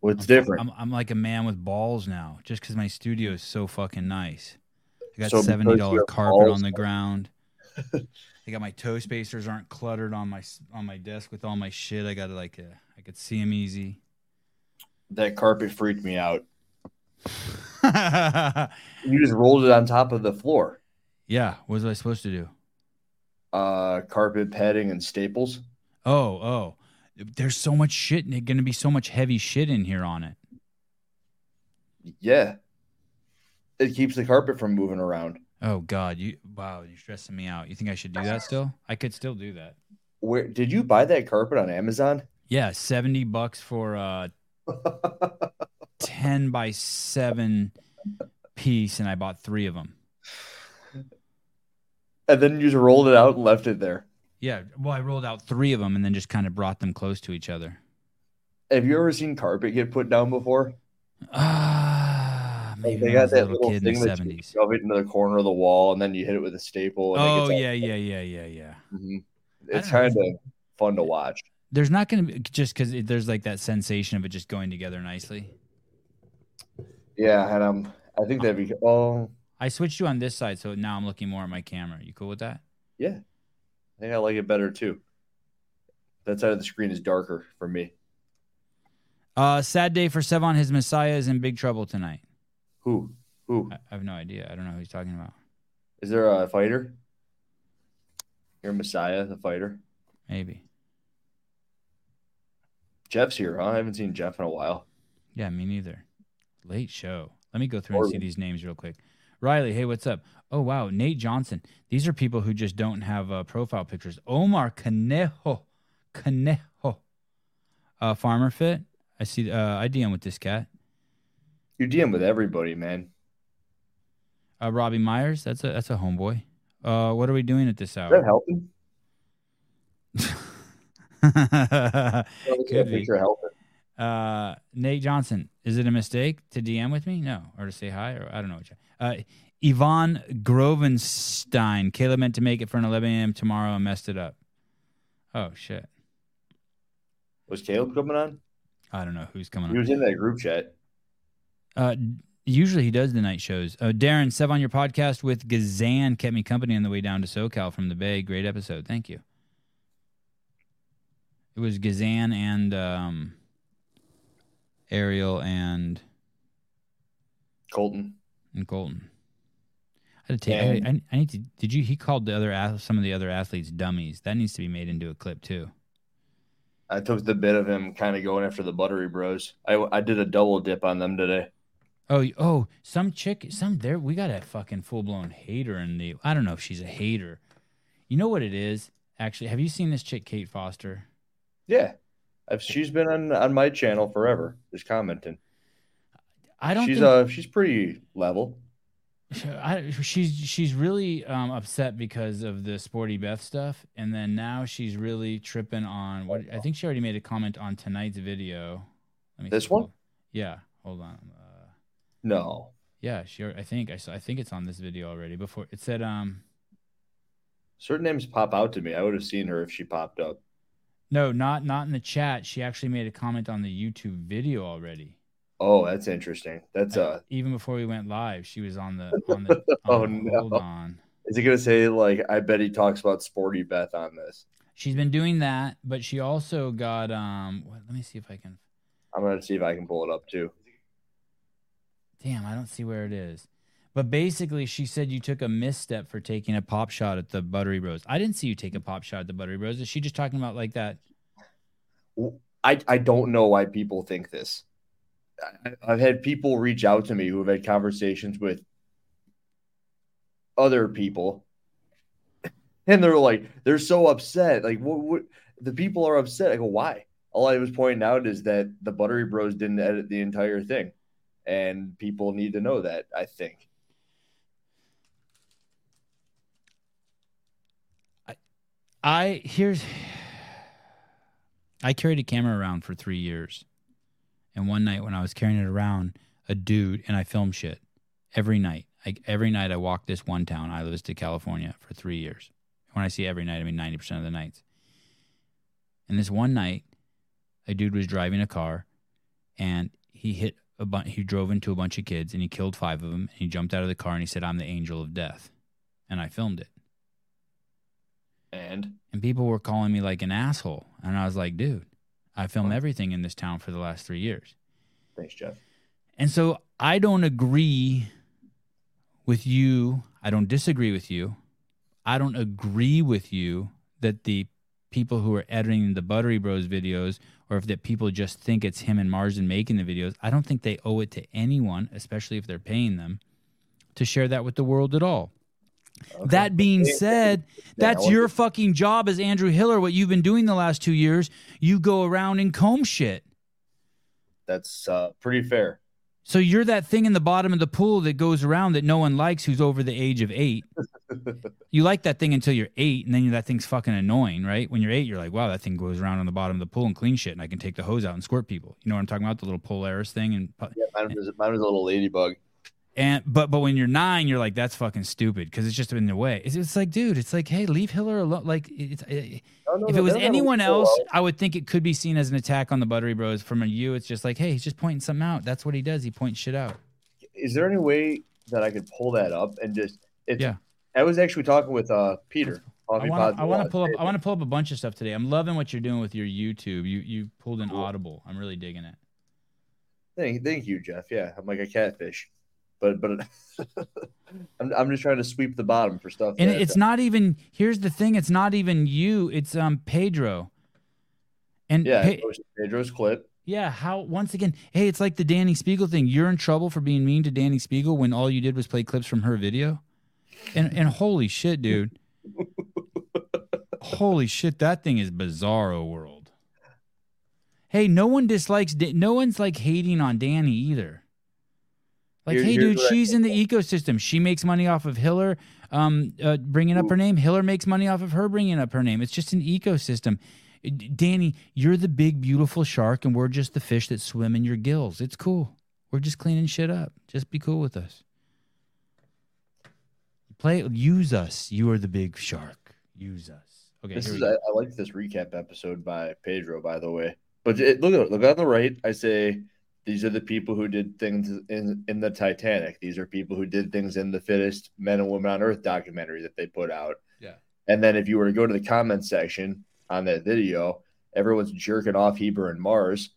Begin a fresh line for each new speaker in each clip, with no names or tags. What's
I'm,
different?
I'm, I'm like a man with balls now, just because my studio is so fucking nice. I got
So because
seventy
you
dollar
have
carpet
balls
on the ground. I got my toe spacers aren't cluttered on my s- on my desk with all my shit. I got like a, I could see them easy.
that carpet freaked me out.
yeah,
You just rolled it on top of the floor.
what was I supposed to do?
Uh, carpet padding and staples.
Oh, oh, there's so much shit. and There's gonna be so much heavy shit in here on it.
Yeah, it keeps the carpet from moving around.
Oh God, you wow, you're stressing me out. You think I should do that still? I could still do that.
Where did you buy that carpet on Amazon?
Yeah, seventy bucks for uh 10 by 7 piece and I bought 3 of them.
and then you just rolled it out and left it there.
Yeah, well I rolled out 3 of them and then just kind of brought them close to each other.
Have you ever seen carpet get put down before?
Ah,
Like,
maybe
they
when I
got
was a
that
little,
little
kid
thing
in the
that you
70s.
shove it into the corner of the wall, and then you hit it with a staple. And
Oh
it gets all-
yeah, yeah, yeah, yeah, yeah.
Mhm.
I
It's kind
don't
of fun to watch.
There's not going to be just cuz there's like that sensation of it just going together nicely.
Yeah, and um, I think that'd be oh,
I switched you on this side so now I'm looking more at my camera. You cool with that?
I think I like it better too. That side of the screen is darker for me.
Uh sad day for Sevon his Messiah is in big trouble tonight.
Who? Who?
I, I have no idea. I don't know who he's talking about.
Is there a fighter? You're Messiah, the fighter.
Maybe.
Jeff's here, huh? I haven't seen Jeff in a while.
Yeah, me neither. Late show. Let me go through and see
Morgan.
these names real quick. Riley, hey, what's up? Oh wow, Nate Johnson. These are people who just don't have uh, profile pictures. Omar Canejo, Canejo, uh, Farmer Fit. I see. Uh, I DM with this cat.
You DM with everybody, man.
Uh, Robbie Myers. That's a that's a homeboy. Uh, what are we doing at this
Is that
hour?
helping? No, it's
Could
a
be.
picture of helping.
uh, Nate Johnson. Is it a mistake to DM with me? No, or to say hi, or I don't know. Which, uh, Yvonne Grovenstein. Caleb meant to make it for an 11 a.m. tomorrow and messed it up. Oh shit!
Was Caleb coming on?
I don't know who's coming
He
on.
was in that group chat.
Uh, usually he does the night shows. Uh, Darren Sev on your podcast with Gazan kept me company on the way down to SoCal from the Bay. Great episode. Thank you. It was Gazan and um, Ariel and.
Colton.
and Colton. I had to take. I, I, I need to. Did you? He called the other ath- some of the other athletes dummies. That needs to be made into a clip too.
I took the bit of him kind of going after the buttery bros. I, I did a double dip on them today.
Oh, y- oh, some chick, some there. We got a fucking full blown hater in the. I don't know if she's a hater. You know what it is? Actually, have you seen this chick, Kate Foster?
Yeah. I've, she's been on, on my channel forever, just commenting.
I don't.
she's
think,
uh she's pretty level.
I, she's she's really um, upset because of the sporty Beth stuff, and then now she's really tripping on what I think she already made a comment on tonight's video. Let me
This
see.
one?
Hold- Yeah, hold on. Uh,
No.
yeah, she. al- I think I saw. I think it's on this video already. Before it said um
Certain names pop out to me. I would have seen her if she popped up.
no, not not in the chat. She actually made a comment on the YouTube video already.
Oh, that's interesting. That's uh
Even before we went live, she was on the on the.
Oh,
on-
no.
Hold on.
is he gonna say like I bet he talks about sporty Beth on this.
She's been doing that, but she also got um. What, let me see if I can.
I'm gonna see if I can pull it up too.
Damn, I don't see where it is. But basically, she said you took a misstep for taking a pop shot at the Buttery Bros. I didn't see you take a pop shot at the Buttery Bros. Is she just talking about like that?
I, I don't know why people think this. I, I've had people reach out to me who have had conversations with other people, and they're like, they're so upset. Like, what, what the people are upset. I go, why? All I was pointing out is that the Buttery Bros didn't edit the entire thing, and people need to know that. I think.
I here's I carried a camera around for three years. And one night when I was carrying it around, a dude and I filmed shit every night. Like every night I walked this one town, I was to California for three years. When I see every night, I mean ninety percent of the nights. And this one night, a dude was driving a car and he hit a bunch. He drove into a bunch of kids and he killed five of them. And he jumped out of the car and he said, "I'm the angel of death," and I filmed it.
And
And people were calling me like an asshole, and I was like, "Dude, I film
Wow.
everything in this town for the last three years."
thanks, Jeff.
And so I don't agree with you. I don't disagree with you. I don't agree with you that the people who are editing the Buttery Bros videos or if that people just think it's him and Marsden making the videos. I don't think they owe it to anyone, especially if they're paying them, to share that with the world at all.
Okay.
That being
Yeah,
said, that's
I
your fucking job as Andrew Hiller, what you've been doing the last two years. You go around and comb shit.
That's uh, pretty fair.
So you're that thing in the bottom of the pool that goes around that no one likes who's over the age of eight. you like that thing until you're eight, and then that thing's fucking annoying, right? When you're eight, you're like, wow, that thing goes around on the bottom of the pool and clean shit, and I can take the hose out and squirt people. You know what I'm talking about? The little Polaris thing and pu-
Yeah, mine was, mine was a little ladybug.
and but but when you're nine, you're like, that's fucking stupid because it's just in the way. It's, it's like, dude, it's like, hey, leave Hiller alone. Like, it's it,
No, no,
if
no,
it was
they don't have a
anyone
little
else,
out.
I would think it could be seen as an attack on the Buttery Bros. From a you, it's just like, hey, he's just pointing something out. That's what he does. He points shit out.
is there any way that I could pull that up and just? It's,
Yeah.
I was actually talking with uh, Peter.
I
Coffee
want
Pods
to I want to
Pod.
pull up I want to pull up a bunch of stuff today. I'm loving what you're doing with your YouTube. You you pulled an
Cool.
Audible. I'm really digging it.
Thank, thank you, Jeff. Yeah, I'm like a catfish, but but I'm, I'm just trying to sweep the bottom for stuff.
And
that-
it's not even here's the thing, it's not even you, it's um Pedro. And
yeah,
Pe-
it was Pedro's clip.
yeah, how once again, hey, it's like the Danny Spiegel thing. You're in trouble for being mean to Danny Spiegel when all you did was play clips from her video. And and holy shit, dude. holy shit, that thing is bizarro world. Hey, no one dislikes Da- no one's like hating on Danny either. Like,
Here-
hey,
here's
dude,
what I
she's in the ecosystem. She makes money off of Hiller um, uh, bringing up her name. Hiller makes money off of her bringing up her name. It's just an ecosystem. D- Danny, you're the big, beautiful shark, and we're just the fish that swim in your gills. It's cool. We're just cleaning shit up. Just be cool with us. Play, use us. You are the big shark. Use us. Okay,
This
here we
is
go.
I, I like this recap episode by Pedro, by the way. But it, look at look on the right. I say these are the people who did things in in the Titanic. These are people who did things in the fittest men and women on earth documentary that they put out.
Yeah.
And then if you were to go to the comment section on that video, everyone's jerking off Heber and Mars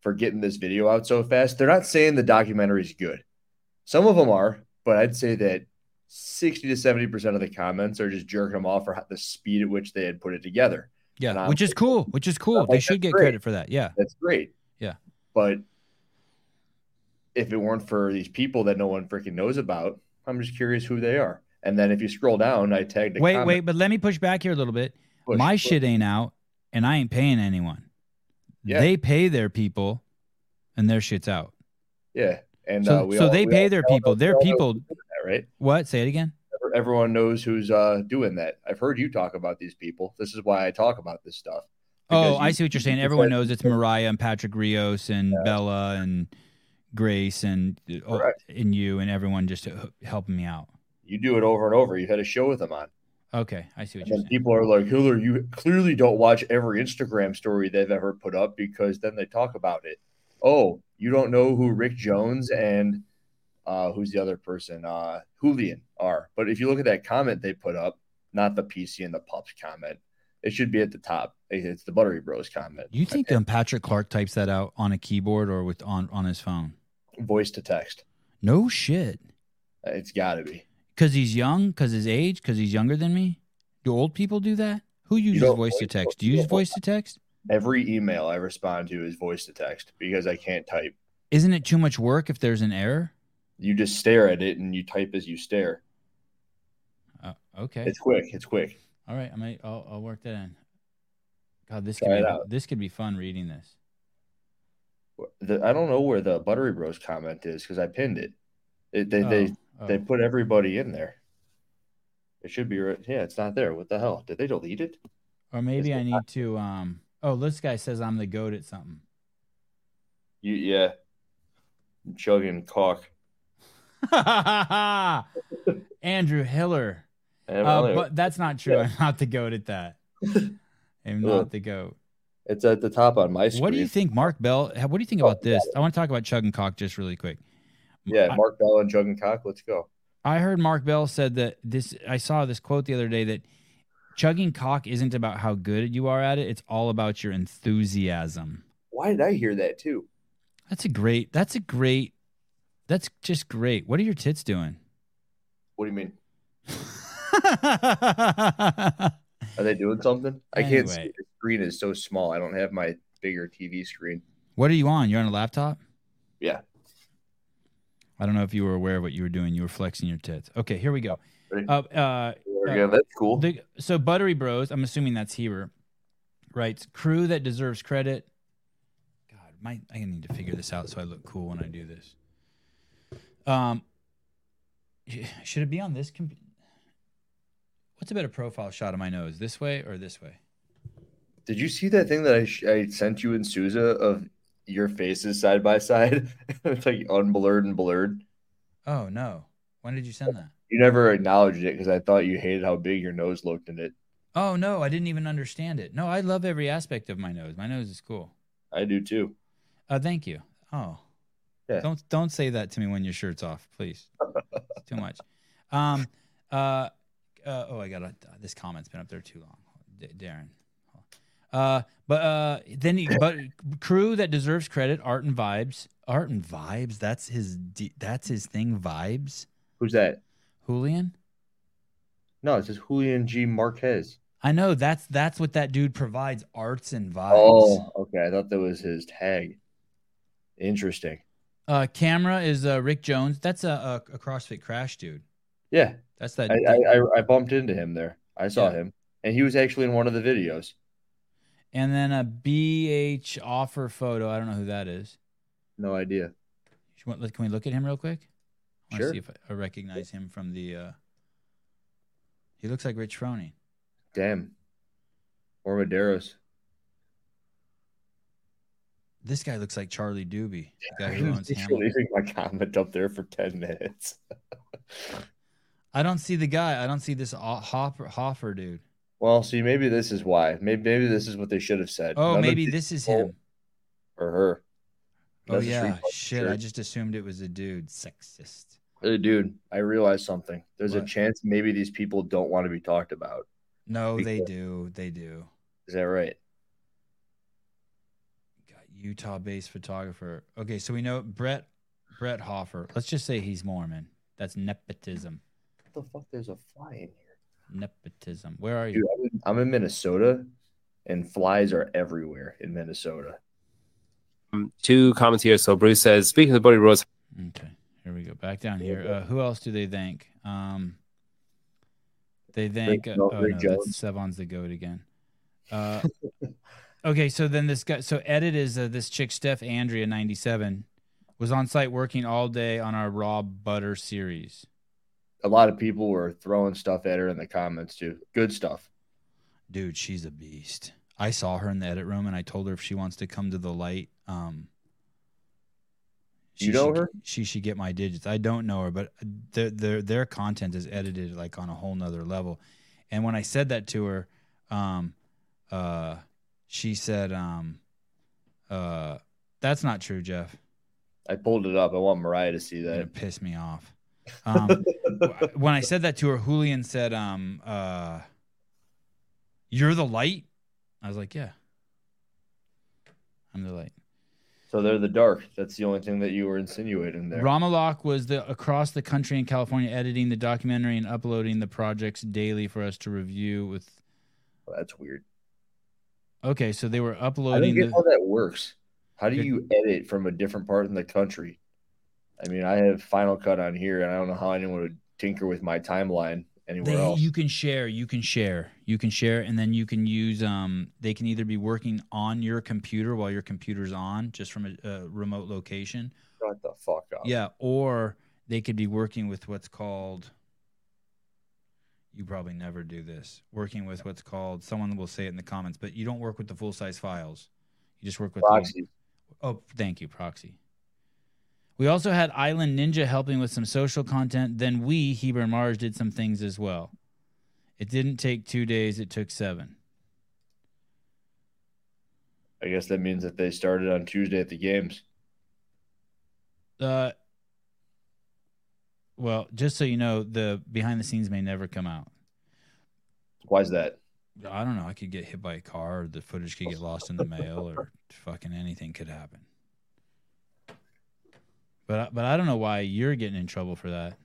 for getting this video out so fast. They're not saying the documentary's good. Some of them are, but I'd say that 60 to 70 percent of the comments are just jerking them off for how- the speed at which they had put it together and
Yeah,
I'm
which is cool. Which is cool.
like,
They
that's
should get
great.
credit for that. Yeah.
that's great
Yeah.
but if it weren't for these people that no one freaking knows about i'm just curious who they are and then if you scroll down i tagged a
Wait,
comment
wait, but let me push back here a little bit.
push,
My
push.
shit ain't out, and I ain't paying anyone.
Yeah.
They pay their people, and their shit's out.
yeah and
so
uh, we
so
all-
they
we
pay
all-
their
we all
people.
know-
Their
we all know
people.
that, right
What? Say it again.
everyone knows who's uh doing that i've heard you talk about these people this is why i talk about this stuff
Oh,
Because
I
you-
see what you're
you
saying.
said-
Everyone knows it's Mariah and Patrick Rios and Bella and Grace and oh,
Correct.
and you and everyone just uh, helping me out.
you do it over and over you had a show with them on
Okay, I see what
And
you're
then
saying.
people are like, Hiller, you clearly don't watch every Instagram story they've ever put up because then they talk about it. Oh, you don't know who Rick Jones and uh, who's the other person? Uh, Julian are. But if you look at that comment they put up, not the PC and the Pups comment, it should be at the top. It's the Buttery Bros comment.
You think um, Patrick Clark types that out on a keyboard or with on on his phone?
voice to text?
No shit.
It's got to be.
Because he's young, because his age, because he's younger than me. Do old people do that? Who uses
don't
voice to
voice-
text? Do
you
you use
don't voice-
voice to text?
Every email I respond to is voice to text because I can't type.
Isn't it too much work if there's an error?
You just stare at it and you type as you stare.
Uh, okay.
It's quick. It's quick.
All right. I might. I'll, I'll work that in. God, this
Try it
could be,
out.
this could be fun reading this.
the, I don't know where the Buttery Bros comment is because I pinned it. It- they they
Oh,
they
oh.
put everybody in there. It should be right. Yeah, it's not there. What the hell? Did they delete it?
or maybe
it's
I need to. Um. Oh, this guy says I'm the goat at something.
You, yeah. I'm chugging cock.
Andrew Hiller.
And
Uh,
I'm like,
but that's not true. I'm not the goat at that. I'm
Cool.
not the goat.
It's at the top on my screen.
What do you think, Mark Bell? What do you think
Oh,
about this? I want to talk about Chug and Cock just really quick.
Yeah, Mark Bell and Jug and Cock. Let's go.
I heard Mark Bell said that this. I saw this quote the other day that chugging cock isn't about how good you are at it; it's all about your enthusiasm.
Why did I hear that too?
That's a great. That's a great. That's just great. What are your tits doing?
What do you mean? Are they doing something? I can't see.
Anyway.
The screen is so small. I don't have my bigger TV screen.
what are you on? You're on a laptop.
Yeah.
I don't know if you were aware of what you were doing. You were flexing your tits. Okay, here we go.
Ready?
Uh, uh,
There
Uh,
we go. That's cool.
The, so Buttery Bros, I'm assuming that's Heber, writes crew that deserves credit. God, my I need to figure this out so I look cool when I do this. Um, sh- should it be on this computer? What's a better profile shot of my nose, this way or this way?
Did you see that thing that I, sh- I sent you and Souza of your faces side by side? it's like unblurred and blurred.
Oh no! When did you send that?
You never acknowledged it because I thought you hated how big your nose looked in it.
Oh no! I didn't even understand it. No, I love every aspect of my nose. My nose is cool.
I do too.
Uh, thank you. Oh,
Yeah.
don't don't say that to me when your shirt's off, please. it's too much. Um, uh, uh, oh, I got this comment's been up there too long, D- Darren. Uh, but uh, then he, but crew that deserves credit, Art and Vibes, Art and Vibes. That's his d- that's his thing. Vibes,
Who's that?
Julian.
No, it says Julian G. Marquez.
I know that's that's what that dude provides. Arts and vibes.
Oh, okay. I thought that was his tag. Interesting.
Uh, camera is uh, Rick Jones. That's a, a, a CrossFit crash dude.
Yeah,
That's that.
I, I I- I bumped into him there. I saw
Yeah.
him, and he was actually in one of the videos.
And then a BH offer photo. I don't know who that is.
No idea.
Should we- let- Can we look at him real quick? I want to
Sure.
see if I- I recognize him from the. Uh, he looks like Rich Froning.
Damn. Or Maderos.
This guy looks like Charlie Doobie, the guy
I've
who
been
owns Hamilton.
leaving my comment up there for ten minutes.
I don't see the guy. I don't see this Ho- Hopper, Hoffer dude.
Well, see, maybe this is why. Maybe maybe this is what they should have said.
Oh,
None of
maybe
these
this is
people
him.
or her.
Oh
That's a
yeah,
street
shit. I
shirt.
just assumed it was a dude. Sexist.
Hey, dude, I realized something. There's a
What?
chance maybe these people don't want to be talked about.
No, they
Because-
do. They do.
Is that right?
Got Utah-based photographer. Okay, so we know Brett Brett Hoffer. Let's just say he's Mormon. That's nepotism.
What the fuck? There's a fly in here.
Nepotism. Where are
Dude,
you?
I'm in, I'm in Minnesota, and flies are everywhere in Minnesota.
Um, two comments here. So Bruce says, speaking of the body rolls,
Okay, here we go. Back down here. Uh, who else do they thank? Um, they thank. Uh,
Jo-
oh
Rick
no,
Jones.
that's Sevon's the goat again. Uh, okay, so then this guy. So edit is uh, this chick Steph Andrea ninety seven was on site working all day on our raw butter series.
A lot of people were throwing stuff at her in the comments too. Good stuff.
dude she's a beast i saw her in the edit room and i told her if she wants to come to the light um
You know
should,
her?
she should get my digits i don't know her but their, their their content is edited like on a whole nother level and when i said that to her um uh she said um uh that's not true jeff
I pulled it up. I want Mariah to see
You're
that.
gonna piss me off. Um, wh- when I said that to her, Julian said, um, uh, "You're the light." I was like, "Yeah, I'm the light."
So they're the dark. That's the only thing that you were insinuating there.
Ramalak was the across the country in California editing the documentary and uploading the projects daily for us to review. With
Oh, that's weird.
okay, so they were
I don't
uploading.
get
The,
how that works. How do
Good.
you edit from a different part in the country? I mean, I have Final Cut on here, and I don't know how anyone would tinker with my timeline anywhere
they,
else.
you can share, you can share, you can share, and then you can use. Um, they can either be working on your computer while your computer's on, just from a, a remote location,
Shut the fuck up.
Yeah, or they could be working with what's called. You probably never do this. Working with what's called. Someone will say it in the comments, but you don't work with the full size files. You just work with the-
Proxy.
oh, thank you, proxy. We also had Island Ninja helping with some social content. Then we, Heber and Mars, did some things as well. It didn't take two days. It took seven.
I guess that means that they started on Tuesday at the games.
Uh, well, just so you know, the behind the scenes may never come out.
Why is that?
I don't know. I could get hit by a car, or the footage could get lost in the mail, or fucking anything could happen. But I- but I don't know why you're getting in trouble for that.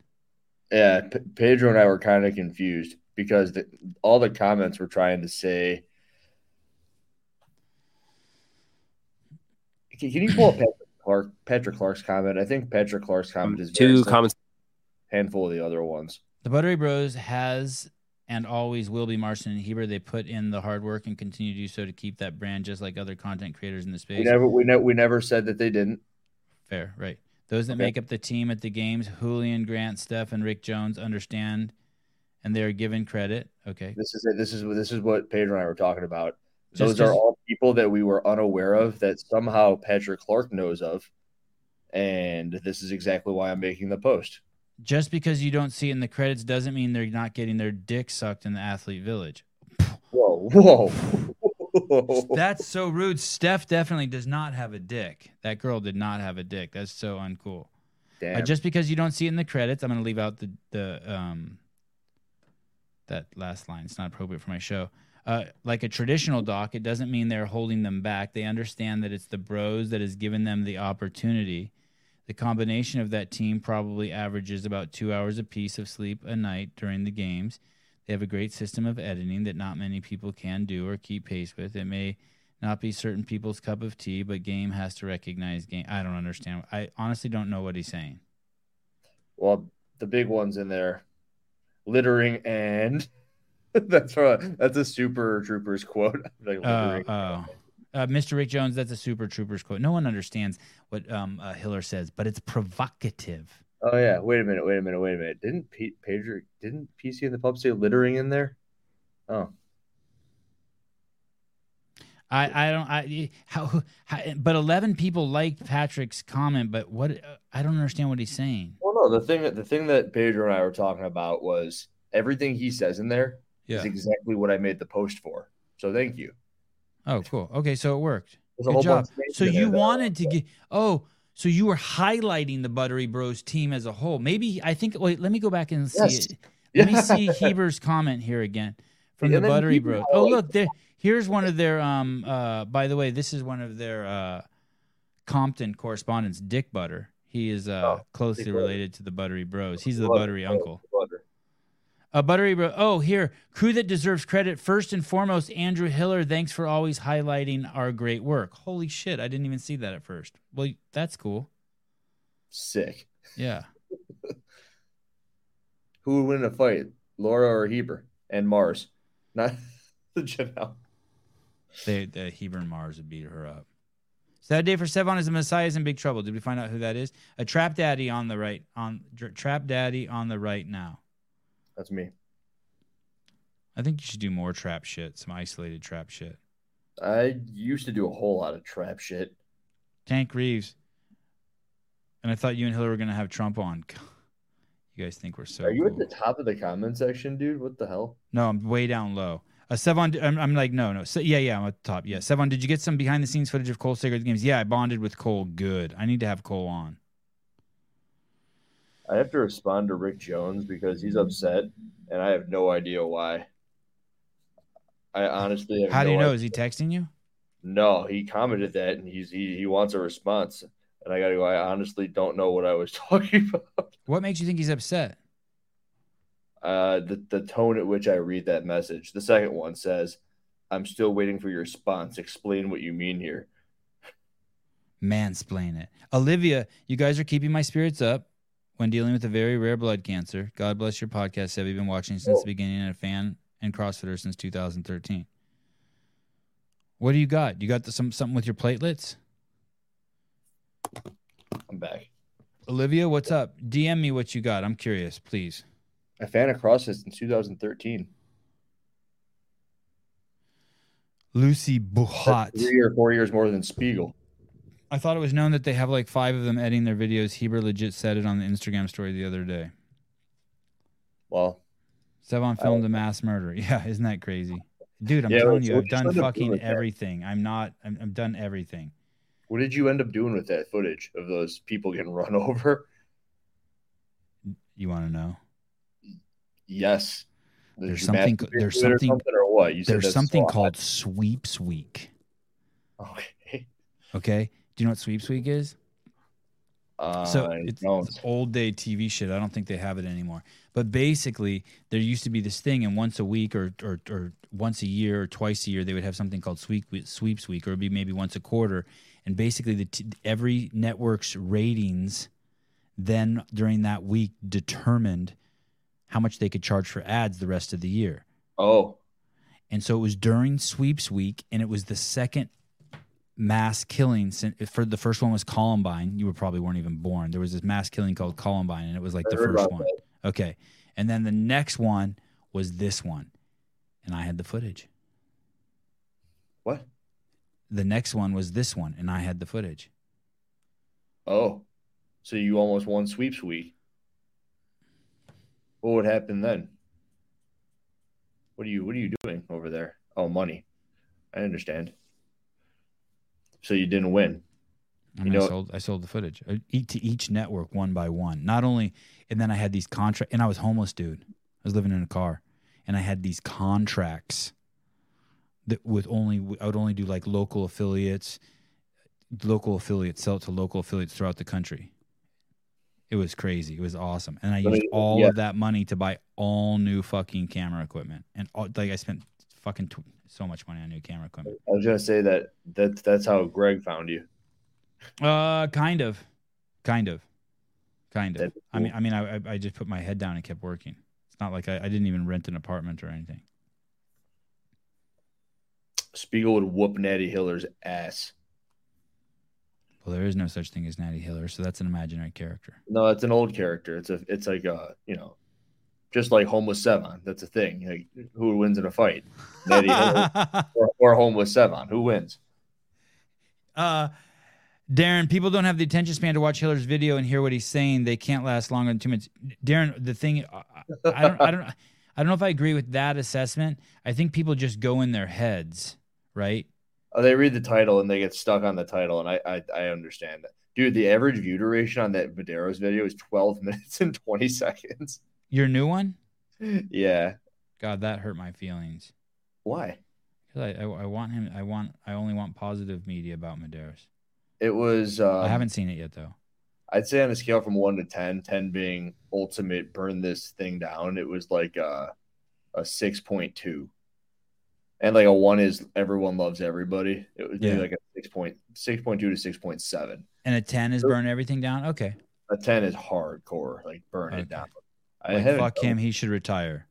Yeah, P- Pedro and I were kind of confused because the, all the comments were trying to say. Can, can you pull up Patrick, Clark, Patrick Clark's comment? I think Patrick Clark's comment
Um,
is very
Two
similar to
comments.
a handful of the other ones.
The Buttery Bros has and always will be Marston and Heber. They put in the hard work and continue to do so to keep that brand, just like other content creators in the
We
space.
never, we never, we never said that they didn't.
Fair, right. Those that
Okay.
make up the team at the games, Julian Grant, Steph, and Rick Jones, understand and they are given credit. Okay.
This is it. This is this is what Pedro and I were talking about.
Just
Those are
as-
all people that we were unaware of that somehow Patrick Clark knows of, and this is exactly why I'm making the post.
Just because you don't see it in the credits doesn't mean they're not getting their dick sucked in the athlete village.
Whoa, whoa.
That's so rude. Steph definitely does not have a dick. That girl did not have a dick. That's so uncool. Uh,
Damn.
just because you don't see it in the credits, I'm going to leave out the the um that last line. It's not appropriate for my show. Uh, like a traditional doc, it doesn't mean they're holding them back. They understand that it's the bros that has given them the opportunity. The combination of that team probably averages about two hours apiece of sleep a night during the games. They have a great system of editing that not many people can do or keep pace with. It may not be certain people's cup of tea, but game has to recognize game. I don't understand. I honestly don't know what he's saying.
well, the big ones in there, littering and that's a that's a super troopers quote. Like,
Oh,
littering.
oh. Uh, Mr. Rick Jones, that's a super troopers quote. No one understands what um, uh, Hiller says, but it's provocative.
oh yeah. Wait a minute. Wait a minute. Wait a minute. Didn't Pete Pedro? Didn't PC and the pub say littering in there? Oh,
I, I don't I how, how but eleven people liked Patrick's comment, but what uh, I don't understand what he's saying.
well, no. The thing that the thing that Pedro and I were talking about was everything he says in there is exactly what I made the post for. So thank you.
Oh, cool. Okay, so it worked.
There's
Good job.
of things
So
in there
you
that-
wanted to get oh, so you were highlighting the Buttery Bros team as a whole. Maybe I think wait, let me go back and see
Yes.
it. Let me see Heber's comment here again from
And
the
then
Buttery
Heber
Bros. Oh,
highlights-
look, there, here's one of their. Um, uh, by the way, this is one of their uh, Compton correspondents, Dick Butter. He is uh,
Oh,
closely
Dick Butter.
related to the Buttery Bros. He's the
Butter,
Buttery
butter,
uncle.
butter.
A buttery bro. Oh, here, crew that deserves credit first and foremost. Andrew Hiller, thanks for always highlighting our great work. Holy shit, I didn't even see that at first. Well, that's cool.
Sick.
Yeah,
Who would win in a fight, Laura or Heber and Mars? Not Janelle.
they, the Heber and Mars would beat her up. So that day for Sevon is the Messiah is in big trouble. Did we find out who that is? A trap daddy on the right on dr- trap daddy on the right now.
That's me.
I think you should do more trap shit, some isolated trap shit.
I used to do a whole lot of trap shit.
Tank Reeves. And I thought you and Hiller were gonna have Trump on. You guys think we're so.
Are you
cool.
at the top of the comment section, dude? What the hell?
No, I'm way down low. Uh, Sevon, I'm, I'm like, no, no. Se- yeah, yeah, I'm at the top. Yeah. Sevon, did you get some behind the scenes footage of Cole Sager's games? Yeah, I bonded with Cole. Good. I need to have Cole on.
I have to respond to Rick Jones because he's upset, and I have no idea why. I honestly have
How
no
do you know?
idea.
Is he texting you?
No, he commented that, and he's he, he wants a response. And I gotta go. I honestly don't know what I was talking about.
What makes you think he's upset?
Uh, the the tone at which I read that message. The second one says, "I'm still waiting for your response. Explain what you mean here."
Mansplain it. Olivia, you guys are keeping my spirits up when dealing with a very rare blood cancer. God bless your podcast, Seb. You've been watching since the beginning and a fan and CrossFitter since 2013. What do you got? You got the, some something with your platelets?
I'm back.
Olivia, what's up? DM me what you got. I'm curious, please.
I fan of CrossFit in 2013.
Lucy
That's
Buhat.
Three or four years more than Spiegel.
I thought it was known that they have like five of them editing their videos. Heber legit said it on the Instagram story the other day.
Well,
Sevon filmed a mass murder. Yeah, isn't that crazy? dude, I'm
Yeah,
telling
what-
you,
what
I've
you
done
end up doing
fucking
with that?
everything. I'm not. I'm, I'm done everything.
What did you end up doing with that footage of those people getting run over?
You want to know?
Yes. Did
There's
you
something-
masturbate
there's
to it or
something-
or what? You said
There's
that's
something
soft.
called sweeps week.
Okay.
Okay. Do you know what sweeps week is?
Uh,
so
I
it's,
don't.
it's old day TV shit. I don't think they have it anymore. But basically, there used to be this thing, and once a week, or or, or once a year, or twice a year, they would have something called sweep sweeps week, or it'd be maybe once a quarter. And basically, the t- every network's ratings then during that week determined how much they could charge for ads the rest of the year.
oh,
And so it was during sweeps week, and it was the second mass killing sin- for the first one was Columbine. You were probably weren't even born. There was this mass killing called Columbine, and it was like
I
the
heard
first
about
one. Okay. And then the next one was this one. And I had the footage.
what?
The next one was this one, and I had the footage.
Oh, so you almost won sweeps week. What would happen then? What are you What are you doing over there? Oh, money. I understand. So you didn't win.
I,
You
mean, I
know-
sold I sold the footage Uh, each to each network one by one. Not only, and then I had these contract, and I was homeless, dude. I was living in a car, and I had these contracts that with only I would only do like local affiliates, local affiliates sell it to local affiliates throughout the country. It was crazy. It was awesome, and I
Let me-
used all
yeah.
of that money to buy all new fucking camera equipment, and all, like I spent fucking tw- so much money on new camera equipment.
I was gonna say that that that's how Greg found you.
Uh, kind of, kind of, kind of.
That's
I
cool.
mean, I mean, I I- I just put my head down and kept working. It's not like I, I didn't even rent an apartment or anything.
Spiegel would whoop Natty Hiller's ass.
Well, there is no such thing as Natty Hiller, so that's an imaginary character.
No, that's an old character. It's a it's like a you know, just like homeless Sevon. That's a thing. Like who wins in a fight, Natty Hiller
uh,
or, or homeless Sevon? Who wins?
Uh, Darren, people don't have the attention span to watch Hiller's video and hear what he's saying. They can't last longer than two minutes. Darren, the thing, I, I I don't, I don't, I don't know if I agree with that assessment. I think people just go in their heads, right?
Oh, they read the title and they get stuck on the title, and I I, I understand that. Dude, the average view duration on that Madero's video is 12 minutes and 20 seconds.
Your new one,
Yeah.
God, that hurt my feelings.
Why?
'Cause I, I, I want him. I want. I only want positive media about Medeiros.
It was uh
I haven't seen it yet, though.
I'd say on a scale from one to 10, 10 being ultimate burn this thing down, it was like a, a 6.2. And like a one is everyone loves everybody. It would be
Yeah.
like a 6.6.2 to 6.7.
And a ten is
Sure.
burn everything down. Okay,
A 10 is hardcore, like burn
Okay.
it down. I
like,
haven't
fuck
done-
him. He should retire.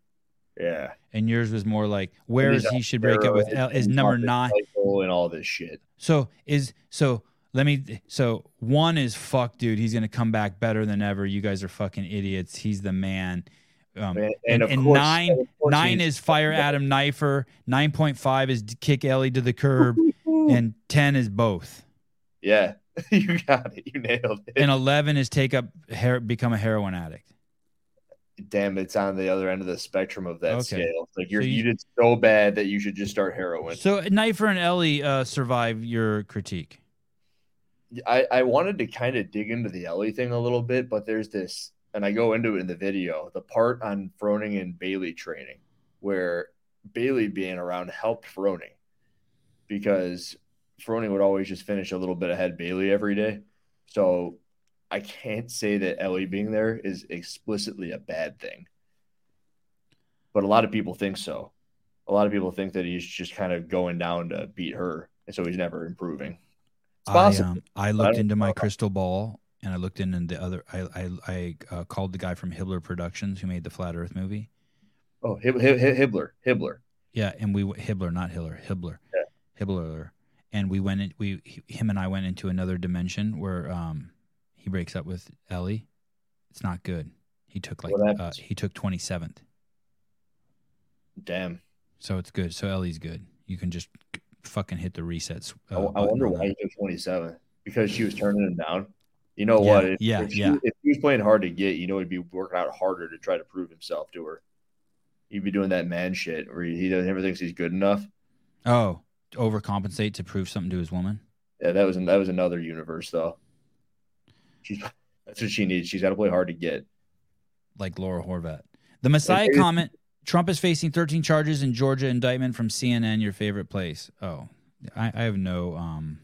Yeah.
And yours was more like, where
He's
is he? Should
There
break up with
is
L, is number nine.
cycle And all this shit.
So is so. Let me. So one is fuck, dude. He's gonna come back better than ever. You guys are fucking idiots. He's the man. Um,
And,
and,
and, of
and
course,
nine
of course
Nine
he's-
is fire Adam Knifer. Nine point five is d- kick Ellie to the curb. and ten is both.
Yeah. you got it. You nailed it.
And eleven is take up her- become a heroin addict.
damn it's on the other end of the spectrum of that
Okay.
scale like you're,
So you-
you, did so bad that you should just start heroin
So Knifer and Ellie uh, survive your critique.
I, I wanted to kind of dig into the ellie thing a little bit but there's this and i go into it in the video the part on froning and bailey training where bailey being around helped froning because froning would always just finish a little bit ahead bailey every day so i can't say that ellie being there is explicitly a bad thing but a lot of people think so a lot of people think that he's just kind of going down to beat her and so he's never improving it's possible
I, um, I
I
looked
don't
into my
know.
crystal ball and I looked into the other. I I, I uh, called the guy from Hibbler Productions who made the Flat Earth movie.
Oh, Hib- Hib- Hib- Hibbler, Hibbler.
Yeah, and we w- Hibbler, not Hiller, Hibbler, Hibbler, and we went in. We he- him and I went into another dimension where um he breaks up with Ellie. It's not good. He took like
What
uh,
happens?
he took twenty seventh,
Damn.
so it's good. So Ellie's good. You can just fucking hit the resets.
I-
uh,
I,
button
wonder
on that.
why he took 27 because she was turning him down. You know
Yeah,
what? If,
yeah,
if she,
yeah.
If he was playing hard to get, you know, he'd be working out harder to try to prove himself to her. He'd be doing that man shit where he, he never thinks he's good enough.
Oh, to overcompensate to prove something to his woman.
Yeah, that was that was another universe though. She's that's what she needs. She's got to play hard to get.
like Laura Horvat. The Messiah
it-
comment: Trump is facing 13 charges in Georgia indictment from CNN, your favorite place. Oh, I, I have no um.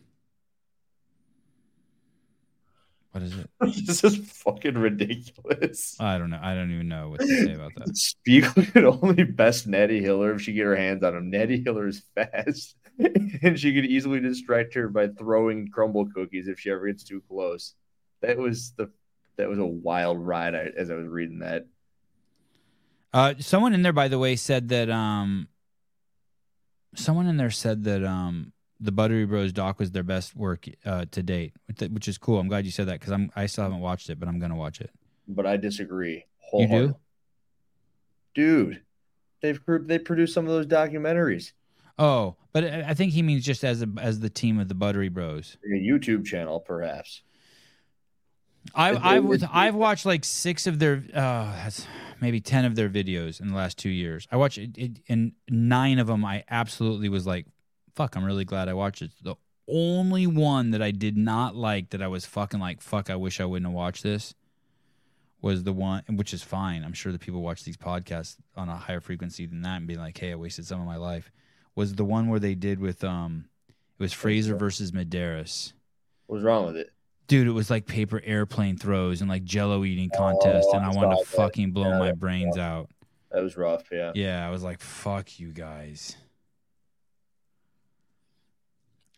What is it?
this is fucking ridiculous.
I don't know. I don't even know what to say about that.
Spiegel could only best Nettie Hiller if she get her hands on him. Nettie Hiller is fast, and she could easily distract her by throwing crumble cookies if she ever gets too close. That was the that was a wild ride I, as I was reading that.
Uh, someone in there, by the way, said that um. Someone in there said that um the Buttery Bros doc was their best work uh, to date, which- which is cool. I'm glad you said that because I'm I still haven't watched it, but I'm gonna watch it.
but I disagree.
You
wholeheartedly.
do?
dude. They've pro- they produced some of those documentaries.
Oh, but I I think he means just as a, as the team of the Buttery Bros.
A YouTube channel, perhaps. If they
I, I've
were
was-
to-
I've watched like six of their, uh, that's maybe ten of their videos in the last two years. I watched it, it, and nine of them I absolutely was like, "Fuck!" I'm really glad I watched it. The only one that I did not like that I was fucking like, "Fuck!" I wish I wouldn't have watched this. Was the one, which is fine. I'm sure that people watch these podcasts on a higher frequency than that and be like, "Hey, I wasted some of my life." Was the one where they did with um, it was Fraser versus Medeiros
What's wrong with it?
dude, it was like paper airplane throws and like jello eating contest,
Oh,
and
I
I wanted
saw
to
that.
fucking blow
Yeah,
my brains out.
That was rough. Yeah.
Yeah, I was like, fuck you guys.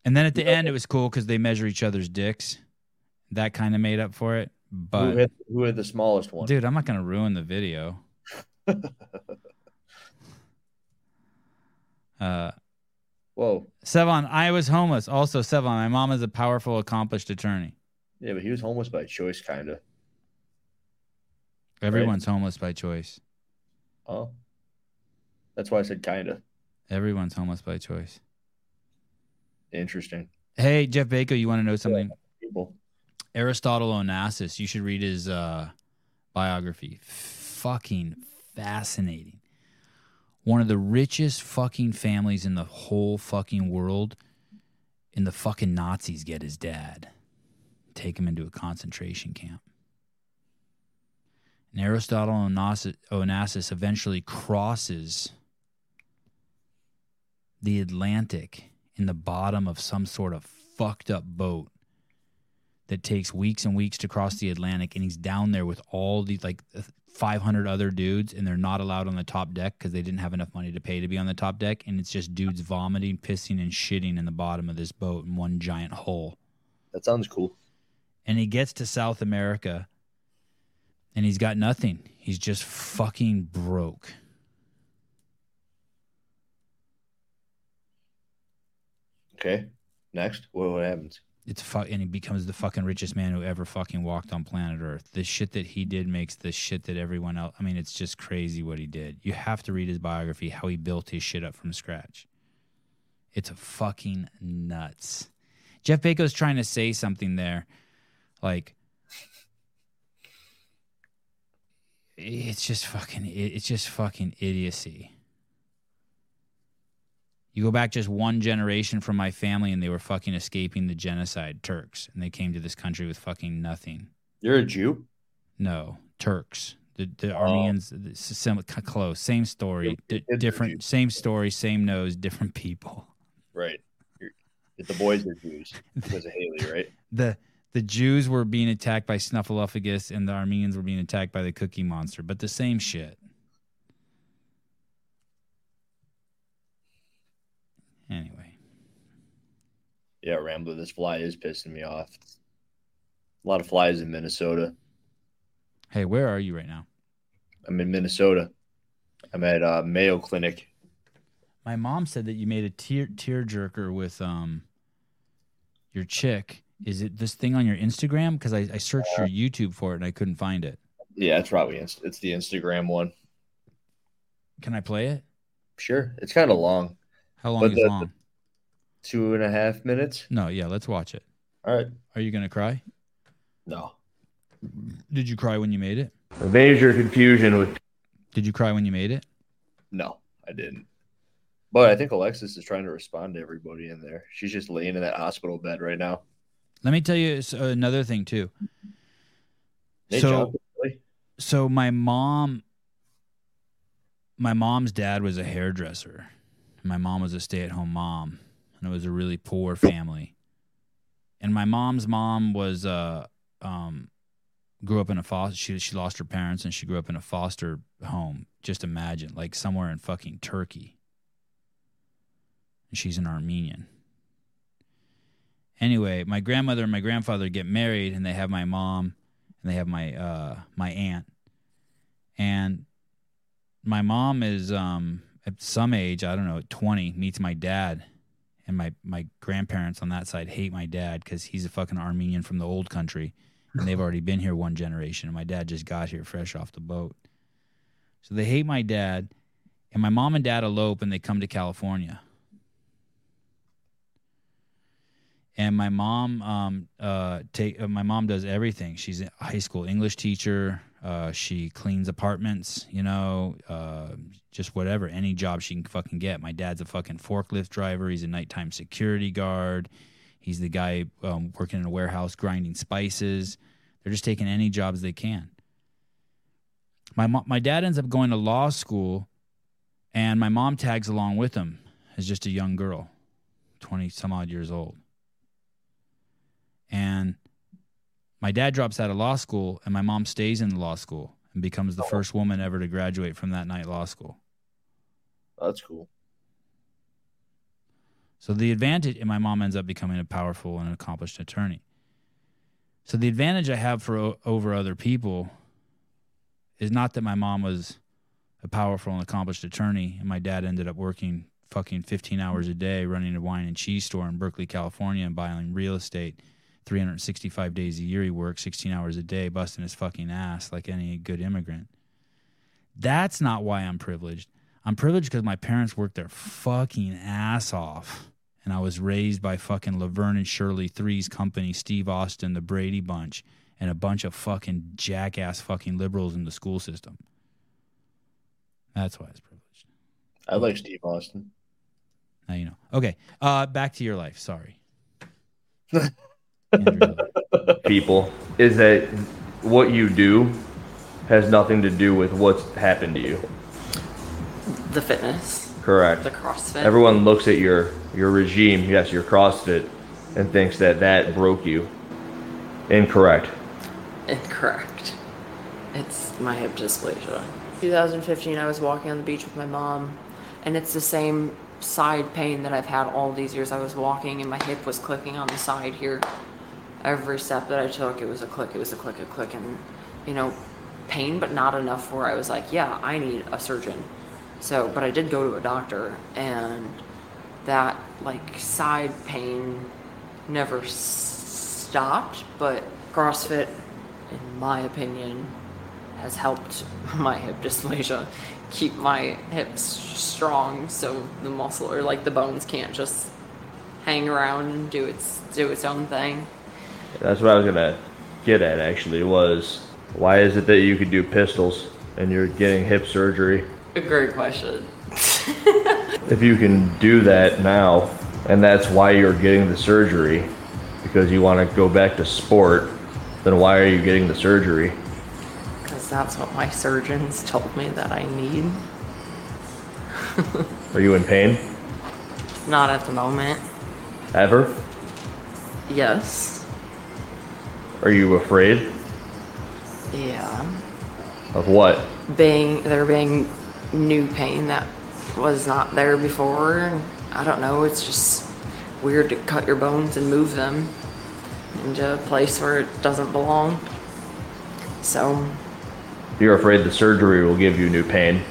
And then at the
Yeah.
end, it was cool because they measure each other's dicks. That kind of made up for it.
who,
But
had, who had the smallest one?
dude, I'm not gonna ruin the video. uh,
Whoa.
Sevon, I was homeless. Also, Sevon, my mom is a powerful, accomplished attorney.
Yeah, but he was homeless by choice, kind of.
Everyone's homeless by choice.
Oh. That's why I said kind of
Everyone's homeless by choice.
interesting.
Hey, Jeff Baker, you want to know something?
People.
Aristotle Onassis, you should read his uh, biography. Fucking fascinating. One of the richest fucking families in the whole fucking world. And the fucking Nazis get his dad, take him into a concentration camp. And Aristotle Onassis, Onassis eventually crosses the Atlantic in the bottom of some sort of fucked up boat that takes weeks and weeks to cross the Atlantic, and he's down there with all these like 500 other dudes, and they're not allowed on the top deck because they didn't have enough money to pay to be on the top deck, and it's just dudes vomiting, pissing, and shitting in the bottom of this boat in one giant hole
That sounds cool.
and he gets to South America and he's got nothing. He's just fucking broke.
Okay. Next. What, what happens?
It's fu- and he becomes the fucking richest man who ever fucking walked on planet Earth. The shit that he did makes the shit that everyone else. I mean, it's just crazy what he did. You have to read his biography, how he built his shit up from scratch. It's a fucking nuts. Jeff Bezos trying to say something there, like it's just fucking it's just fucking idiocy. You go back just one generation from my family, and they were fucking escaping the genocide Turks, and they came to this country with fucking nothing.
You're a Jew?
No, Turks. The, the
Oh.
Armenians, the, s- sim, c- close, same story, di-
it's-
different, same story, same nose, different people.
Right. You're, the boys are Jews because of Haley, right?
the The Jews were being attacked by Snuffleupagus, and the Armenians were being attacked by the Cookie Monster, but the same shit. Anyway,
Yeah, Rambler, this fly is pissing me off. A lot of flies in Minnesota.
hey, where are you right now?
I'm in Minnesota. I'm at uh, Mayo Clinic.
My mom said that you made a tear tearjerker with um your chick. Is it this thing on your Instagram? Because I, I searched your YouTube for it and I couldn't find it.
Yeah, it's probably inst- it's the Instagram one.
Can I play it?
Sure, it's kind of long,
How long
But
is
the-
long?
two and a half minutes.
No, yeah, let's watch it.
All right,
Are you gonna cry?
no.
Did you cry when you made it?
Evade your confusion with
Did you cry when you made it?
No, I didn't. But I think Alexis is trying to respond to everybody in there. She's just laying in that hospital bed right now.
Let me tell you s- another thing too.
Nate
so,
Johnson, really?
so my mom, my mom's dad was a hairdresser. My mom was a stay-at-home mom, and it was a really poor family. And my mom's mom was uh um grew up in a foster. She she lost her parents, and she grew up in a foster home. Just imagine, like somewhere in fucking Turkey. And she's an Armenian. Anyway, my grandmother and my grandfather get married, and they have my mom, and they have my uh, my aunt, and my mom is um, at some age, I don't know, at twenty, meets my dad, and my my grandparents on that side hate my dad because he's a fucking Armenian from the old country, and they've already been here one generation, and my dad just got here fresh off the boat, so they hate my dad, and my mom and dad elope, and they come to California. and my mom um uh take uh, my mom does everything she's a high school english teacher uh she cleans apartments you know uh just whatever any job she can fucking get my dad's a fucking forklift driver he's a nighttime security guard he's the guy um, working in a warehouse grinding spices they're just taking any jobs they can my mom my dad ends up going to law school and my mom tags along with him as just a young girl 20 some odd years old and my dad drops out of law school and my mom stays in law school and becomes the first woman ever to graduate from that night law school
That's cool.
So the advantage, and my mom ends up becoming a powerful and accomplished attorney. So the advantage I have for o- over other people is not that my mom was a powerful and accomplished attorney, and my dad ended up working fucking 15 hours a day running a wine and cheese store in Berkeley, California, and buying real estate. 365 days a year he worked, 16 hours a day, busting his fucking ass like any good immigrant. That's not why I'm privileged. I'm privileged because my parents worked their fucking ass off. And I was raised by fucking Laverne and Shirley, Three's Company, Steve Austin, the Brady Bunch, and a bunch of fucking jackass fucking liberals in the school system. That's why it's privileged.
I like Steve Austin.
Now you know. Okay. Uh, back to your life. Sorry. Andrew.
people is that what you do has nothing to do with what's happened to you.
The fitness,
Correct.
the CrossFit.
Everyone looks at your your regime, yes, your CrossFit, and thinks that that broke you. Incorrect.
Incorrect. It's my hip dysplasia. 2015, I was walking on the beach with my mom, and it's the same side pain that I've had all these years. I was walking, and my hip was clicking on the side here. Every step that I took, it was a click, it was a click, a click, and you know, pain, but not enough where I was like, yeah, I need a surgeon. So, but I did go to a doctor, and that like side pain never s- stopped, but CrossFit, in my opinion, has helped my hip dysplasia keep my hips strong so the muscle or like the bones can't just hang around and do its do its own thing.
That's what I was gonna get at actually was why is it that you could do pistols and you're getting hip surgery?
A great question.
If you can do that now, and that's why you're getting the surgery, because you want to go back to sport, then why are you getting the surgery?
Because that's what my surgeons told me that I need.
Are you in pain?
Not at the moment.
Ever?
Yes.
Are you afraid?
Yeah.
Of what?
being there being new pain that was not there before. I don't know. It's just weird to cut your bones and move them into a place where it doesn't belong. So,
You're afraid the surgery will give you new pain.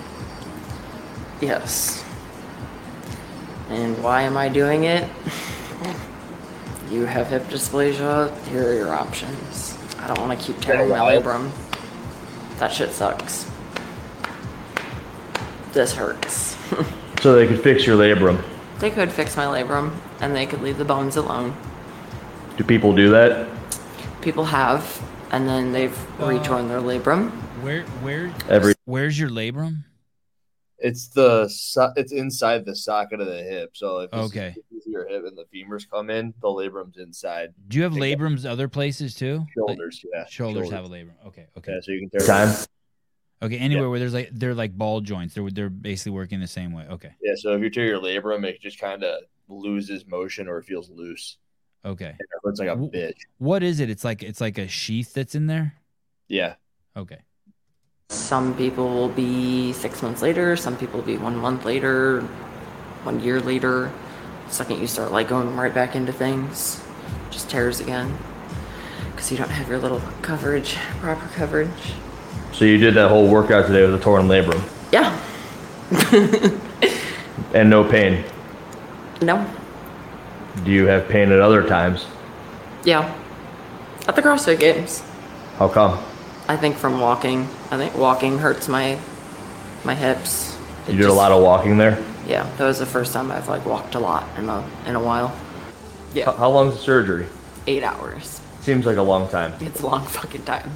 yes. And why am I doing it? you have hip dysplasia. Here are your options. I don't want to keep tearing my labrum. That shit sucks. This hurts.
So they could fix your labrum.
They could fix my labrum and they could leave the bones alone.
Do people do that?
People have, and then they've retorn their labrum.
where, where,
Every
where's your labrum?
It's the so- it's inside the socket of the hip. So if, this-
Okay.
if this is your hip and the femurs come in, the labrum's inside
Do you have
Yeah.
labrums other places too? Like,
shoulders. Yeah,
shoulders, have a labrum. Okay, okay,
Yeah, so you can tear
Time.
okay. Anywhere where there's like they're like ball joints, they're they're basically working the same way. Okay,
Yeah, so if you tear your labrum, it just kind of loses motion or it feels loose.
okay.
It hurts like a
W-
bitch.
What is it? It's like it's like a sheath that's in there.
Yeah,
Okay,
Some people will be six months later, some people will be one month later, one year later. The second you start like going right back into things, it just tears again. Because you don't have your little coverage, proper coverage.
So you did that whole workout today with a torn labrum
Yeah.
and no pain.
No.
Do you have pain at other times?
Yeah. At the CrossFit Games.
How come?
I think from walking. I think walking hurts my my hips. It
You did a
just-
lot of walking there.
Yeah, that was the first time I've like walked a lot in a in a while.
How-
Yeah,
How long's the surgery?
eight hours.
Seems like a long time.
It's a long fucking time.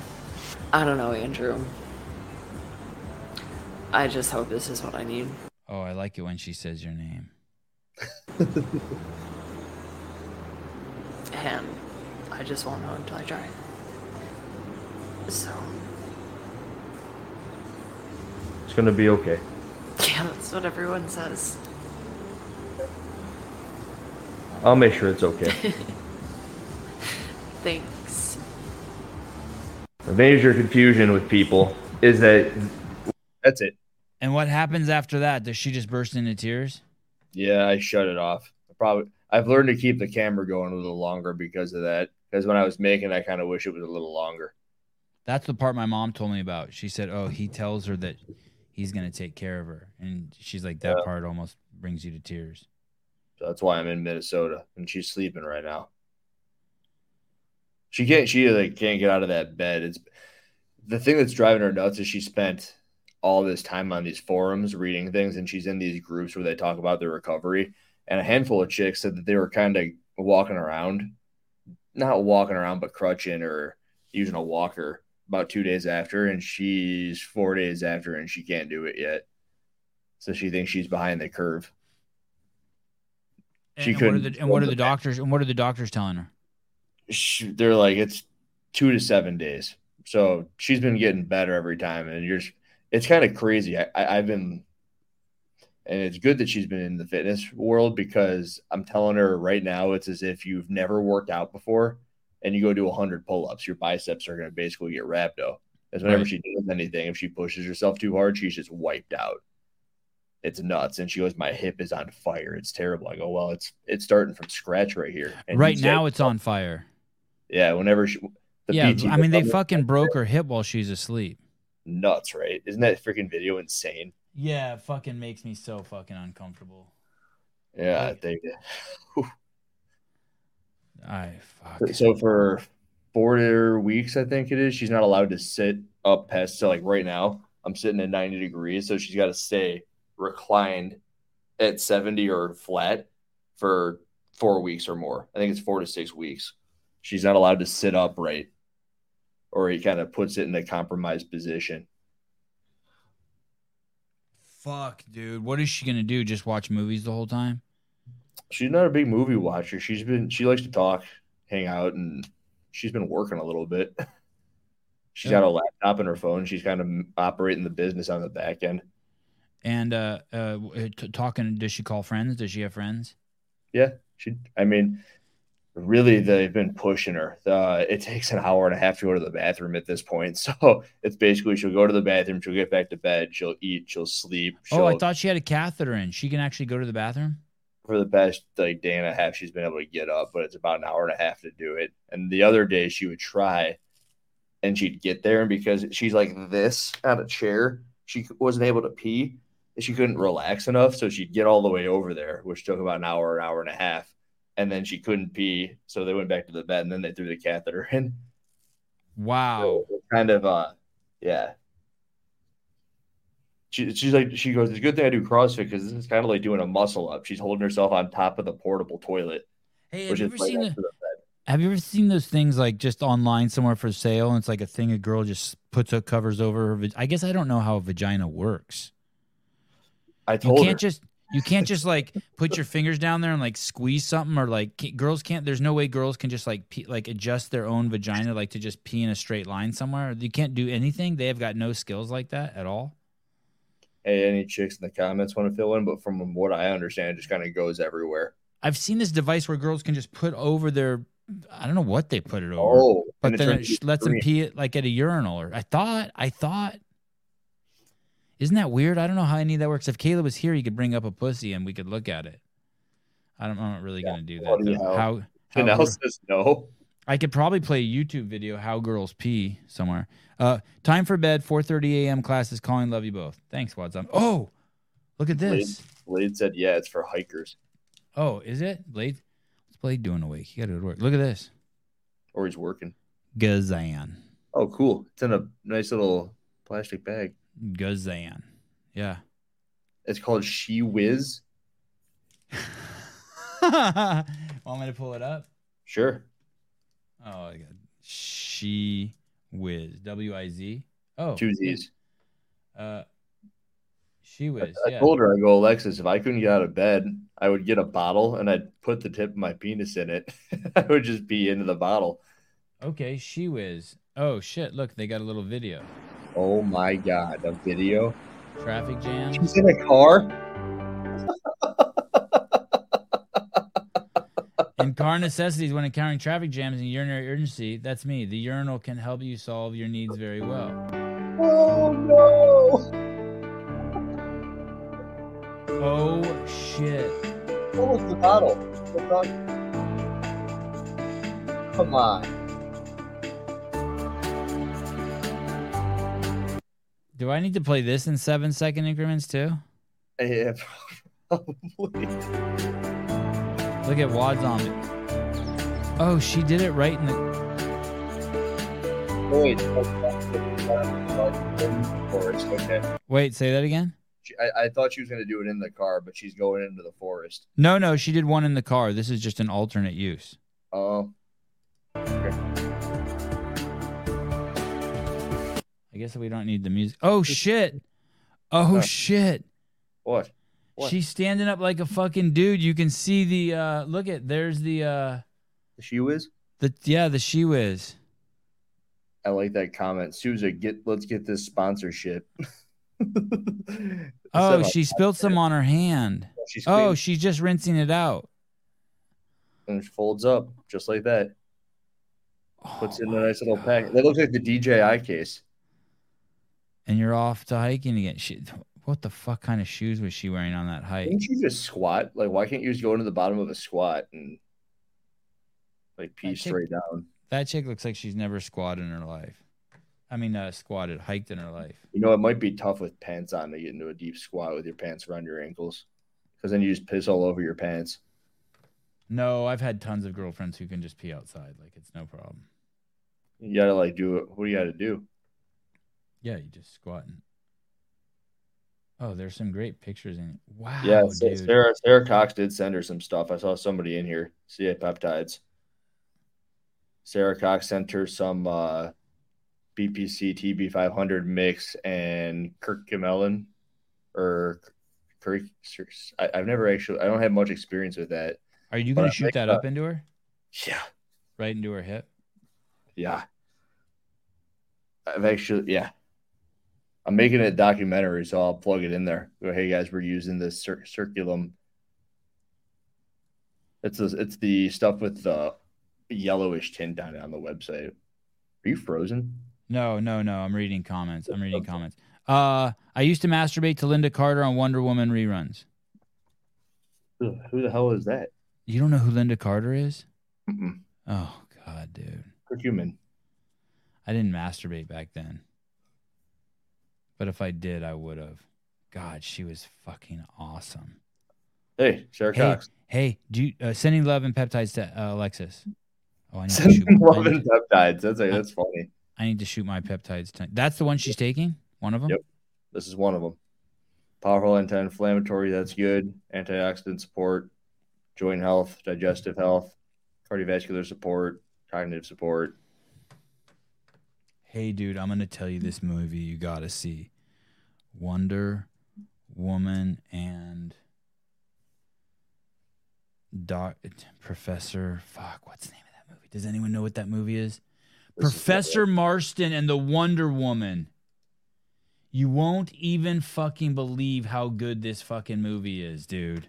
I don't know, Andrew. I just hope this is what I need.
Oh, I like it when she says your name.
And I just won't know until I try. So
It's gonna be okay.
yeah, that's what everyone says.
I'll make sure it's okay.
Thanks.
The major confusion with people is that
that's it.
And what happens after that? Does she just burst into tears?
Yeah, I shut it off. I probably I've learned to keep the camera going a little longer because of that. Because when I was making, it, I kind of wish it was a little longer.
That's the part my mom told me about. She said, "Oh, he tells her that he's gonna take care of her," and she's like, "That
Yeah.
part almost brings you to tears."
So that's why I'm in Minnesota, and she's sleeping right now. She can't. She like can't get out of that bed. It's the thing that's driving her nuts is she spent all this time on these forums reading things, and she's in these groups where they talk about their recovery. And a handful of chicks said that they were kind of walking around, not walking around, but crutching or using a walker about two days after, and she's four days after, and she can't do it yet. So she thinks she's behind the curve.
And,
She
and what are
couldn't
the, and what are
hold
the
it back.
doctors and what are the doctors telling her?
she, they're like it's two to seven days. So she's been getting better every time, and you're just- it's kind of crazy. I, I, I've been, and it's good that she's been in the fitness world because I'm telling her right now, it's as if you've never worked out before, and you go do 100 pull-ups, your biceps are going to basically get rhabdo. Because whenever
Right.
she does anything, if she pushes herself too hard, she's just wiped out. It's nuts, and she goes, "My hip is on fire. It's terrible." I go, "Well, it's it's starting from scratch right here." And
right
he's
now,
like,
it's on fire.
yeah, whenever she, the
yeah,
PT
I mean they
was
fucking broke her hip while she's asleep.
nuts, right? Isn't that freaking video insane?
Yeah, it fucking makes me so fucking uncomfortable.
Yeah,
Like-
they.
I fuck.
So for four weeks, I think it is, she's not allowed to sit up past. So like right now, I'm sitting at 90 degrees, so she's got to stay reclined at 70 or flat for four weeks or more. I think it's four to six weeks. She's not allowed to sit upright, or he kind of puts it in a compromised position.
Fuck, dude. What is she gonna do? Just watch movies the whole time?
she's not a big movie watcher. She's been she likes to talk, hang out, and she's been working a little bit. She's
Yeah.
got a laptop and her phone. She's kind of operating the business on the back end.
And uh, uh, t- talking. Does she call friends? Does she have friends?
She, I mean, really, they've been pushing her. Uh, it takes an hour and a half to go to the bathroom at this point. So it's basically she'll go to the bathroom, she'll get back to bed, she'll eat, she'll sleep. She'll,
Oh, I thought she had a catheter in. She can actually go to the bathroom.
for the past like day and a half she's been able to get up but it's about an hour and a half to do it and the other day she would try and she'd get there and because she's like this on a chair she wasn't able to pee and she couldn't relax enough so she'd get all the way over there which took about an hour an hour and a half and then she couldn't pee so they went back to the vet and then they threw the catheter in
Wow.
So, kind of uh yeah she, she's like she goes it's a good thing i do crossfit because this is kind of like doing a muscle up she's holding herself on top of the portable toilet
Hey, have
which
you
is
ever
right
seen?
next to
The,
the bed.
have you ever seen those things like just online somewhere for sale? And it's like a thing a girl just puts up covers over her. vag- I guess I don't know how a vagina works.
I
You
told
can't
her.
just you can't just like put your fingers down there and like squeeze something or like ca- girls can't. There's no way girls can just like pee, like adjust their own vagina like to just pee in a straight line somewhere. You can't do anything. They have got no skills like that at all.
hey, any chicks in the comments want to fill in? But from what I understand, it just kind of goes everywhere.
I've seen this device where girls can just put over their I don't know what they put it over,
Oh,
but
and it
then it
turns
sh-
into
lets them
green.
pee it like at a urinal. Or I thought I thought. Isn't that weird? I don't know how any of that works. If Caleb was here, he could bring up a pussy and we could look at it. I don't, I'm not really gonna do that.
bloody
though.
hell.
How, how
Janelle says no.
I could probably play a YouTube video how girls pee somewhere. Uh, time for bed, 4:30 a.m. Class is calling. Love you both. Thanks, Wads. I'm- Oh, look at
Blade.
this.
Blade said, yeah, it's for hikers.
Oh, is it Blade? What's Blade doing awake? He got to go to work. Look at this.
Or he's working.
Gazan.
Oh, cool. It's in a nice little plastic bag.
Gazan. Yeah.
It's called She Whiz.
Want me to pull it up?
Sure.
Oh, I got she whiz. W I Z. Oh,
Two Z's.
Uh, she whiz.
I
Yeah.
told her, I go, Alexis, if I couldn't get out of bed, I would get a bottle and I'd put the tip of my penis in it. I would just be into the bottle.
Okay, she whiz. Oh shit! Look, they got a little video.
Oh my God. A video?
Traffic jam.
She's in a car?
In car necessities, when encountering traffic jams and urinary urgency, that's me. The urinal can help you solve your needs very well.
Oh no.
Oh shit!
What was the bottle? The dog- Come on.
Do I need to play this in seven second increments too?
Yeah, probably.
Look at Wad's on it. Oh, she did it right in the.
Wait. Forest. Okay.
Wait, say that again.
She, I, I thought she was going to do it in the car, but she's going into the forest.
No, no, she did one in the car. This is just an alternate use.
Oh,
I guess we don't need the music. Oh shit! Oh
Uh,
shit!
what? what?
She's standing up like a fucking dude. You can see the uh look at there's the uh
She was.
the yeah, the she whiz.
I like that comment, Souza. Get let's get this sponsorship.
Oh,
Said,
she spilled some on her hand.
she's
Oh,
oh,
she's just rinsing it out.
and it folds up just like that.
Oh,
Puts it in a
my
nice little
God.
pack. That looks like the DJI case.
And you're off to hiking again. She, what the fuck kind of shoes was she wearing on that hike?
Didn't you just squat? Like, why can't you just go into the bottom of a squat and like pee
think-
straight down?
That chick looks like she's never squatted in her life. I mean, uh, squatted, hiked in her life.
You know, it might be tough with pants on to get into a deep squat with your pants around your ankles, because then you just piss all over your pants.
No, I've had tons of girlfriends who can just pee outside. Like, it's no problem.
You gotta like do it. What do you gotta do?
Yeah, you just squatting. Oh, there's some great pictures in. Wow,
Yeah, Sa-
Oh, dude.
Sarah Sarah Cox did send her some stuff. I saw somebody in here. CA peptides. Sarah Cox sent her some uh, BPC TB500 mix and Kirkmelon or Kirk. I, I've never actually. I don't have much experience with that.
Are you
But
gonna
I
shoot
think,
that
uh,
up into her?
Yeah,
Right into her hip?
yeah. I've actually, yeah. I'm making a documentary, so I'll plug it in there. Go, hey guys, we're using this cir- circulum. It's the it's the stuff with the yellowish tint on it on the website. Are you frozen?
No, no, no. I'm reading comments. I'm reading comments. Uh, I used to masturbate to Linda Carter on Wonder Woman reruns.
Who who the hell is that?
You don't know who Linda Carter is?
Mm-mm.
Oh God, dude.
Curcumin.
I didn't masturbate back then. But if I did, I would have. God, she was fucking awesome.
Hey, Sarah
Hey,
Cox.
hey, do you, uh, sending love and peptides to uh, Alexis. Oh, I need to shoot.
Sending love
I need
and
to,
peptides. That's like, that's funny.
I need to shoot my peptides. tonight. That's the one she's taking. One of them.
Yep. This is one of them. Powerful anti-inflammatory. That's good. Antioxidant support, joint health, digestive health, cardiovascular support, cognitive support.
Hey, dude, I'm gonna tell you this movie you gotta see, Wonder woman and doc professor fuck what's the name of that movie does anyone know what that movie is professor marston and the wonder woman you won't even fucking believe how good this fucking movie is dude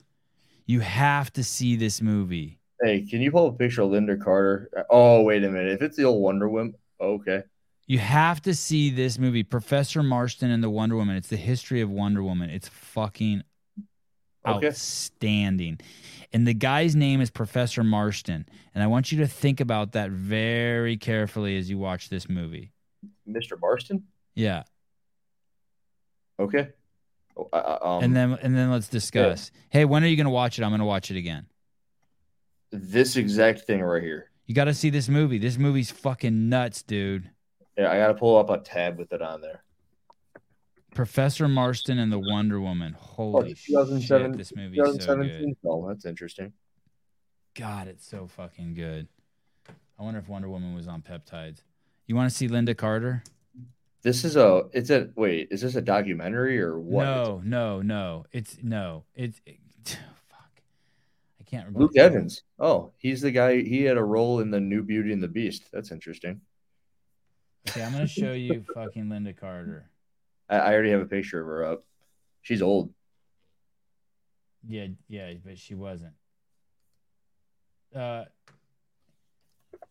you have to see this movie
Hey, can you pull up a picture of Linda Carter? Oh, wait a minute. If it's the old Wonder Woman, okay.
you have to see this movie professor marston and the wonder woman it's the history of wonder woman it's fucking
Okay.
outstanding. And the guy's name is Professor Marston. And I want you to think about that very carefully as you watch this movie.
Mr. Marston?
Yeah.
Okay. Oh, I- I- um,
and then and then let's discuss. Hey, when are you gonna watch it? I'm gonna watch it again.
this exact thing right here.
You gotta see this movie. This movie's fucking nuts, dude.
Yeah, I got to pull up a tab with it on there.
Professor Marston and the Wonder Woman. Holy
Oh, 2007
shit, this movie's so good.
2017. Oh, that's interesting.
God, it's so fucking good. I wonder if Wonder Woman was on peptides. You want to see Linda Carter?
This is a, it's a, wait, is this a documentary or what?
No, no, no. It's no. It's it, fuck. I can't remember.
Luke Evans. Oh, he's the guy. He had a role in the new Beauty and the Beast. That's interesting.
Okay, I'm gonna show you fucking Linda Carter.
I, I already have a picture of her up. She's old.
Yeah, yeah, but she wasn't. Uh,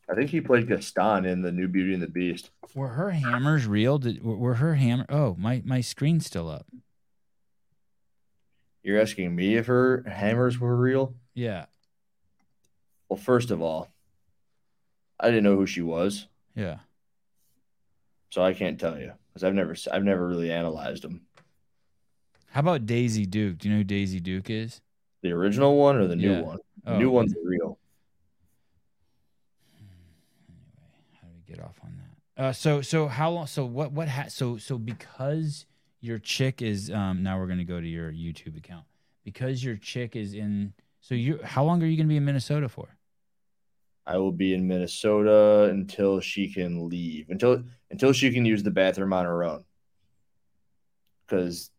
I think he played Gaston in the new Beauty and the Beast.
were her hammers real? Did were- were her hammer? Oh, my my screen's still up.
You're asking me if her hammers were real?
Yeah,
Well, first of all, I didn't know who she was,
yeah.
so I can't tell you because I've never, I've never really analyzed them.
How about Daisy Duke? Do you know who Daisy Duke is?
The original one or the new
Yeah.
one? The
Oh,
new one's real.
Anyway, how do we get off on that? Uh, so so how long? So what what? Ha- so so because your chick is um now we're gonna go to your YouTube account because your chick is in. So you how long are you gonna be in Minnesota for?
I will be in Minnesota until she can leave. Until until she can use the bathroom on her own. Cuz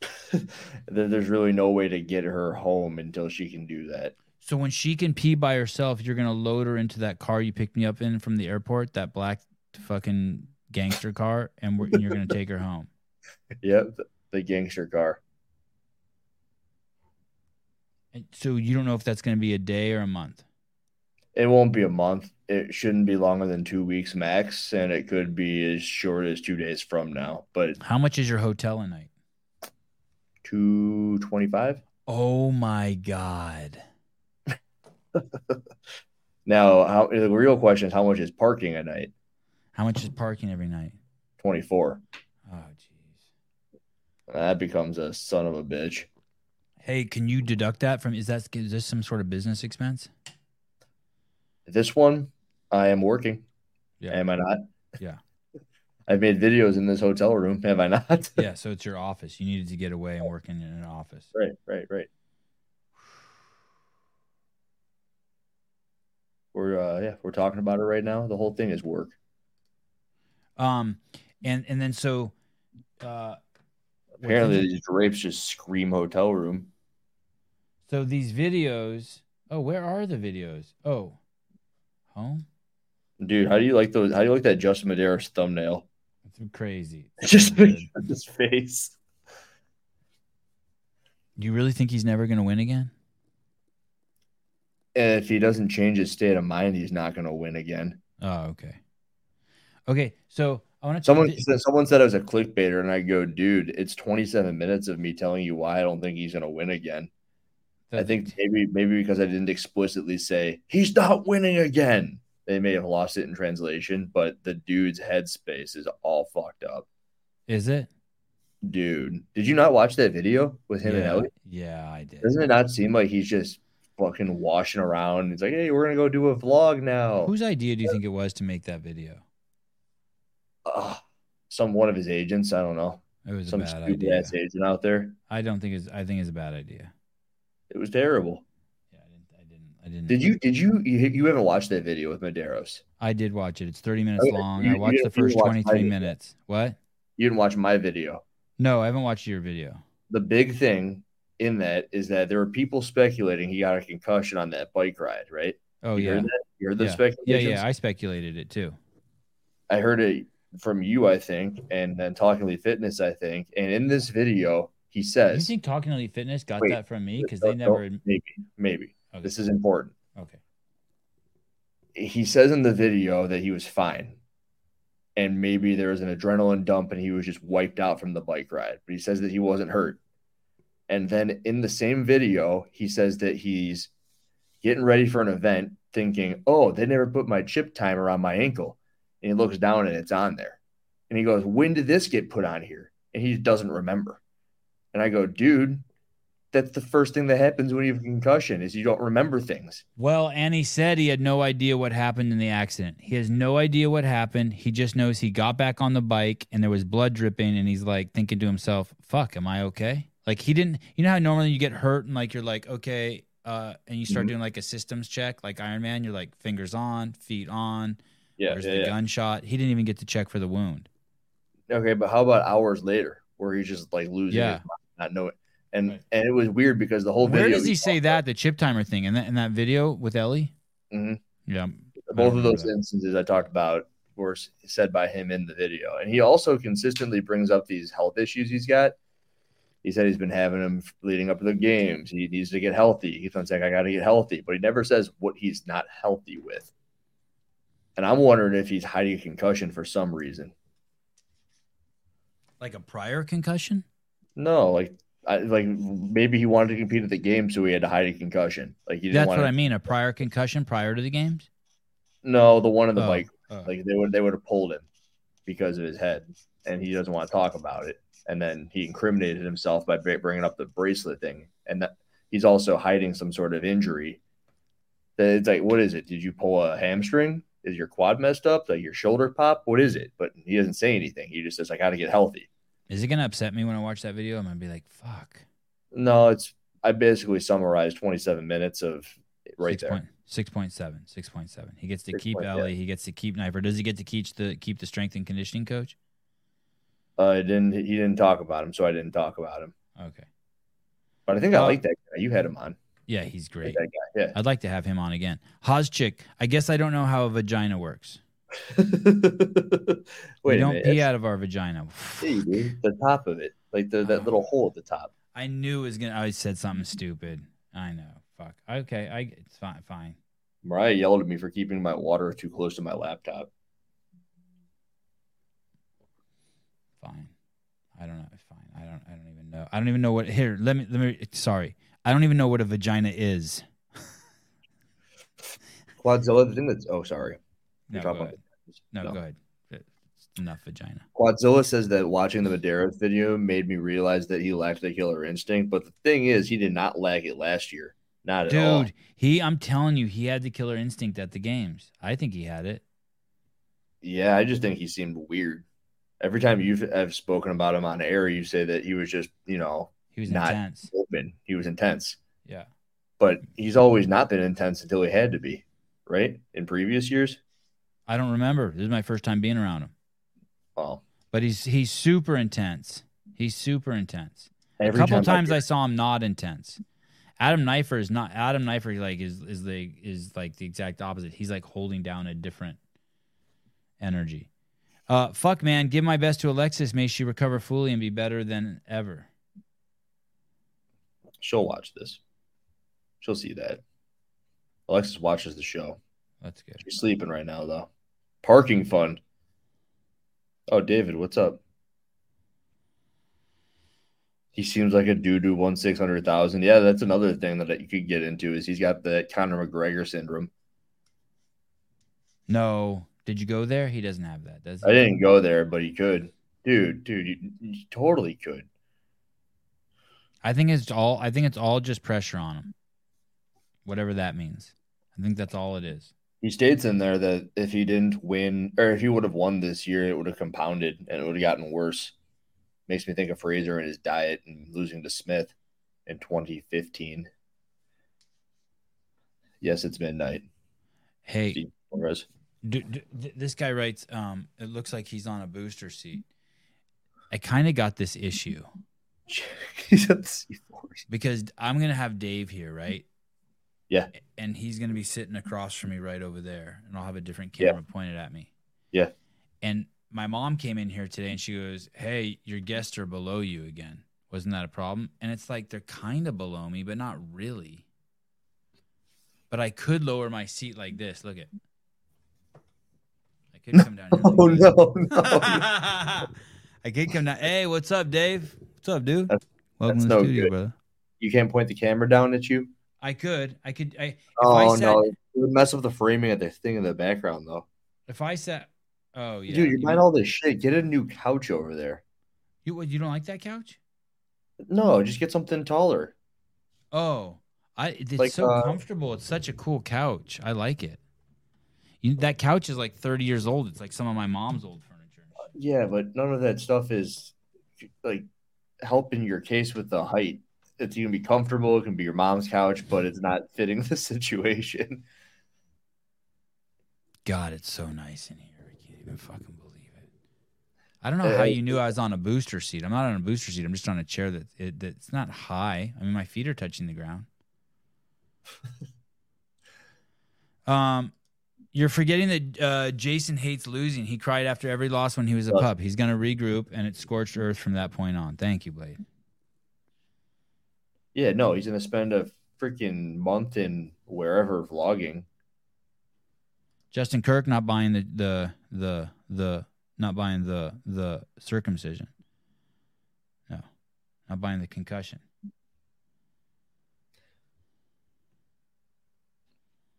there's really no way to get her home until she can do that.
So when she can pee by herself, you're gonna load her into that car you picked me up in from the airport, that black fucking gangster car, and, we're, and you're gonna take her home.
Yep, the, the gangster car.
And so you don't know if that's gonna be a day or a month.
It won't be a month. It shouldn't be longer than 2 weeks max and it could be as short as 2 days from now, but
How much is your hotel a night?
225.
Oh my god.
Now, how the real question is how much is parking a night?
How much is parking every night?
24.
Oh jeez.
That becomes a son of a bitch.
Hey, can you deduct that from is that is this some sort of business expense?
This one, I am working.
Yeah.
Am I not?
Yeah.
I've made videos in this hotel room. Have I not?
yeah, so it's your office. You needed to get away and work in an office.
right, right, right. We're uh, yeah, we're talking about it right now. The whole thing is work.
Um and and then so uh what's
Apparently,
inter-
these drapes just scream hotel room.
So these videos. Oh, where are the videos? Oh, home.
Dude, how do you like those? How do you like that Justin Medeiros thumbnail?
It's crazy. It's
Just
so good.
his face.
Do you really think he's never gonna win again?
And if he doesn't change his state of mind, he's not going to win again.
Oh, okay. Okay, so I want to.
Someone said, someone said I was a clickbaiter, and I go, dude, it's 27 minutes of me telling you why I don't think he's going to win again. I think maybe maybe because I didn't explicitly say he's not winning again. They may have lost it in translation, but the dude's headspace is all fucked up.
Is it?
Dude, did you not watch that video with him and
Yeah,
Elliot?
yeah, I did.
Doesn't it not seem like he's just fucking washing around? It's like, hey, we're gonna go do a vlog now.
Whose idea do you think it was to make that video?
Ugh. some one of his agents? I don't know.
It was
Some
a bad
stupid
idea.
ass agent out there.
I don't think it's. I think it's a bad idea.
It was terrible.
Yeah, I didn't. I didn't. I didn't.
Did you? Did you? You, you haven't watched that video with Medeiros?
I did watch it. It's thirty minutes
Okay,
long.
Oh, you-
I
you
watched
didn't-
the
you
first
watched my
twenty-three
video.
minutes. What?
You didn't watch my video.
No, I haven't watched your video.
the big thing in that is that there were people speculating he got a concussion on that bike ride, right?
Oh
you
yeah.
heard that? You heard the
yeah. yeah,
speculations?
yeah. I speculated it too.
I heard it from you, I think, and then Talking Leaf Fitness, I think. And in this video, he
You
says,
think Talking Elite Fitness got
Wait.
that from me because they never? adm-
maybe, maybe
Okay.
this is important.
okay.
He says in the video that he was fine, and maybe there was an adrenaline dump and he was just wiped out from the bike ride. But he says that he wasn't hurt. And then in the same video, he says that he's getting ready for an event, thinking, "Oh, they never put my chip timer on my ankle." And he looks down and it's on there. And he goes, "When did this get put on here?" And he doesn't remember. And I go, "Dude, that's the first thing that happens when you have a concussion is you don't remember things."
Well, and he said he had no idea what happened in the accident. He has no idea what happened. He just knows he got back on the bike and there was blood dripping, and he's like thinking to himself, "Fuck, am I okay?" Like he didn't. You know how normally you get hurt and like you're like, "Okay," uh, and you start
Mhm.
doing like a systems check, like Iron Man. You're like fingers on, feet on.
Yeah,
Where's the gunshot? He didn't even get to check for the wound.
Okay, but how about hours later where he's just like losing
Yeah.
his mind, not know it. And
Right.
and it was weird because the whole
Where
video
does he say that the chip timer thing in that in that video with Ellie?
Mhm.
Yeah,
both of those
Remember
instances I talked about were s- said by him in the video. And he also consistently brings up these health issues he's got. He said he's been having them leading up to the games. He needs to get healthy. He's been saying, I got to get healthy, but he never says what he's not healthy with. And I'm wondering if he's hiding a concussion for some reason.
like a prior concussion.
No, like, I, like maybe he wanted to compete at the game, so he had to hide a concussion. Like he didn't
That's
want
what
to,
I mean. A prior concussion prior to the games.
No, the one on the
Oh,
bike.
oh.
Like they would they would have pulled him because of his head, and he doesn't want to talk about it. And then he incriminated himself by br- bringing up the bracelet thing, and that he's also hiding some sort of injury. That it's like, what is it? Did you pull a hamstring? Is your quad messed up? Like your shoulder pop? What is it? But he doesn't say anything. He just says, "I got to get healthy."
Is it gonna upset me when I watch that video? I'm gonna be like, "Fuck."
No, it's I basically summarized 27 minutes of right
Six
there.
point- six point seven, six point seven. He gets to
Six
keep
point- yeah.
Ellie. He gets to keep Knifer. Does he get to keep the keep the strength and conditioning coach?
Uh, I didn't he didn't talk about him, so I didn't talk about him.
Okay.
But I think I
Uh,
like that guy. You had him on.
Yeah, he's great.
That guy. Yeah.
I'd like to have him on again. Hozchick, I guess I don't know how a vagina works.
Wait
we
a
don't
minute.
pee
that's-
out of our vagina.
yeah, you do. The top of it, like the, that
Oh.
little hole at the top.
I knew it was gonna. I said something stupid. I know. Fuck. Okay. I. It's fine. Fine.
Mariah yelled at me for keeping my water too close to my laptop.
Fine. I don't know. It's fine. I don't. I don't even know. I don't even know what. Here. Let me. Let me. Sorry. I don't even know what a vagina is.
Quadzilla, the thing that's oh sorry,
No.
You're
Go
talking
ahead. No,
No.
Go ahead. It's enough vagina.
Quadzilla says that watching the Medeiros video made me realize that he lacked the killer instinct. But the thing is, he did not lack it last year, not at all.
Dude, he. I'm telling you, he had the killer instinct at the games. I think he had it.
Yeah, I just think he seemed weird. Every time you've have spoken about him on air, you say that he was just you know
He was
Not-
intense.
open. He was intense.
Yeah.
but he's always not been intense until he had to be, right? In previous years.
I don't remember. This is my first time being around him.
Well,
But he's he's super intense. He's super intense.
every
a couple
time
times I,
I,
saw him not intense. Adam Knifer is not Adam Knifer like is is the is like the exact opposite. He's like holding down a different energy. Uh fuck man, give my best to Alexis. May she recover fully and be better than ever.
she'll watch this. She'll see that. Alexis watches the show.
That's good.
She's sleeping right now though. Parking fund. Oh, David, what's up? He seems like a dude who won six hundred thousand. Yeah, that's another thing that you could get into is he's got the Conor McGregor syndrome.
No. Did you go there? He doesn't have that, does he?
I didn't go there, but he could. Dude, dude, you, you totally could.
I think it's all I think it's all just pressure on him. Whatever that means. I think that's all it is.
He states in there that if he didn't win or if he would have won this year, it would have compounded and it would have gotten worse. Makes me think of Fraser and his diet and losing to Smith in 2015. Yes, it's midnight.
Hey,
Steve Flores.
D d- th- this guy writes, um, it looks like he's on a booster seat. I kind of got this issue.
He's at the C4.
because I'm gonna have Dave here, right?
Yeah.
And he's gonna be sitting across from me right over there, and I'll have a different
Yeah.
camera pointed at me.
Yeah.
And my mom came in here today and she goes, Hey, your guests are below you again. Wasn't that a problem? And it's like they're kind of below me, but not really. But I could lower my seat like this. Look at. I could come down. Here like
Oh
this.
no, no.
I could come down. Hey, what's up, Dave? What's up, dude?
That's-
Welcome
that's
to the
no
studio,
good.
brother.
you can't point the camera down at you.
I could. I could. I I
Oh
said-
no, it would mess up the framing of the thing in the background though.
if I sat. Oh yeah,
Dude, you're
you,
buying all this shit. Get a new couch over there.
you what, you don't like that couch?
No, just get something taller.
Oh, I it's
Like,
so
uh,
comfortable. It's such a cool couch. I like it. You, that couch is like 30 years old. It's like some of my mom's old furniture.
Yeah, but none of that stuff is like helping your case with the height. It's you can be comfortable. It can be your mom's couch, but it's not fitting the situation.
God, it's so nice in here. I can't even fucking believe it. I don't know how
Hey.
you knew I was on a booster seat. I'm not on a booster seat. I'm just on a chair that it, that's not high. I mean, my feet are touching the ground. um, you're forgetting that uh, Jason hates losing. He cried after every loss when he was a
Uh.
pup. He's gonna regroup, and it's scorched earth from that point on. Thank you, Blade.
Yeah, no, he's gonna spend a freaking month in wherever vlogging.
Justin Kirk not buying the the the the not buying the the circumcision. No, not buying the concussion.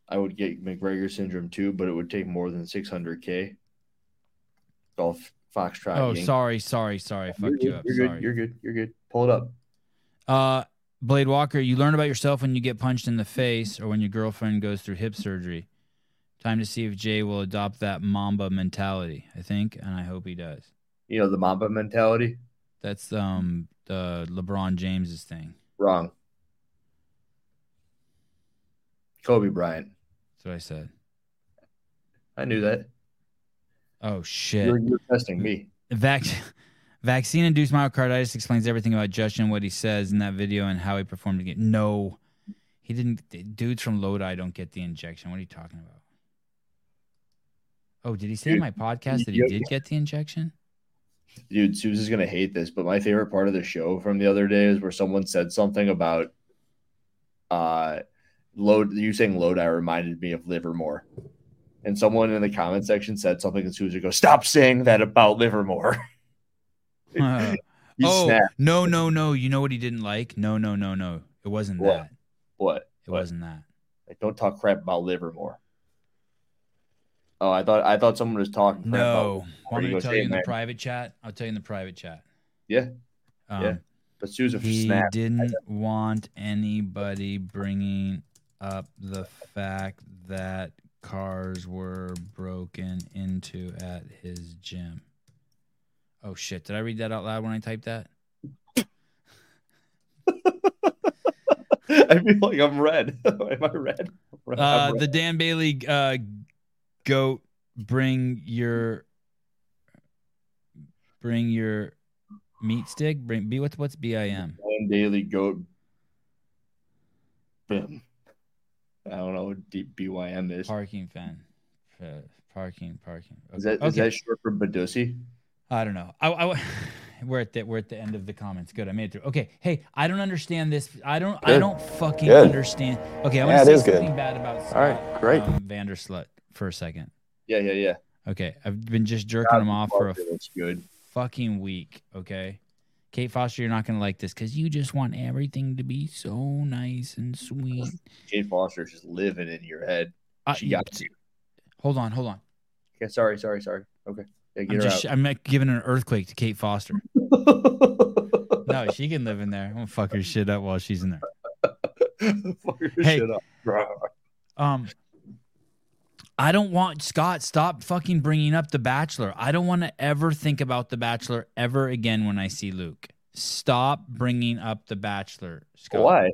I would get McGregor syndrome too, but it would take more than 600k. Golf Foxtrot.
oh,
Yankee.
sorry, sorry, sorry.
You're
Fucked
good,
you up.
You're
sorry.
good. You're good. You're good. Pull it up.
Uh, Blade Walker, you learn about yourself when you get punched in the face or when your girlfriend goes through hip surgery. Time to see if Jay will adopt that Mamba mentality. I think, and I hope he does.
You know the Mamba mentality.
That's um the LeBron James's thing.
Wrong. Kobe Bryant.
That's what I said.
I knew that.
Oh shit.
You're, you're testing me.
Vac- vaccine induced myocarditis explains everything about Justin, what he says in that video, and how he performed again. No, he didn't. the Dudes from Lodi don't get the injection. What are you talking about? Oh, did he say in
Dude,
my podcast that he
you-
did get the injection?
Dude, Susan's gonna hate this, but my favorite part of the show from the other day is where someone said something about uh load you saying Lodi reminded me of Livermore. And someone in the comment section said something and Susan goes, Stop saying that about Livermore.
Uh,
he
oh,
snapped.
no, no, no. You know what he didn't like? No, no, no, no. It wasn't
What?
that.
What?
It
What?
wasn't that.
Like, don't talk crap about Livermore. Oh, I thought I thought someone was talking crap about
No. Want
you
me to
gonna
tell
say
you
it,
in the
man?
private chat? I'll tell you in the private chat.
Yeah.
Um,
Yeah. but Susan
he
snapped.
didn't want anybody bringing up the fact that cars were broken into at his gym. Oh shit, did I read that out loud when I typed that?
I feel like I'm red. Am I red? I'm
Uh,
red.
the Dan Bailey uh, goat bring your bring your meat stick bring b what's what's bim
One daily goat. Bim. I don't know what deep BYM is.
parking fan Uh, parking parking
Is that is that short for Badussi?
I don't know. I, I- we're at the we're at the end of the comments. Good, I made it through. Okay, hey, I don't understand this. I don't I
Good.
don't fucking
Good.
understand. Okay, I
Yeah,
want
it
to
is
say
good.
something bad about Scott,
All right, great.
um, Vanderslut for a second.
Yeah, yeah, yeah.
Okay, I've been just jerking him off for a
That's good.
fucking week. Okay, Kate Foster, you're not gonna like this because you just want everything to be so nice and sweet.
Jane Foster's just living in your head.
I-
She got you.
Hold on, hold on.
Okay, sorry, sorry, sorry. Okay. Yeah,
I'm
get her
just I'm like, giving an earthquake to Kate Foster.
out.
No, she can live in there. I'm gonna fuck her shit up while she's in there.
Fuck your
Hey.
shit up.
Um, I don't want Scott. Stop fucking bringing up The Bachelor. I don't want to ever think about The Bachelor ever again when I see Luke. Stop bringing up The Bachelor, Scott.
Why?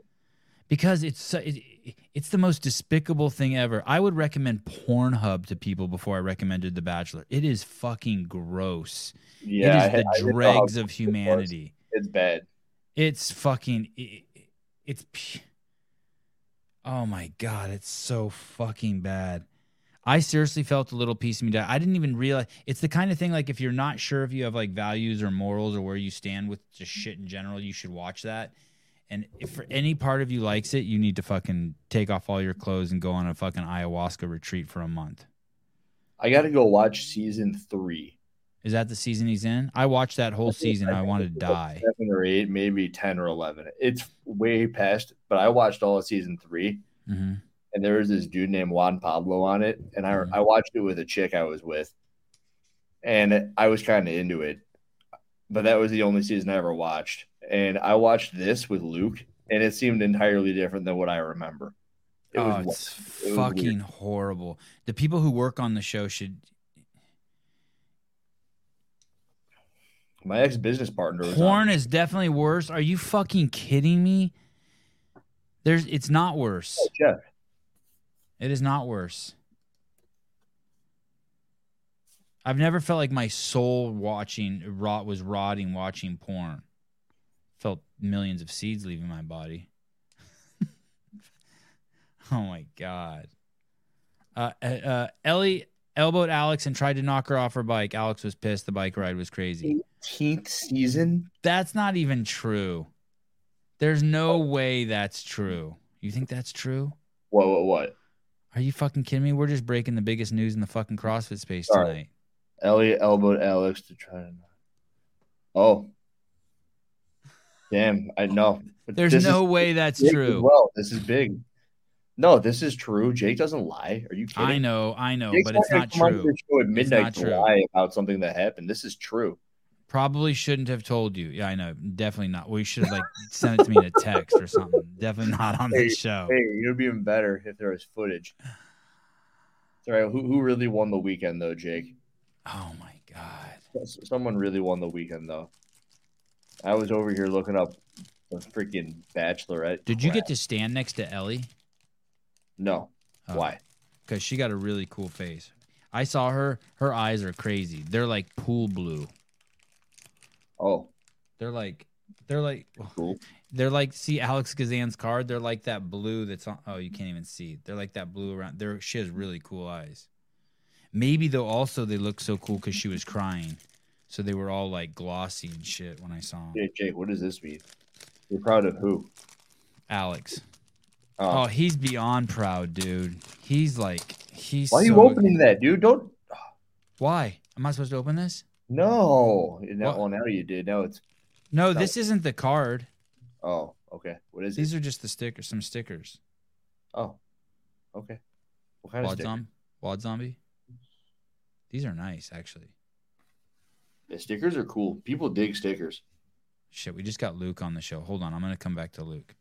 Because it's so- it, it- it's the most despicable thing ever. I would recommend Pornhub to people before I recommended The Bachelor. It is fucking gross.
Yeah, I
it
had-
is
I
the
didn't know how
dregs of
gross it was.
humanity.
It's bad.
It's fucking. i- i- It's. pu- Oh my god! It's so fucking bad. I seriously felt a little piece of me die. I didn't even realize it's the kind of thing like if you're not sure if you have like values or morals or where you stand with just shit in general, you should watch that. And if for any part of you likes it, you need to fucking take off all your clothes and go on a fucking ayahuasca retreat for a month.
I got to go watch season three.
Is that the season he's in? I watched that whole season. I
think
wanted to
it's like
die.
Seven or eight, maybe ten or eleven. It's way past, but I watched all of season three,
hmm
and there was this dude named Juan Pablo on it, and I
Mhm.
I watched it with a chick I was with, and I was kind of into it, but that was the only season I ever watched, and I watched this with Luke, and it seemed entirely different than what I remember. It
oh,
was
it's
it was weird.
fucking horrible. The people who work on the show should
my ex business partner was on
Porn is definitely worse. Are you fucking kidding me? There's it's not worse.
it. Jeff.
It is not worse. I've never felt like my soul watching rot was rotting watching porn. Felt millions of seeds leaving my body. oh my god. Uh, uh, uh, Ellie elbowed Alex and tried to knock her off her bike. Alex was pissed. The bike ride was crazy.
18th season.
That's not even true. There's
Oh.
no way that's true. You think that's true?
What? What? What?
Are you fucking kidding me? We're just breaking the biggest news in the fucking CrossFit space
Sorry.
tonight.
Elliot elbowed Alex to try to. Oh. Damn! I know. But
There's
this
no
is
way that's
big as
true.
Well, this is big. No, this is true. Jake doesn't lie. Are you kidding?
I know, I know,
Jake's
but it's
gonna
not
come on
true.
your Show at midnight
not
to
true.
lie about something that happened. This is true.
Probably shouldn't have told you. Yeah, I know. Definitely not. We should have like sent it to me in a text or something. Definitely not on
Hey,
this show.
Hey, it would be even better if there was footage. Sorry, who, who really won the weekend though, Jake?
Oh my god.
S- Someone really won the weekend though. I was over here looking up the freaking Bachelorette.
Did you
crap.
get to stand next to Ellie?
No.
Oh.
Why?
because she got a really cool face. I saw her. Her eyes are crazy. They're like pool blue.
Oh,
They're like, they're like,
cool.
they're like. See Alex Kazan's card. They're like that blue that's on. Oh, you can't even see. They're like that blue around. There, she has really cool eyes. Maybe though, also they look so cool because she was crying, so they were all like glossy and shit when I saw 'em.
Jake, Jake, what does this mean? You're proud of who?
Alex.
Oh.
Oh, he's beyond proud, dude. He's like, he's.
Why are you
so-
opening that, dude? Don't.
Why am I supposed to open this?
No. Now,
What?
well, now you did. Now it's.
No,
No.
this isn't the card.
Oh, okay. What is it?
These are just the stickers, some stickers.
Oh, okay. What kind of
Wad,
sticker?
zom- Wad Zombie. These are nice, actually.
Yeah, stickers are cool. People dig stickers.
Shit, we just got Luke on the show. Hold on, I'm gonna come back to Luke.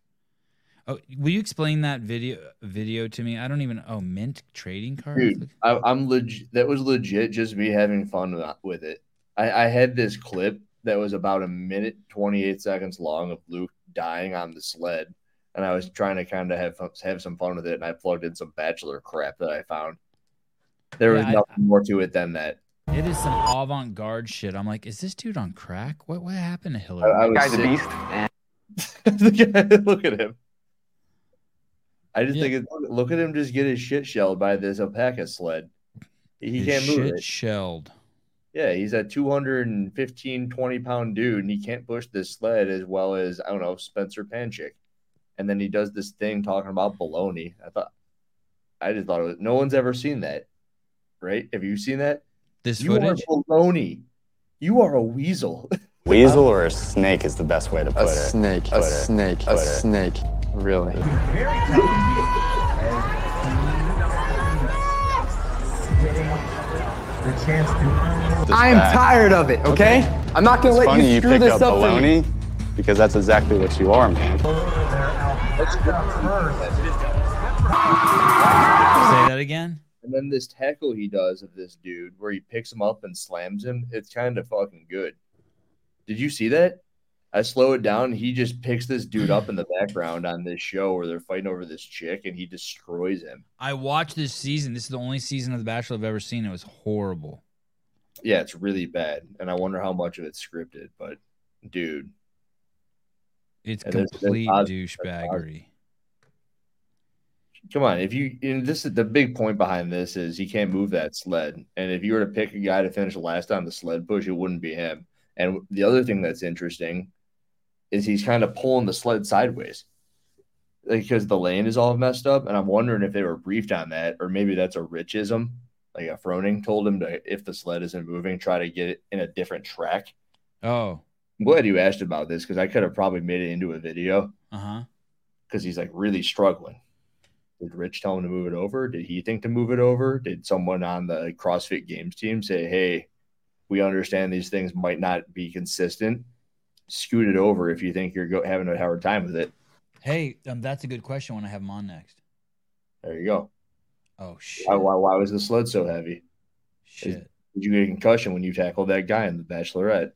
Oh, will you explain that video video to me? I don't even. Oh, mint trading cards.
Dude,
Look-
I, I'm legit. That was legit. Just me having fun with it. I, I had this clip that was about a minute twenty eight seconds long of Luke dying on the sled, and I was trying to kind of have fun- have some fun with it, and I plugged in some bachelor crap that I found. There was
Yeah, I-
nothing more to it than that.
It is some avant garde shit. I'm like, is this dude on crack? What what happened to
I,
Hillary?
I was
Guy's a
sick.
beast.
look at him. I just
Yeah.
think it, look at him just get his shit shelled by this alpaca sled. He
His
can't move
shit
it.
shelled.
Yeah, he's a 215, 20 pound dude, and he can't push this sled as well as, I don't know, Spencer Panchik. And then he does this thing talking about baloney. I thought, I just thought it was, no one's ever seen that, right? Have you seen that?
This
you
footage.
are baloney. You are a weasel.
Weasel or a snake is the best way to put
A
it.
snake. A
Twitter.
snake. A
Twitter.
snake. Really?
I am tired of it, okay?
I'm not gonna
It's
let
funny
you
you
screw
pick
this
up
up for me.
baloney because that's exactly what you are, man.
Say that again.
And then this tackle he does of this dude where he picks him up and slams him, it's kind of fucking good. Did you see that? I slow it down. He just picks this dude up in the background on this show where they're fighting over this chick and he destroys him.
I watched this season. This is the only season of The Bachelor I've ever seen. It was horrible.
Yeah, it's really bad. And I wonder how much of it's scripted, but dude.
It's
And there's- there's
complete
odds-
douchebaggery.
Come on, if you and this is the big point behind this is he can't move that sled. And if you were to pick a guy to finish last on the sled push, it wouldn't be him. And the other thing that's interesting is he's kind of pulling the sled sideways because the lane is all messed up. And I'm wondering if they were briefed on that, or maybe that's a richism. Like a Froning told him to, if the sled isn't moving, try to get it in a different track.
Oh,
I'm glad you asked about this because I could have probably made it into a video
uh huh.
because he's like really struggling. Did Rich tell him to move it over? Did he think to move it over? Did someone on the CrossFit Games team say, "Hey, we understand these things might not be consistent. Scoot it over if you think you're go- having a hard time with it."
Hey, um, that's a good question. When I have him on next.
There you go.
Oh shit!
Why, why, why was the sled so heavy?
Shit!
Did you get a concussion when you tackled that guy in the Bachelorette?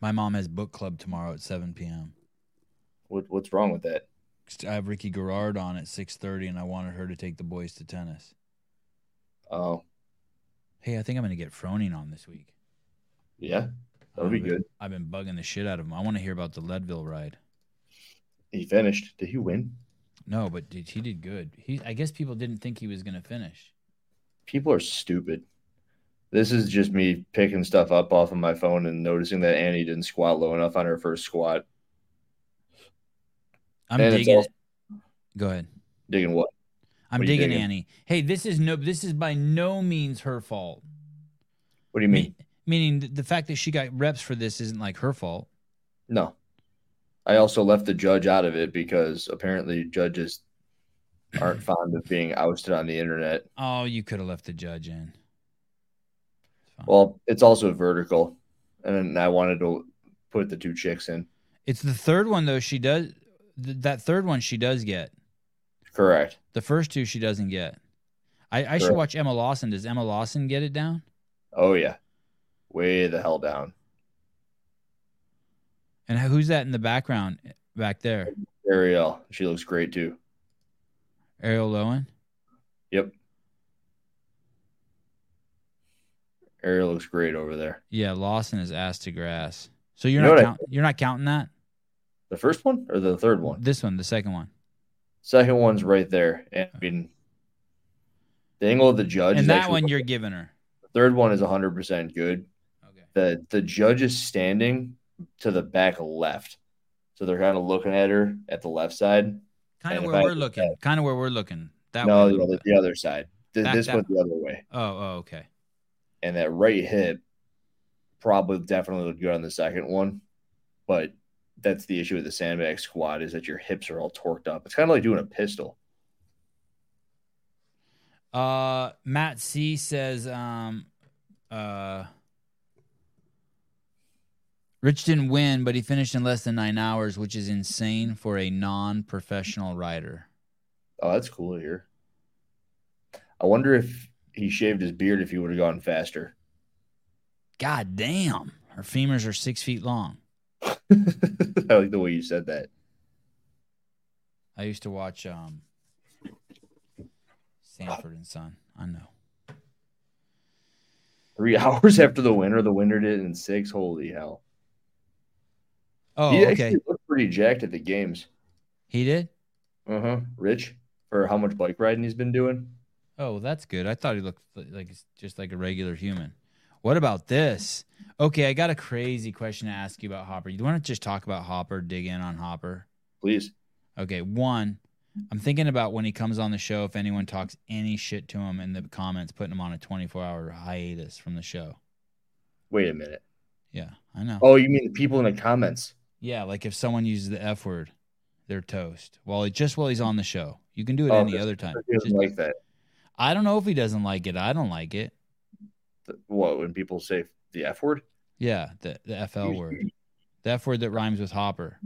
My mom has book club tomorrow at 7 p.m.
What, what's wrong with that?
I have Ricky Garrard on at 6:30, and I wanted her to take the boys to tennis.
Oh,
Hey, I think I'm gonna get Froning on this week.
yeah, that would be
I've been-
good.
I've been bugging the shit out of him. I want to hear about the Leadville ride.
He finished. Did he win?
No, but dude, he did good. He, I guess people didn't think he was gonna finish.
people are stupid. This is just me picking stuff up off of my phone and noticing that Annie didn't squat low enough on her first squat.
I'm
And it's
digging.
also-
it. Go ahead.
Digging what?
I'm
What are you
digging,
digging?
Annie. Hey, this is no. This is by no means her fault.
What do you mean?
Meaning th- the fact that she got reps for this isn't like her fault.
No. I also left the judge out of it because apparently judges aren't fond of being ousted on the internet.
Oh, you could have left the judge in. It's fine.
Well, it's also vertical, and I wanted to put the two chicks in.
it's the third one though. She does th- that third one. She does get
Correct.
the first two. She doesn't get. I, I should
Correct.
watch Emma Lawson. Does Emma Lawson get it down?
Oh yeah, way the hell down.
And who's that in the background eh, back there?
Ariel, she looks great too.
Ariel Lowen.
Yep. Ariel looks great over there.
Yeah, Lawson is ass to grass. So
You
you're
know
not
what I-
count, you're not counting that.
The first one or the third one?
This one, the second one,
Second one's right there. And I mean, the angle of the judge. is
and that
actually-
one you're giving her.
The third one is 100% good.
Okay.
The the judge is standing to the back left, so they're kind of looking at her at the left side.
Kind of
And if
where
I-
we're looking. Kind of where we're looking. That
no,
way. a
the
little
other,
bit.
the other side. Th-
That-
this
that-
went the other way,
Oh, oh, okay.
and that right hip probably definitely looked good on the second one, but that's the issue with the sandbag squat is that your hips are all torqued up. It's kind of like doing a pistol.
Uh, Matt C says, um, uh, Rich didn't win, but he finished in less than nine hours, which is insane for a non-professional rider.
Oh, that's cool to hear. I wonder if he shaved his beard if he would have gone faster.
God damn, her femurs are six feet long.
I like the way you said that.
I used to watch um Sanford and Son. I know.
Three hours after the winner, the winner did it in six. Holy hell.
Oh,
he
okay.
actually looked pretty jacked at the games.
He did?
Uh
Mm-hmm.
huh. Rich, for how much bike riding he's been doing.
Oh, well, that's good. I thought he looked li- like he's just like a regular human. What about this? Okay, I got a crazy question to ask you about Hopper. You want to just talk about Hopper, dig in on Hopper?
Please.
Okay, one, I'm thinking about when he comes on the show, if anyone talks any shit to him in the comments, putting him on a 24 hour hiatus from the show.
Wait a minute.
Yeah, I know.
Oh, you mean the people in the comments?
Yeah, like if someone uses the F word, they're toast. Well, it, just while he's on the show, you can do it
Oh,
any
that's-
other time.
He doesn't
Just-
like that.
I don't know if he doesn't like it. I don't like it.
Th- What, when people say the F word?
Yeah, the the FL word, the F word that rhymes with Hopper.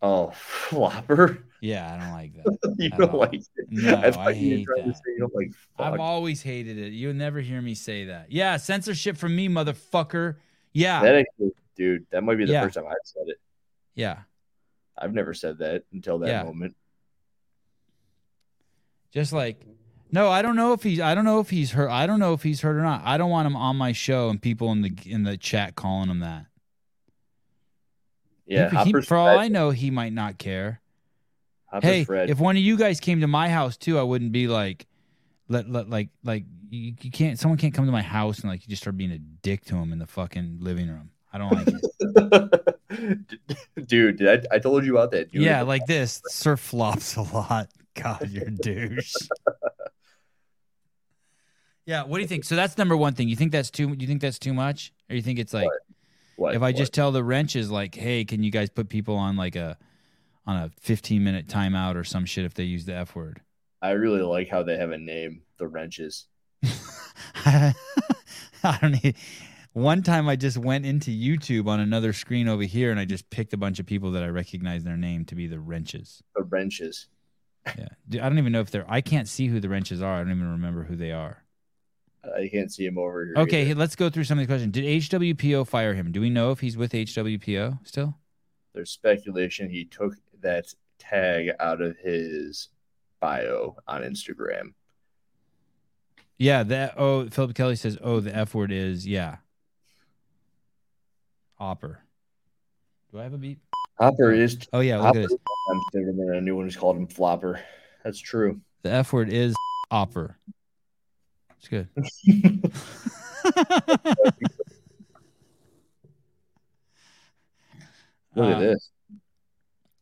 Oh, flopper.
Yeah, I don't like that.
you
I
don't
don't-
like it.
Oh, No, I
thought you were
hate
trying to
that.
say you don't like
I've
fuck.
always hated it. You'll never hear me say that. Yeah, censorship from me, motherfucker. Yeah,
That actually, dude, that might be the
Ah. Yeah.
first time I've said it.
yeah.
I've never said that until that
Yeah.
moment.
Just like, no, I don't know if he's. I don't know if he's hurt. I don't know if he's hurt or not. I don't want him on my show and people in the in the chat calling him that.
Yeah,
He- he-
Hopper's
for all
Fred-
I know, he might not care.
Hopper's
Hey,
Fred.
if one of you guys came to my house too, I wouldn't be like, let, let like like you, you can't. Someone can't come to my house and like you just start being a dick to him in the fucking living room. I don't like it.
dude, did I, I told you about that. Dude.
yeah, like this. Sir flops a lot. God, you're a douche. yeah, what do you think? So that's number one thing. You think that's too? You think that's too much, or you think it's like?
What-
if I
what?
just tell the wrenches like, hey, can you guys put people on like a on a 15 minute timeout or some shit if they use the F word?
I really like how they have a name, the wrenches.
I don't need one time I just went into YouTube on another screen over here and I just picked a bunch of people that I recognize their name to be the wrenches.
The wrenches.
Yeah. Dude, I don't even know if they're I can't see who the wrenches are. I don't even remember who they are.
I can't see him over here.
Okay,
either.
hey, let's go through some of the questions. Did HWPO fire him? Do we know if he's with HWPO still?
there's speculation he took that tag out of his bio on Instagram.
Yeah, that oh Philip Kelly says, Oh, the F word is yeah. Hopper. Do I have a beep?
Hopper is
Oh yeah, look
Hopper.
at this.
I'm thinking that a new one is called him Flopper. That's true.
The F word is Hopper. It's good.
Look
Uh,
at this.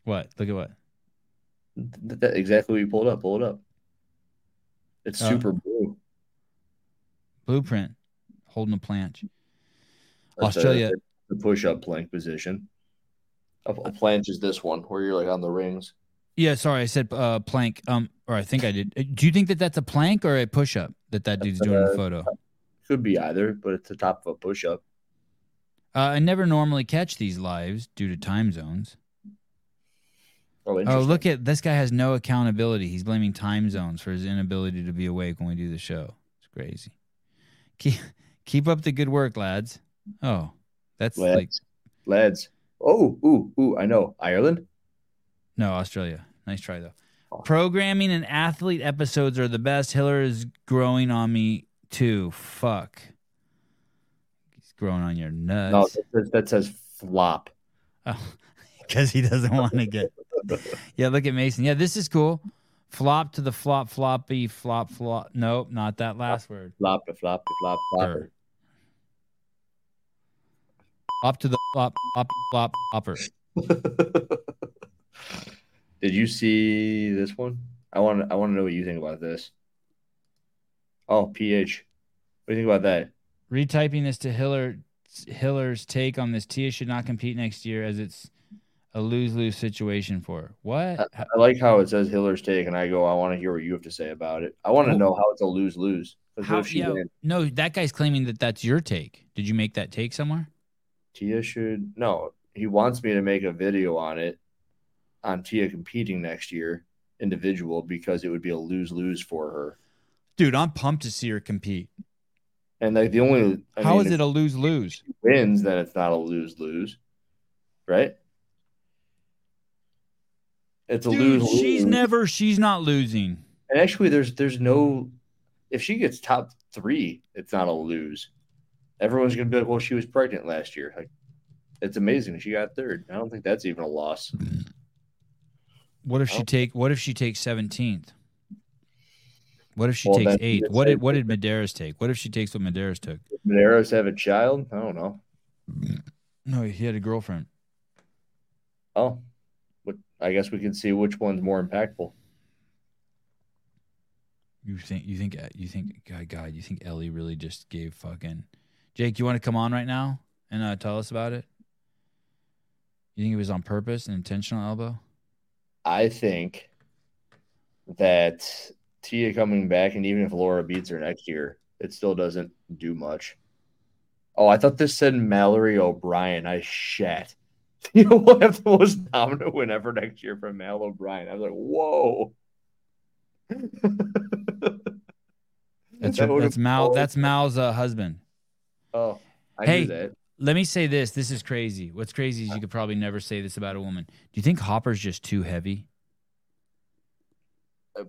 What? Look at what?
Th- that- exactly what you pulled up. Pull it up. It's
Oh.
super blue.
Blueprint. Holding a planche.
That's a-
Australia-
the push-up plank position. A, a planche is this one where you're like on the rings.
Yeah, sorry, I said uh, plank. Um, or I think I did. Uh, Do you think that that's a plank or a push up that that dude's doing in the
Uh,
photo?
Could be either, but it's the top of a push-up.
Uh, I never normally catch these lives due to time zones.
Oh,
Oh,
interesting.
look at this guy has no accountability. He's blaming time zones for his inability to be awake when we do the show. It's crazy. Keep keep up the good work, lads. Oh, that's
lads.
like
lads. Oh, ooh, ooh, I know. Ireland.
no Australia. Nice try though.
Oh.
Programming and athlete episodes are the best. Hiller is growing on me too. Fuck. He's growing on your
No,
nuts.
that says, that says flop.
because he doesn't want to get. Yeah, look at Mason. Yeah, this is cool. Flop to the flop, floppy, flop, flop. Nope, not that last word.
Flop to flop to flop flopper.
Up to the flop, up, flop, upper.
Did you see this one? I want I want to know what you think about this. Oh, pH. What do you think about that?
Retyping this to Hiller, Hiller's take on this. Tia should not compete next year as it's a lose lose situation for her. What?
I like how it says Hiller's take, and I go, I want to hear what you have to say about it. I want to know how it's a lose lose.
How,
if she
yeah,
wins?
no, that guy's claiming that that's your take. Did you make that take somewhere?
Tia should no. He wants me to make a video on it, on Tia competing next year, individual, because it would be a lose lose for her.
Dude, I'm pumped to see her compete.
And like the only I
How
mean,
is it a lose lose?
if she wins, then it's not a lose lose, right? It's a
Dude,
lose.
she's never, she's not losing.
And actually, there's there's no. If she gets top three, it's not a lose. Everyone's gonna be like, "Well, she was pregnant last year." Like, it's amazing she got third. I don't think that's even a loss.
What if she
Oh.
take? What if she takes seventeenth? What if she
Well,
takes
then
eighth?
it's
What did
eighth.
what did Medeiros take? What if she takes what Medeiros took?
Did Medeiros have a child? I don't know.
No, he had a girlfriend.
Oh, but I guess we can see which one's more impactful.
You think you think you think God God you think Ellie really just gave fucking Jake? You want to come on right now and uh, tell us about it? You think it was on purpose, an intentional elbow?
I think that Tia coming back, and even if Laura beats her next year, it still doesn't do much. Oh, I thought this said Mallory O'Brien. I shat. You know, we'll have the most dominant win ever next year from Mal O'Brien. I was like, whoa.
That's
That
her,
would've
that's Mal.
always-
That's Mal's uh, husband.
Oh, I
Hey.
knew that.
Let me say this. This is crazy. What's crazy is you could probably never say this about a woman. Do you think Hopper's just too heavy?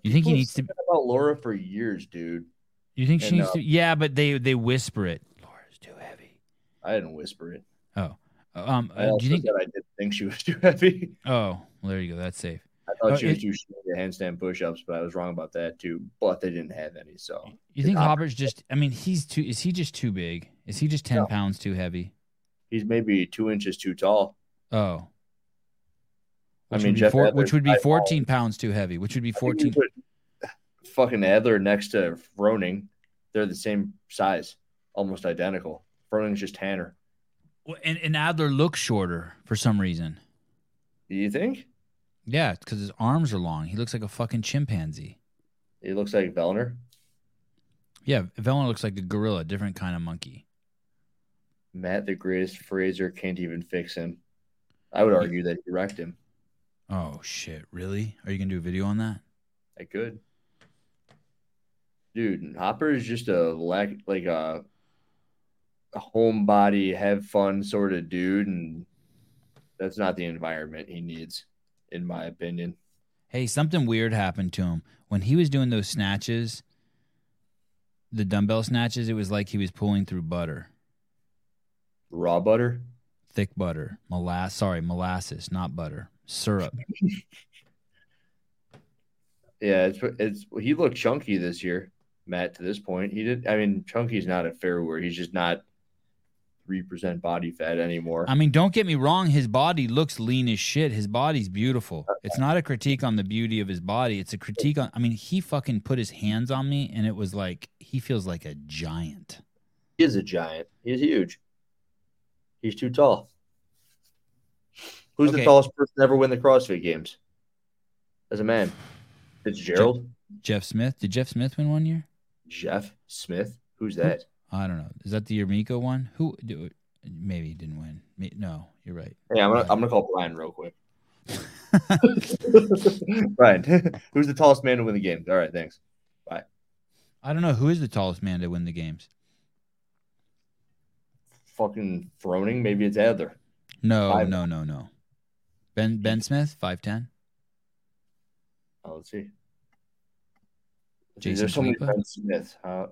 You think
Uh, People
he needs to-
said that about Laura for years, dude.
You think she
And,
needs
uh,
to? Yeah, but they they whisper it. Laura's too heavy.
I didn't whisper it.
Oh, Um,
I
uh, do
also
you think?
said I didn't think she was too heavy.
Oh, well, there you go. That's safe.
I thought
Oh,
she was
it-
too strong to handstand push-ups, but I was wrong about that too. But they didn't have any, so
You think
Hopper-
Hopper's just? I mean, he's too. Is he just too big? Is he just ten
No.
pounds too heavy?
he's maybe two inches too tall.
Oh.
I
Which
mean,
would be
Jeff
four,
Adler's
which would be
eyeball-
14 pounds too heavy, which would be
I think you
14.
put fucking Adler next to Froning. They're the same size, almost identical. Froning's just tanner.
Well, And, and Adler looks shorter for some reason.
Do you think
Yeah, because his arms are long. He looks like a fucking chimpanzee.
he looks like Vellner?
Yeah, Velen looks like a gorilla, different kind of monkey.
Matt, the greatest Fraser, can't even fix him. I would argue that he wrecked him.
Oh, shit. Really? Are you going to do a video on that?
I could. Dude, Hopper is just a lack like a, a homebody, have fun sort of dude, and that's not the environment he needs, in my opinion.
Hey, something weird happened to him. When he was doing those snatches, the dumbbell snatches, it was like he was pulling through butter,
Raw butter.
thick butter, molass. Sorry, molasses, not butter, syrup.
Yeah, it's it's he looked chunky this year, Matt. To this point, he did. I mean, chunky's not a fair word. He's just not three percent body fat anymore.
I mean, don't get me wrong. His body looks lean as shit. His body's beautiful. It's not a critique on the beauty of his body. It's a critique on. I mean, he fucking put his hands on me, and it was like he feels like a giant.
he is a giant. He's huge. He's too tall. Who's
Okay.
the tallest person to ever win the CrossFit Games? As a man, Fitzgerald,
Jeff Smith. Did Jeff Smith win one year?
Jeff Smith. Who's
Hmm.
that?
I don't know. Is that the year Miko one? Who? do- Maybe he didn't win. Me- No, you're right.
Hey, I'm gonna I'm gonna call Brian real quick. Brian, who's the tallest man to win the game? All right, thanks.
I don't know who is the tallest man to win the games.
Fucking Froning, maybe it's Adler.
No,
Five.
no, no, no. Ben Ben Smith, five ten.
Oh, let's see.
Jason
Dude, there's so many
Kalipa?
Ben Smiths. Uh,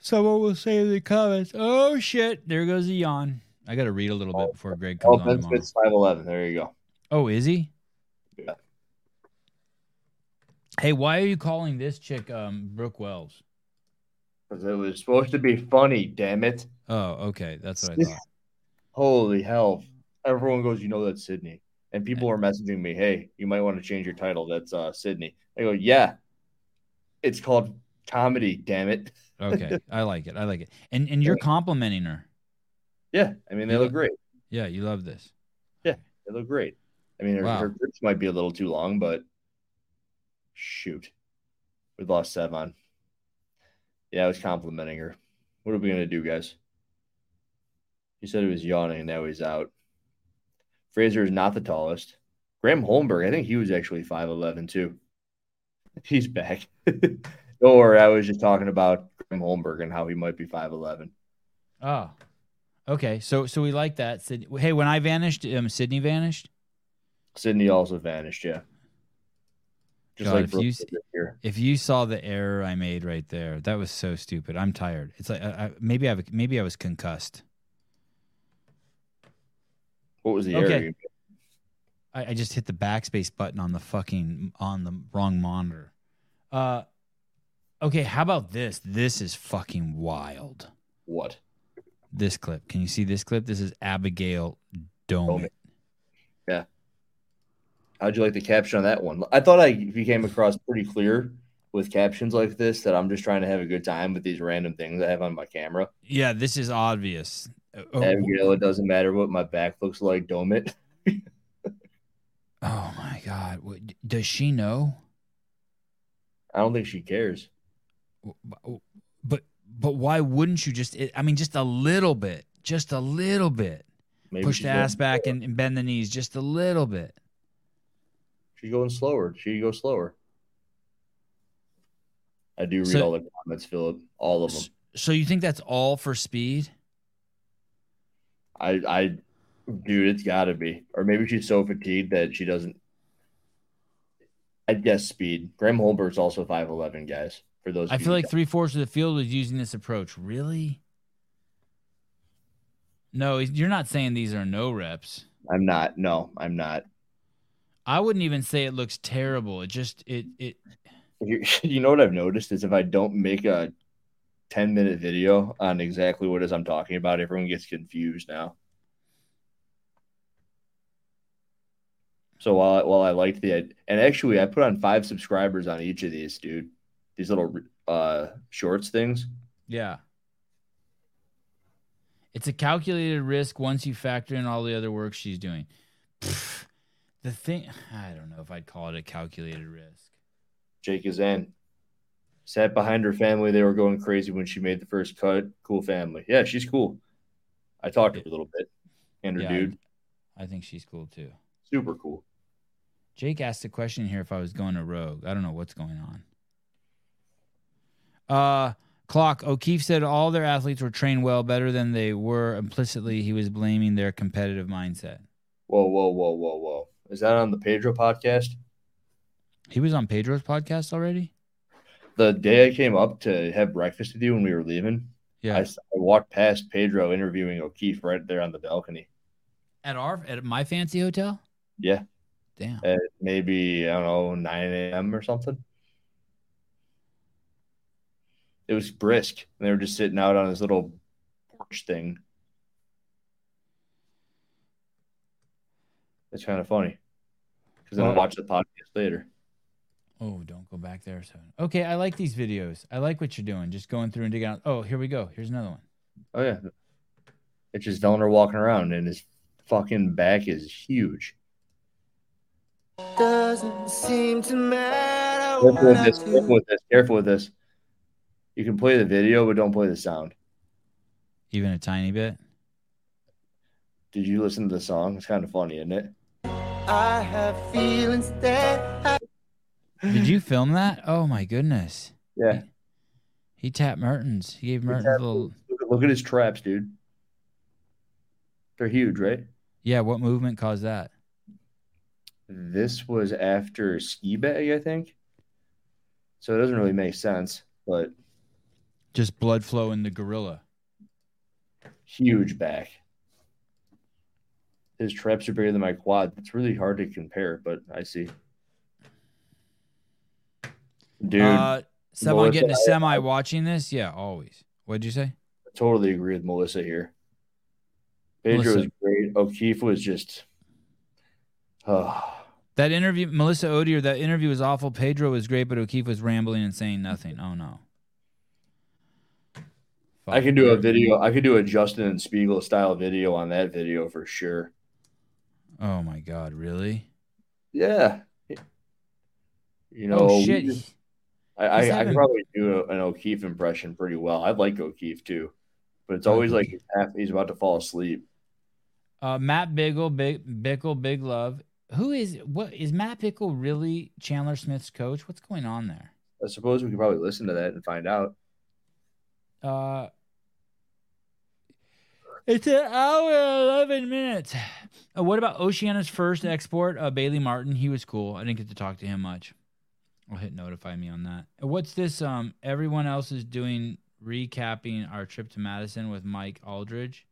Someone will say in the comments, "Oh shit, there goes a yawn." I got to read a little bit before Greg
oh,
comes on
Ben
tomorrow.
Smith's five eleven. There you go.
Oh, is he?
Yeah.
Hey, why are you calling this chick um Brooke Wells?
'Cause it was supposed to be funny. Damn it!
Oh, okay, that's what I thought.
Holy hell! Everyone goes, you know that's Sydney, and people are messaging me, hey, you might want to change your title. That's uh Sydney. I go, yeah, it's called comedy. Damn it!
Okay, I like it. I like it. And and you're complimenting her.
Yeah, I mean they
Yeah.
look great.
Yeah, you love this.
They look great. I mean her,
Wow.
her grips might be a little too long, but shoot, we lost Sevon. Yeah, I was complimenting her. What are we gonna do, guys? He said he was yawning, and now he's out. Fraser is not the tallest. Graham Holmberg, I think he was actually 5'11 too. He's back. Don't worry, I was just talking about Graham Holmberg and how he might be 5'11.
Oh, okay. So so we like that. Sid- hey, when I vanished, um, Sydney vanished.
Sydney also vanished, yeah. Just
God,
like
if you
Brooke
s-
did this year.
If you saw the error I made right there, that was so stupid. I'm tired. It's like I, I, maybe I maybe I was concussed.
What was the
Okay.
area?
I, I just hit the backspace button on the fucking on the wrong monitor. Uh, okay, how about this? This is fucking wild.
What?
This clip. Can you see this clip? This is Abigail Dome.
Domet. How'd you like the caption on that one? I thought I became across pretty clear with captions like this that I'm just trying to have a good time with these random things I have on my camera.
Yeah, this is obvious. Oh,
And, you know, it doesn't matter what my back looks like, dome it.
oh my god. What, does she know?
I don't think she cares.
But but why wouldn't you just? I mean, just a little bit, just a little bit.
Maybe
Push
she's
the
going
ass back and, and bend the knees just a little bit.
She's going slower. She goes slower. I do read
So-
all the comments, Philip. All of them.
S- So you think that's all for speed?
I, I, dude, it's got to be. Or maybe she's so fatigued that she doesn't. I guess speed. Graham Holberg's also five eleven, guys. For those,
I
of you
feel
who
like three fourths of the field was using this approach. Really? No, you're not saying these are no reps.
I'm not. No, I'm not.
I wouldn't even say it looks terrible. It just it it
You you know what I've noticed is if I don't make a 10 minute video on exactly what it is I'm talking about, everyone gets confused now. So while I, while I liked the and actually I put on five subscribers on each of these, dude. These little uh shorts things.
yeah. It's a calculated risk once you factor in all the other work she's doing. Pfft, the thing I don't know if I'd call it a calculated risk.
Jake is in. Sat behind her family. They were going crazy when she made the first cut. Cool family. Yeah, she's cool. I talked to her a little bit. And her
Yeah,
dude,
I think she's cool too.
super cool.
Jake asked a question here if I was going to Rogue. I don't know what's going on. Uh Clock O'Keefe said all their athletes were trained well, better than they were. Implicitly, he was blaming their competitive mindset.
Whoa, whoa, whoa, whoa, whoa. Is that on the Pedro podcast?
He was on Pedro's podcast already.
The day I came up to have breakfast with you when we were leaving, I,
Yeah,
s- I walked past Pedro interviewing O'Keefe right there on the balcony.
at our at my fancy hotel.
Yeah,
Damn.
at maybe, I don't know, 9 a.m. or something. It was brisk. And they were just sitting out on this little porch thing. It's kind of funny because then I watched the podcast later.
Oh, don't go back there. So okay, I like these videos. I like what you're doing. Just going through and digging out. Oh, here we go. Here's another one.
Oh yeah. It's just Vellner walking around and his fucking back is huge. Doesn't seem to matter. Careful with this, careful with this, careful with this. You can play the video, but don't play the sound.
Even a tiny bit.
Did you listen to the song? It's kind of funny, isn't it?
Did you film that? Oh my goodness.
Yeah.
He tapped Mertens. He gave Mertens a little.
Look at- Look at his traps, dude. They're huge, right?
Yeah, what movement caused that?
This was after ski bag, I think. So it doesn't really make sense, but
Just blood flow in the gorilla.
huge back. His traps are bigger than my quad. It's really hard to compare, but I see. Dude,
uh, someone
Melissa,
getting a
I-
semi watching this? Yeah, always. What'd you say?
I totally agree with Melissa here. Pedro
Melissa.
was great. O'Keefe was just. Oh,
That interview, Melissa Odier, that interview was awful. Pedro was great, but O'Keefe was rambling and saying nothing. Oh no.
I could do a video. I could do a Justin and Spiegel style video on that video for sure.
Oh my god, really?
Yeah. You know,
oh
we
shit.
just-
He-
I, I,
He's
I
having-
could probably do a, an O'Keefe impression pretty well. I like O'Keefe too, but it's always like he's, half, he's about to fall asleep.
Uh, Matt Biggle, Big Bickle, Big Love. Who is what is Matt Bickle really Chandler Smith's coach? What's going on there?
I suppose we could probably listen to that and find out.
Uh, it's an hour and 11 minutes. Uh, what about Oceana's first export? Uh, Bailey Martin. He was cool. I didn't get to talk to him much. I'll hit notify me on that. Uh, What's this? Um, everyone else is doing recapping our trip to Madison with Mike Aldridge.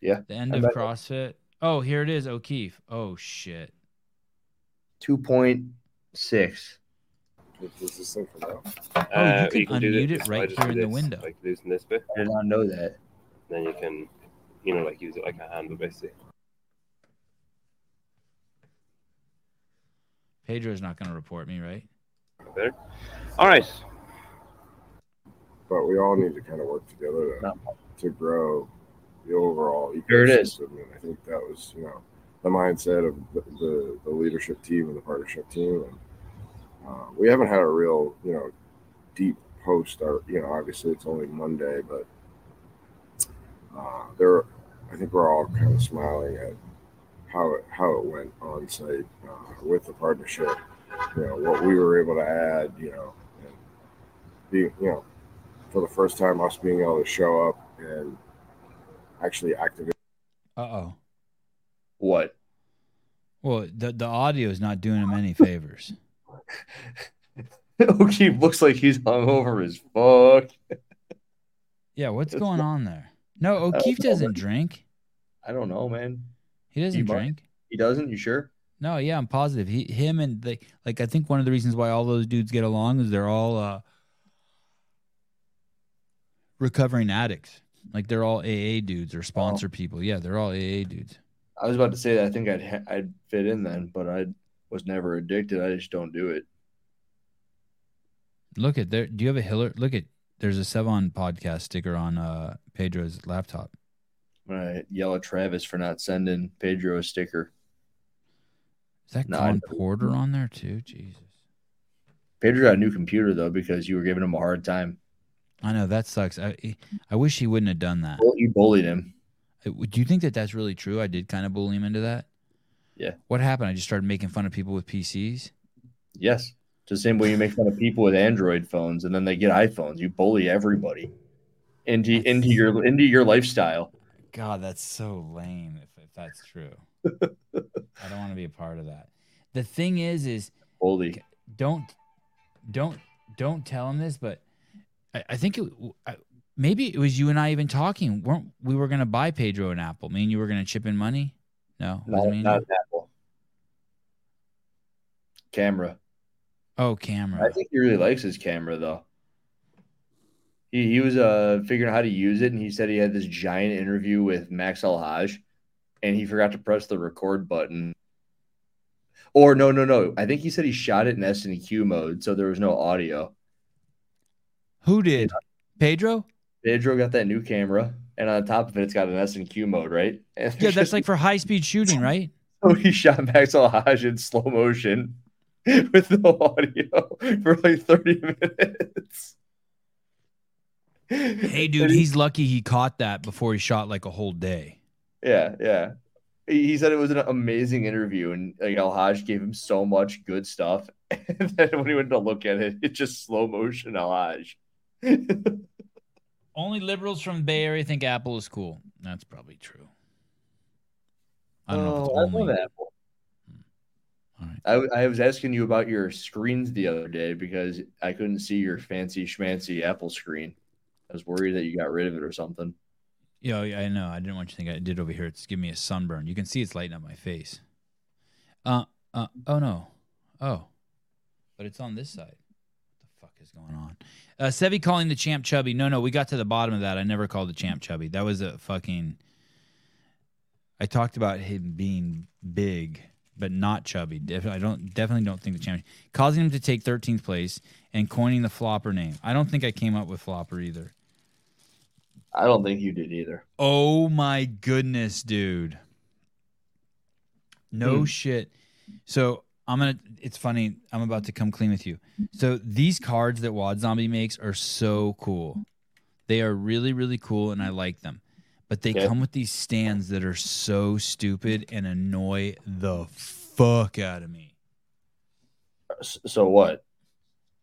Yeah,
The end
I
of
bet.
CrossFit. Oh, here it is. O'Keefe. Oh, shit.
2.6.
Does this thing come out?
Oh, you can, unmute it right here in the window.
Like this and this bit,
I did not know that.
then you can, you know, like use it like a handle basically.
Pedro's not going to report me, right?
There. All right.
but we all need to kind of work together to, to grow the overall ecosystem.
There it is.
And I think that was, you know, the mindset of the, the, the leadership team and the partnership team. And uh, we haven't had a real, you know, deep post. Or, you know, obviously it's only Monday, but uh, there, I think we're all kind of smiling at how it, how it went on site uh, with the partnership. You know, what we were able to add. You know, and being, you know, for the first time us being able to show up and actually activate
Uh oh.
What?
Well, the, the audio is not doing him any favors.
O'Keefe looks like he's hungover as fuck.
Yeah, what's going on there? No,
don't
O'Keefe
know,
doesn't
but-
drink.
I don't know, man.
He doesn't
might.
drink.
He doesn't. You sure?
No, yeah, I'm positive. He, him, and the like. I think one of the reasons why all those dudes get along is they're all uh, recovering addicts. Like they're all AA dudes or sponsor people. Yeah, they're all AA dudes.
I was about to say that. I think I'd ha- I'd fit in then, but I was never addicted. I just don't do it.
Look at there. Do you have a Hiller? Look at there's a Sevon podcast sticker on uh, Pedro's laptop.
I'm gonna yell at Travis for not sending Pedro a sticker.
Is that
No, I
Colin
don't.
Porter on there too? Jesus,
Pedro got a new computer though because you were giving him a hard time.
I know that sucks. I e, I wish he wouldn't have done that.
Well, You bullied him.
Uh, Do you think that that's really true? I did kind of bully him into that.
Yeah.
What happened? I just started making fun of people with PCs.
Yes, it's the same way you make fun of people with Android phones, and then they get iPhones. You bully everybody into into your into your lifestyle.
God, that's so lame. If, if that's true, I don't want to be a part of that. The thing is, is
Bully.
don't don't don't tell him this but i, I think it, I, maybe it was you and i even talking weren't we were going to buy pedro an apple me and you were going to chip in money no it
Not,
wasn't me and
not
you?
Apple. Camera.
oh
I
camera
think he really likes his camera though. He he was uh figuring out how to use it, and he said he had this giant interview with Max Alhaj, and he forgot to press the record button. Or no, no, no. I think he said he shot it in S and Q mode, so there was no audio.
who did pedro
Pedro got that new camera, and on top of it, it's got an S and Q mode, right? And
yeah that's like for high speed shooting right
so he shot Max Alhaj in slow motion with no audio for like thirty minutes.
hey dude he's lucky he caught that before he shot like a whole day
Yeah, yeah. He he said it was an amazing interview, and like Al Haj gave him so much good stuff. And then when he went to look at it, it's just slow motion Al Haj.
only liberals from the bay area think apple is cool that's probably true i don't know if it's
Oh,
only Hmm.
I love Apple.
All right.
I, I was asking you about your screens the other day because I couldn't see your fancy schmancy Apple screen. I was worried that you got rid of it or something.
Yeah, yeah, I know. I didn't want you to think I did over here. It's giving me a sunburn. You can see it's lighting up my face. Uh, uh, oh no, oh, but it's on this side. What the fuck is going on? Uh, Sevi calling the champ chubby. No, no, we got to the bottom of that. I never called the champ chubby. That was a fucking. I talked about him being big but not chubby. Def- I don't definitely don't think the champ causing him to take 13th place and coining the flopper name. I don't think I came up with flopper either.
I don't think you did either.
Oh my goodness, dude. No shit. So I'm gonna it's funny, I'm about to come clean with you. So these cards that Wad Zombie makes are so cool. They are really, really cool and I like them. But they
Yeah.
come with these stands that are so stupid and annoy the fuck out of me.
S- So what?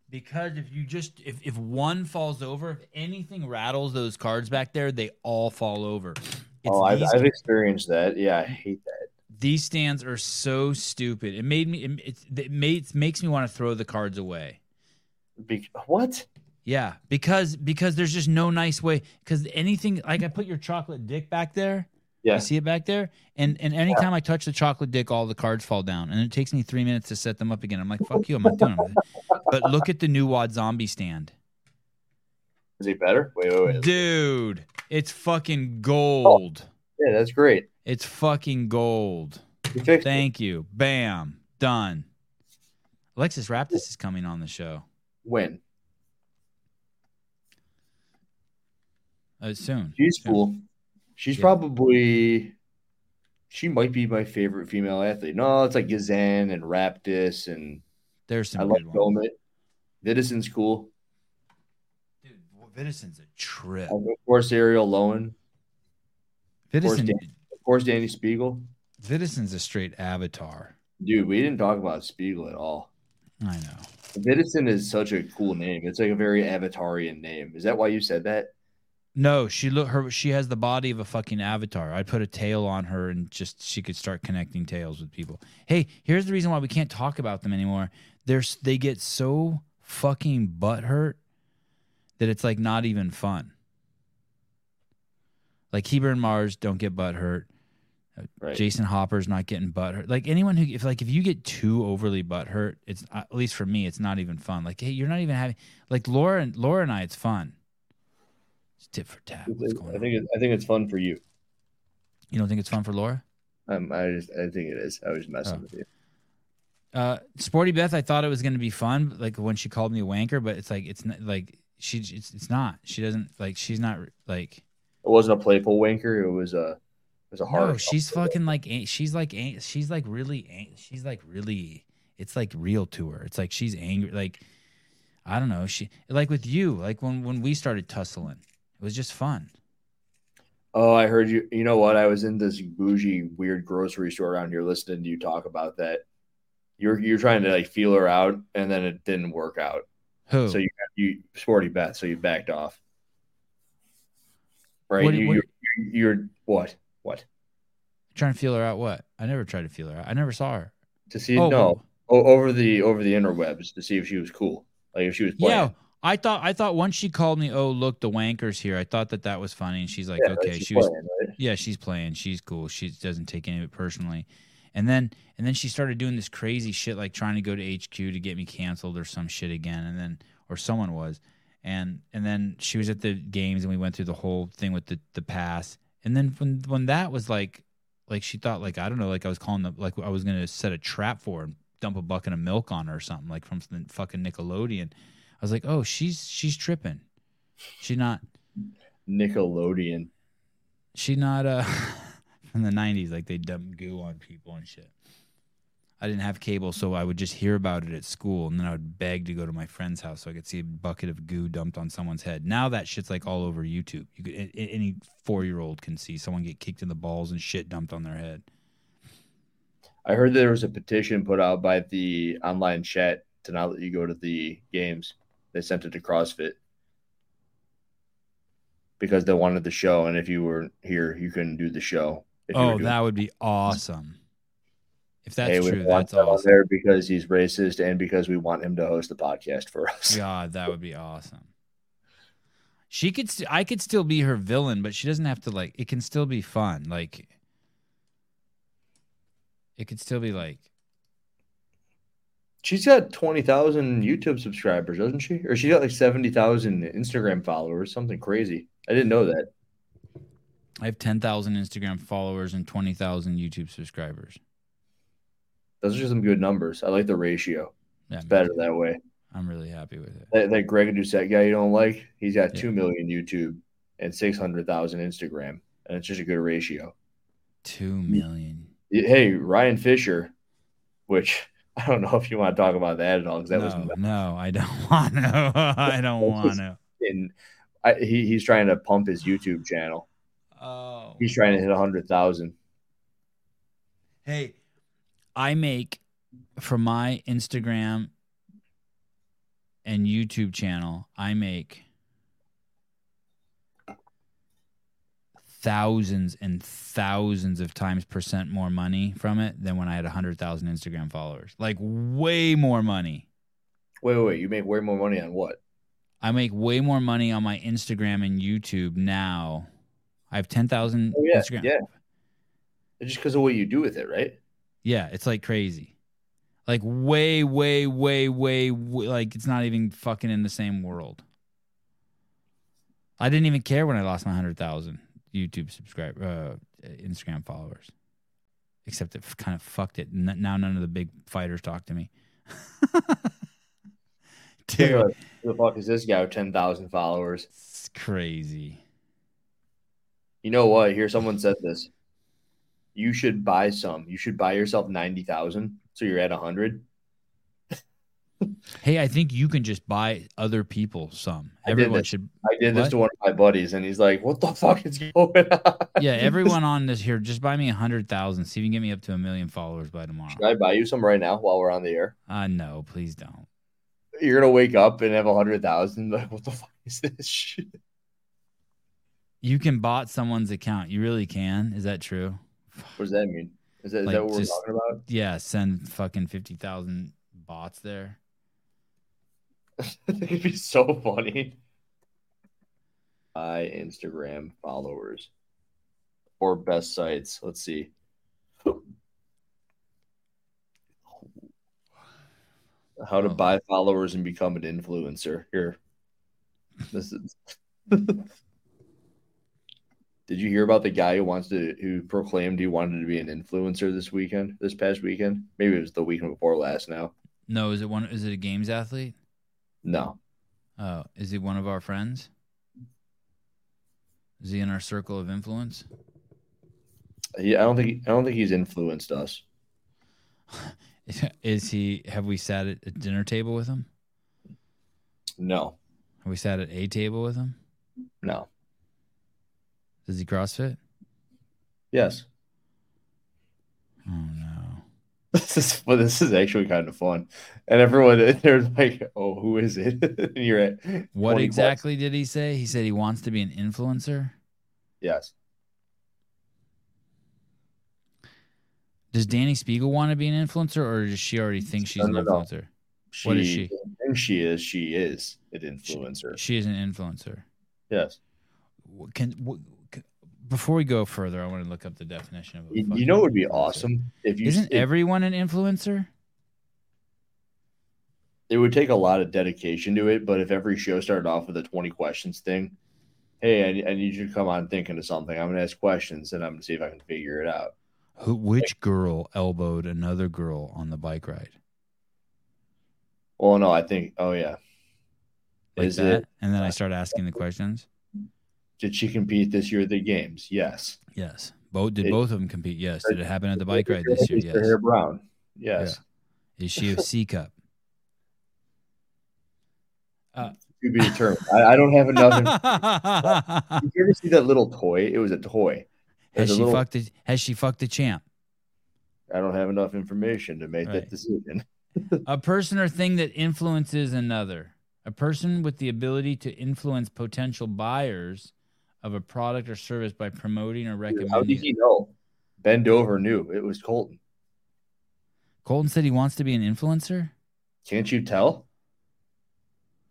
Because if you just if, if one falls over, if anything rattles those cards back there, they all fall over. It's
oh, I've,
these
I've experienced that. Yeah, I hate that.
these stands are so stupid. It made me. It, it's- it, made, it makes me want to throw the cards away.
Be- what?
Yeah, because because there's just no nice way. Because anything like I put your chocolate dick back there.
Yeah.
You see it back there, and and anytime I touch the chocolate dick, all the cards fall down, and it takes me three minutes to set them up again. I'm like, fuck you, I'm not doing them. but look at the new Wad Zombie stand,
Is Oh. he better? Wait, wait, wait.
dude. It's fucking gold.
Yeah, that's great.
It's fucking gold.
You fixed it.
Thank you. Bam. Done. Alexis Raptis is coming on the show
When?
uh, soon.
She's
Soon.
cool. She's
Yeah.
probably she might be my favorite female athlete. No, it's like Gazan and Raptis and
There's some
I love
good ones.
Gomit. Vidison's cool.
Dude, Vidison's a trip.
Of course Ariel Lowen.
Vidison,
Dan- Of course Danny Spiegel.
Vidison's a straight avatar.
Dude, we didn't talk about Spiegel at all.
I know.
Vidison is such a cool name. It's like a very avatarian name. Is that why you said that?
No, she look her. She has the body of a fucking avatar. I'd put a tail on her, and just she could start connecting tails with people. Hey, here's the reason why we can't talk about them anymore. There's they get so fucking butthurt that it's like not even fun. Like Heber and Mars don't get butt hurt.
Right.
Jason Hopper's not getting butt hurt. Like anyone who, if like if you get too overly butt hurt, it's at least for me, it's not even fun. Like hey, you're not even having like Laura and Laura and I, it's fun. It's tit for tat. What's going
I
on?
think it, I think it's fun for you.
You don't think it's fun for Laura?
Um, I just I think it is. I was messing with you.
Uh, Sporty Beth, I thought it was gonna be fun, but, like when she called me a wanker, but it's like it's not like she it's, it's not. She doesn't like she's not like
It wasn't a playful wanker. It was a it was a hard.
no, she's fucking like an- she's like an- she's like really an- she's like really it's like real to her. It's like she's angry like I don't know, she like with you, like when when we started tussling. It was just fun.
Oh, I heard you. You know what? I was in this bougie, weird grocery store around here listening to you talk about that. You're you're trying to like feel her out, and then it didn't work out.
Who?
So you you sporty bet. So you backed off. Right?
What-
you,
what-
you're, you're what? What?
trying to feel her out what? I never tried to feel her out. I never saw her.
To see?
Oh,
no. O- over the over the interwebs to see if she was cool. Like if she was playing.
Yeah, I thought I thought once she called me, "Oh, look, the wanker's here." I thought that that was funny and she's like,
Yeah, like
"Okay,
she's
she was
playing, right?
yeah, she's playing. She's cool. She doesn't take any of it personally. And then and then she started doing this crazy shit like trying to go to HQ to get me canceled or some shit again and then or someone was. And and then she was at the games and we went through the whole thing with the the pass. And then when when that was like like she thought like I don't know like I was calling the like I was going to set a trap for her and dump a bucket of milk on her or something like from some fucking Nickelodeon. I was like, "Oh, she's she's tripping. She's not
Nickelodeon.
she not uh from the 90s like they dumped goo on people and shit i didn't have cable so i would just hear about it at school and then i would beg to go to my friend's house so i could see a bucket of goo dumped on someone's head now that shit's like all over youtube you could a- a- any four-year-old can see someone get kicked in the balls and shit dumped on their head
I heard there was a petition put out by the online chat to not let you go to the games. They sent it to CrossFit because they wanted the show, and if you weren't here, you couldn't do the show. If you were
oh
doing-
that would be awesome if that's
Hey, we
true
want
that's
that on
awesome
there because he's racist and because we want him to host the podcast for us.
God, that would be awesome. She could, st- I could still be her villain, but she doesn't have to like. It can still be fun. Like, it could still be like,
She's got twenty thousand YouTube subscribers, doesn't she? Or she got like seventy thousand Instagram followers, something crazy. I didn't know that.
I have ten thousand Instagram followers and twenty thousand YouTube subscribers.
Those are some good numbers. I like the ratio.
Yeah,
It's
me
better
too.
that way.
I'm really happy with it.
that, that Greg Doucette guy you don't like, he's got
Yeah.
2 million YouTube and 600,000 Instagram. And it's just a good ratio.
Two million.
Y- Hey, Ryan Fisher, which I don't know if you want to talk about that at all because that was
no, no, I don't want to. I don't want to.
in. I, he, he's trying to pump his YouTube channel.
Oh,
He's trying to hit 100,000.
Hey, I make for my Instagram and YouTube channel, I make thousands and thousands of times percent more money from it than when I had 100,000 Instagram followers. Like way more money.
Wait, wait, wait. You make way more money on what?
I make way more money on my Instagram and YouTube now. I have 10,000
Oh, yeah,
Instagram.
yeah. Just because of what you do with it, right?
Yeah, it's like crazy. Like way, way, way, way, way like it's not even fucking in the same world. I didn't even care when I lost my 100,000 YouTube subscribe uh Instagram followers. Except it kind of fucked it. N- now none of the big fighters talk to me. Dude,
Like, Who the fuck is this guy with 10,000 followers?
it's crazy.
You know what? Here, someone said this. You should buy some. You should buy yourself ninety thousand, so you're at hundred.
Hey, I think you can just buy other people some.
I did
Everyone
this.
should
I did this
What?
to one of my buddies, and he's like, "What the fuck is going on?"
Yeah, everyone on this here, just buy me a hundred thousand. See if you can get me up to a million followers by tomorrow.
Should I buy you some right now while we're on the air?
Uh no, please don't.
You're gonna wake up and have a hundred thousand. Like, what the fuck is this shit?
You can bot someone's account. You really can. Is that true?
What does that mean? Is that, is
Like,
that what
just-
we're talking about?
Yeah, send fucking fifty thousand bots there.
I think it'd be so funny. Buy Instagram followers. or best sites. Let's see. How to
Oh.
buy followers and become an influencer. Here. This is Did you hear about the guy who wants to who proclaimed he wanted to be an influencer this weekend, this past weekend? Maybe it was the weekend before last now.
No, is it one? Is it a games athlete?
No.
Oh, is he one of our friends? Is he in our circle of influence?
He, I don't think I don't think he's influenced us.
Is he? Have we sat at a dinner table with him?
No.
Have we sat at a table with him?
No.
Does he CrossFit?
Yes.
Oh no!
This is well, this is actually kind of fun. And everyone they're like, "Oh, who is it?" and you're at
What
20 bucks.
exactly did he say? He said he wants to be an influencer.
Yes.
Does Danny Spiegel want to be an influencer, or does she already think she's
No,
an
no, no.
influencer?
She,
What is she?
And she is she is an influencer.
She is an influencer.
yes.
Wh- Can, wh- c- before we go further, I want to look up the definition of. A
You, you
fucking
know what would be
influencer.
awesome if you
Isn't
it,
everyone an influencer?
it would take a lot of dedication to it, but if every show started off with a 20 questions thing, hey, I, I need you to come on thinking of something. I'm going to ask questions and I'm going to see if I can figure it out.
Who, which girl elbowed another girl on the bike ride?
Well, no, I think oh yeah.
Like
is
that?
it
And then I start asking the questions.
did she compete this year at the games? Yes.
Yes. Both did
It-
both of them compete? Yes. Did it happen at the bike ride
Is
this year?
her hair
Yes.
brown. Yes.
Is she a C cup?
to be determined. I, I don't have enough. inf-
has
Did you ever see that little toy? It was a toy. There's a
she
little-
fucked? A, has she fucked a champ?
I don't have enough information to make
Right.
that decision.
A person or thing that influences another. A person with the ability to influence potential buyers of a product or service by promoting or
How did
recommending.
he
It.
know? Ben Dover knew it was Colton.
Colton said he wants to be an influencer.
Can't you tell?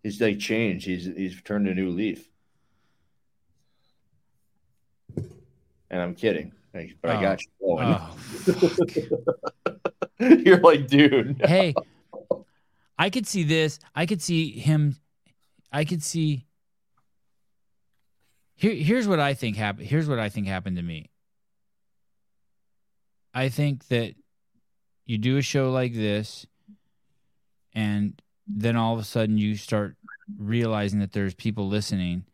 He's like changed. He's he's turned a new leaf. And I'm kidding, Like, but I
Oh.
got you going.
Oh, fuck. Oh.
You're like, dude.
hey, I could see this. I could see him. I could see. Here, here's what I think happened. Here's what I think happened to me. I think that you do a show like this, and then all of a sudden you start realizing that there's people listening,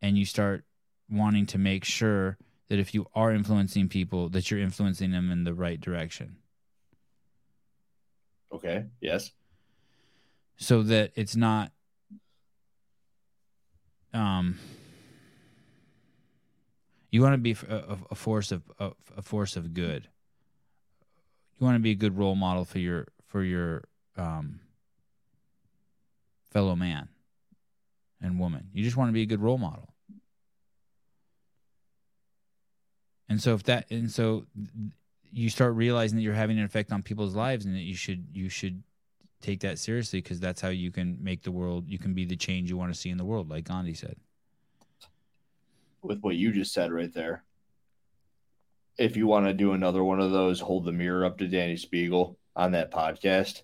and you start wanting to make sure that if you are influencing people, that you're influencing them in the right direction.
Okay. Yes.
so that it's not um you want to be f- a, a- a force of a, a force of good you want to be a good role model for your for your um fellow man and woman you just want to be a good role model and so if that and so th- you start realizing that you're having an effect on people's lives and that you should you should take that seriously because that's how you can make the world you can be the change you want to see in the world like gandhi said
with what you just said right there. If you want to do another one of those, hold the mirror up to Danny Spiegel on that podcast.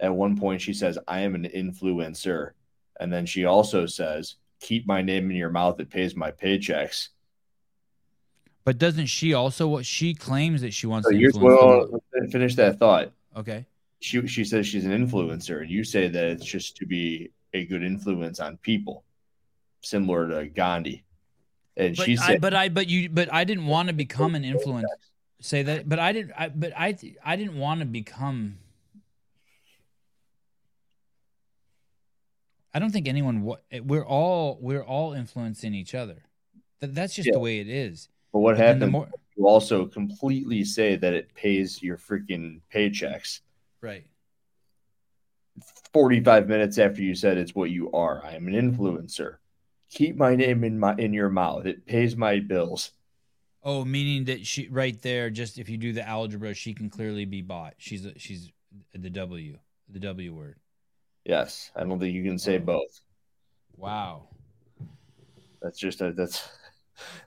At one point, she says, I am an influencer. And then she also says, Keep my name in your mouth. It pays my paychecks.
but doesn't she also what she claims that she wants
So
to
here's
influence the
well,
world.
finish that thought.
okay
She, she says she's an influencer, and you say that it's just to be a good influence on people, similar to Gandhi. And
but
she
I,
said,
but I but you but i didn't want to become an influencer say that but i didn't i but i th- i didn't want to become i don't think anyone wa- we're all we're all influencing each other Th- that's just
Yeah.
the way it is
But what
and the
happened?
more
you also completely say that it pays your freaking paychecks
right
45 minutes after you said it's what you are. I am an influencer. Keep my name in my in your mouth. It pays my bills.
Oh, meaning that she right there. Just if you do the algebra, she can clearly be bought. She's a, she's the W, the W word.
Yes, I don't think you can say both.
Wow.
That's just a, that's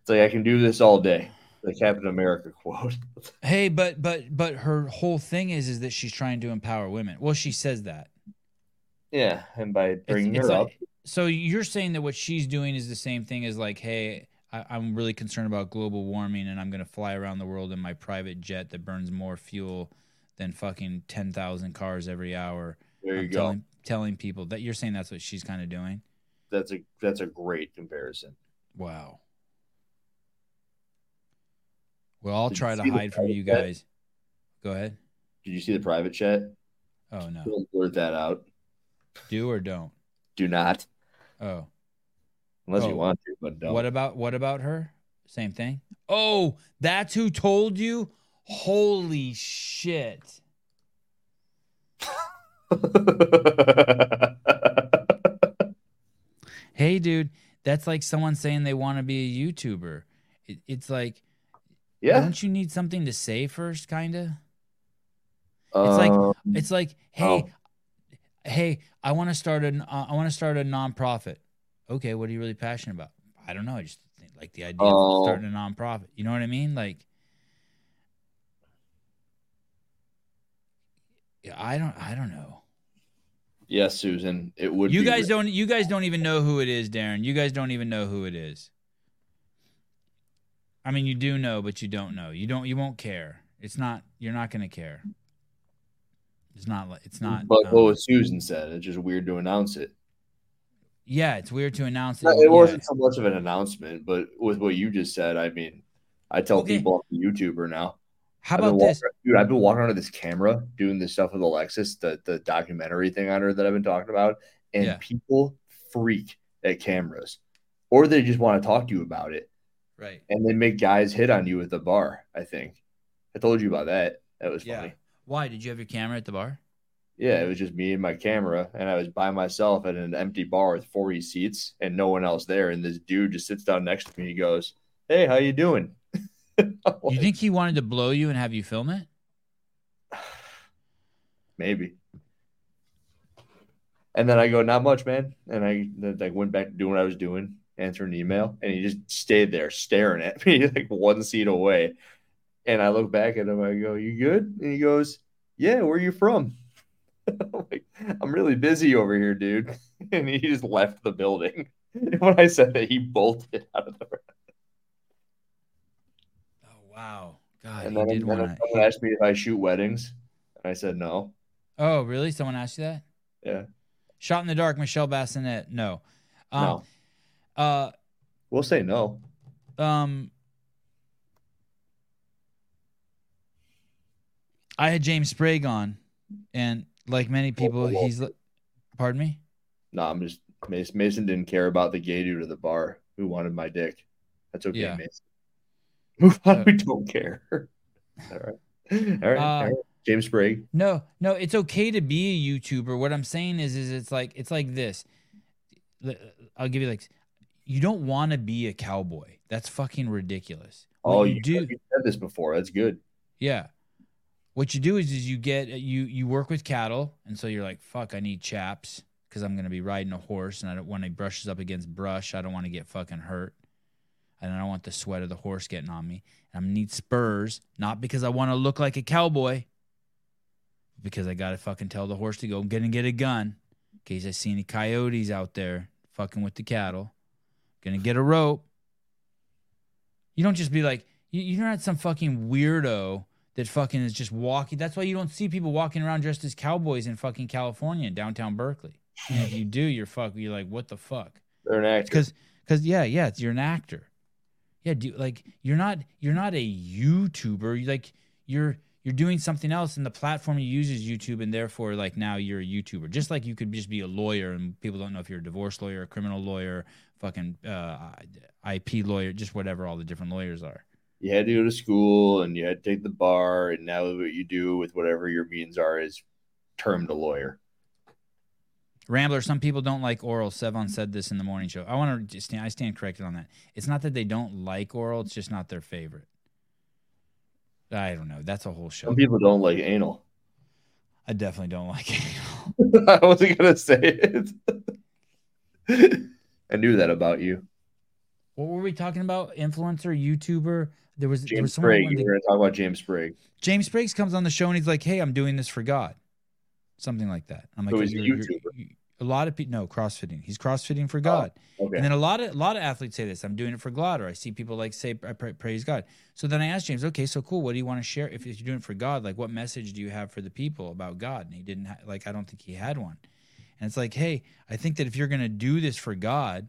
it's like I can do this all day. the Captain America quote.
Hey, but but but her whole thing is is that she's trying to empower women. Well, she says that.
yeah, and by bringing
it's
her
like-
up,
So you're saying that what she's doing is the same thing as like, hey, I, I'm really concerned about global warming, and I'm gonna fly around the world in my private jet that burns more fuel than fucking ten thousand cars every hour.
there you
I'm
go.
Telling, telling people that you're saying that's what she's kind of doing.
That's a that's a great comparison.
Wow. Well, I'll
Did you
try to
see the
hide from you
private jet?
guys. Go ahead.
Did you see the private chat?
Oh no.
We'll blurt that out.
Do or don't.
Do not,
Oh.
unless
Oh.
you want to, but don't.
What about what about her? Same thing. Oh, that's who told you? Holy shit. Hey dude, that's like someone saying they want to be a YouTuber. It, it's like
yeah,
don't you need something to say first kinda? like-
Um,
It's like, "Hey,
Oh.
hey, I want to start an uh, I want to start a nonprofit." Okay, what are you really passionate about? I don't know. I just think, like the idea
Oh.
of starting a nonprofit. You know what I mean? Like Yeah, I don't I don't know.
yes, Susan, it would.
you
be
guys
re-
don't you guys don't even know who it is darren you guys don't even know who it is i mean you do know but you don't know you don't you won't care it's not you're not going to care it's not like it's not
But
um,
what was Susan said, it's just weird to announce it.
yeah it's weird to announce it,
No, it
yeah.
wasn't so much of an announcement, but with what you just said, I mean, I tell
Okay.
people I'm a YouTuber now.
how
I've been
about
walking-
this
dude? I've been walking around with this camera doing this stuff with Alexis, the the documentary thing on her that I've been talking about, and
Yeah.
people freak at cameras, or they just want to talk to you about it,
right
and they make guys hit on you at the bar. I think I told you about that. That was
yeah
funny.
why did you have your camera at the bar
Yeah, it was just me and my camera, and I was by myself at an empty bar with 40 seats and no one else there. And this dude just sits down next to me. He goes, "Hey, how you doing?" I'm
you
like,
think he wanted to blow you and have you film it
maybe? And then I go, "Not much, man." And I then, like went back to doing what I was doing, answering an email, and he just stayed there staring at me, like one seat away. And I look back at him. I go, "You good?" And he goes, "Yeah, where you from?" I'm like, I'm really busy over here, dude. And he just left the building. When I said that, he bolted out of the room.
oh wow god
And
he
then, and
did
then
want
someone
to
asked me if I shoot weddings. And I said no.
oh really someone asked you that
Yeah.
shot in the dark michelle bassinet no um
no.
uh
We'll say no.
um I had James Sprague on and like many people
whoa.
he's li- pardon me
No, I'm just Mason, Mason didn't care about the gay dude at the bar who wanted my dick. That's okay,
Yeah.
Mason. Move on.
Uh,
we don't care. All right. All right. all
Uh,
right. James Sprague.
no no it's okay to be a YouTuber what I'm saying is is it's like it's like this L- I'll give you like you don't want to be a cowboy that's fucking ridiculous What
Oh, you, you said this before. That's good.
Yeah. What you do is is you get you you work with cattle, and so you're like, fuck, I need chaps because I'm gonna be riding a horse, and I don't want to brushes up against brush. I don't want to get fucking hurt, and I don't want the sweat of the horse getting on me. And I'm gonna need spurs, not because I want to look like a cowboy, because I gotta fucking tell the horse to go get and get a gun in case I see any coyotes out there fucking with the cattle. Gonna get a rope. You don't just be like, you, you're not some fucking weirdo that fucking is just walking. That's why you don't see people walking around dressed as cowboys in fucking California, downtown Berkeley. And if you do, you're fuck. You're like, what the fuck?
They're an actor.
Because, because yeah, yeah, it's, you're an actor. Yeah, do, like you're not you're not a YouTuber. You like you're you're doing something else, and the platform you use is YouTube, and therefore like now you're a YouTuber. Just like you could just be a lawyer, and people don't know if you're a divorce lawyer, a criminal lawyer, fucking uh, IP lawyer, just whatever all the different lawyers are.
You had to go to school and you had to take the bar, and now what you do with whatever your means are is termed a lawyer.
Rambler, some people don't like oral. Sevon said this in the morning show. I want to stand, I stand corrected on that. It's not that they don't like oral, it's just not their favorite. I don't know. That's a whole show.
Some people don't like anal.
I definitely don't like it.
I wasn't gonna say it. I knew that about you.
what were we talking about? Influencer, YouTuber? I there was there was
James
someone
Sprague.
wanted
You
to-
were going to talk about James Sprague.
James Spriggs comes on the show and he's like, "Hey, I'm doing this for God," something like that. I'm like,
So he's a
"You're- you're-
YouTuber." Oh.
you- a lot of people, no, CrossFitting. He's CrossFitting for God,
Okay.
and then a lot of a lot of athletes say this. I'm doing it for God, or I see people like say, "I pra- praise God." So then I asked James, "Okay, so cool. What do you want to share? If you're doing it for God, like, what message do you have for the people about God?" And he didn't ha- like. I don't think he had one. And it's like, hey, I think that if you're going to do this for God,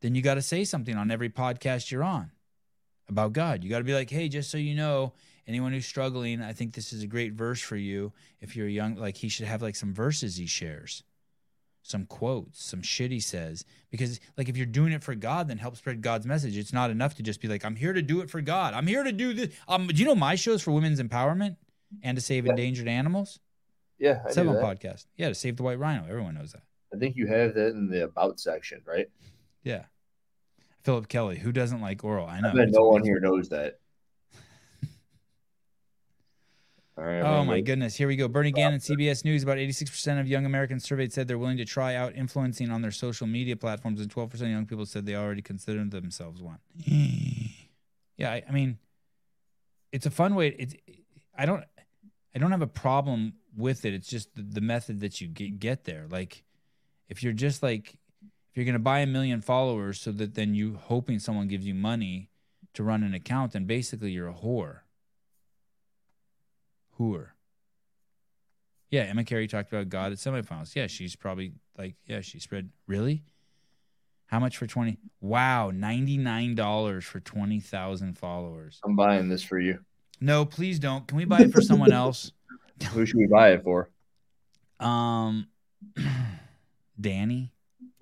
then you got to say something on every podcast you're on about God. You got to be like, hey, just so you know, anyone who's struggling, I think this is a great verse for you. If you're young, like he should have like some verses he shares, some quotes, some shit he says. Because like if you're doing it for God, then help spread God's message. It's not enough to just be like, I'm here to do it for God. I'm here to do this. Um, do you know my shows for women's empowerment and to save endangered animals?
Yeah, I,
Seven
knew that.
podcast. Yeah, to save the white rhino. Everyone knows that.
I think you have that in the about section, right?
Yeah. Philip Kelly, who doesn't like oral? I know.
I bet
it's
no one
amazing.
here knows that. All right,
Oh
I'm
my
gonna-
goodness. Here we go. Bernie Gannon, CBS News. About 86% of young Americans surveyed said they're willing to try out influencing on their social media platforms, and 12% of young people said they already consider themselves one. yeah, I, I mean, it's a fun way. It's I don't I don't have a problem with it. It's just the, the method that you get, get there. Like, if you're just like, if you're gonna buy a million followers so that then you hoping someone gives you money to run an account, then basically you're a whore. Whore. Yeah, Emma Carey talked about God at semifinals. Yeah, she's probably like, yeah, she spread. Really? How much for 20? Wow, $99 for 20,000 followers.
I'm buying this for you.
No, please don't. Can we buy it for someone else?
Who should we buy it for?
Um, Danny.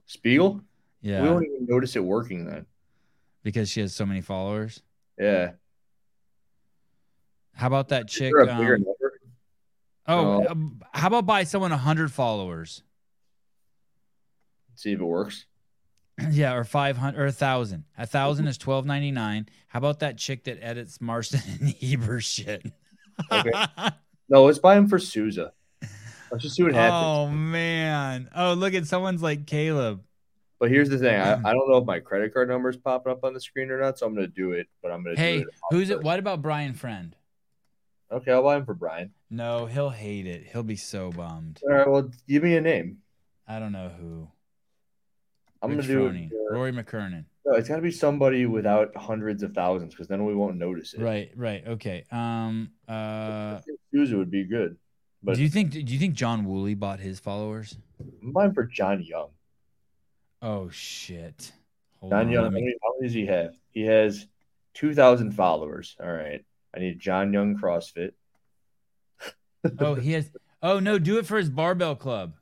Spiegel?
Yeah,
We won't even notice it working then.
because she has so many followers.
Yeah.
How about that chick?
Is there a bigger
um,
number?
oh,
No.
um, how about buy someone 100 followers?
See if it works.
yeah, or 500 or 1,000. 1,000 is 12.99. How about that chick that edits Marston and Eber shit?
Okay. No, let's buy him for Souza. Let's just see what happens.
Oh man. Oh, look at someone's like Caleb.
But here's the thing: I, I don't know if my credit card number is popping up on the screen or not, so I'm gonna do it. But I'm gonna
Hey,
do it.
who's it? What about Brian Friend?
Okay, I'll buy him for Brian.
No, he'll hate it. He'll be so bummed.
All right, well, give me a name.
I don't know who.
I'm
Rich
gonna
Froning.
do. It, uh,
Rory McKernan.
no, it's gotta be somebody without hundreds of thousands, because then we won't notice it.
Right, right. Okay. Um
I
uh
think Souza would be good. But
do you think do you think John Woolley bought his followers?
I'm buying for John Young.
Oh shit. Hold
John
on,
Young,
let
how
me-
many, how many does he have? He has 2,000 followers. All right. I need John Young CrossFit.
oh, he has Oh no, do it for his barbell club.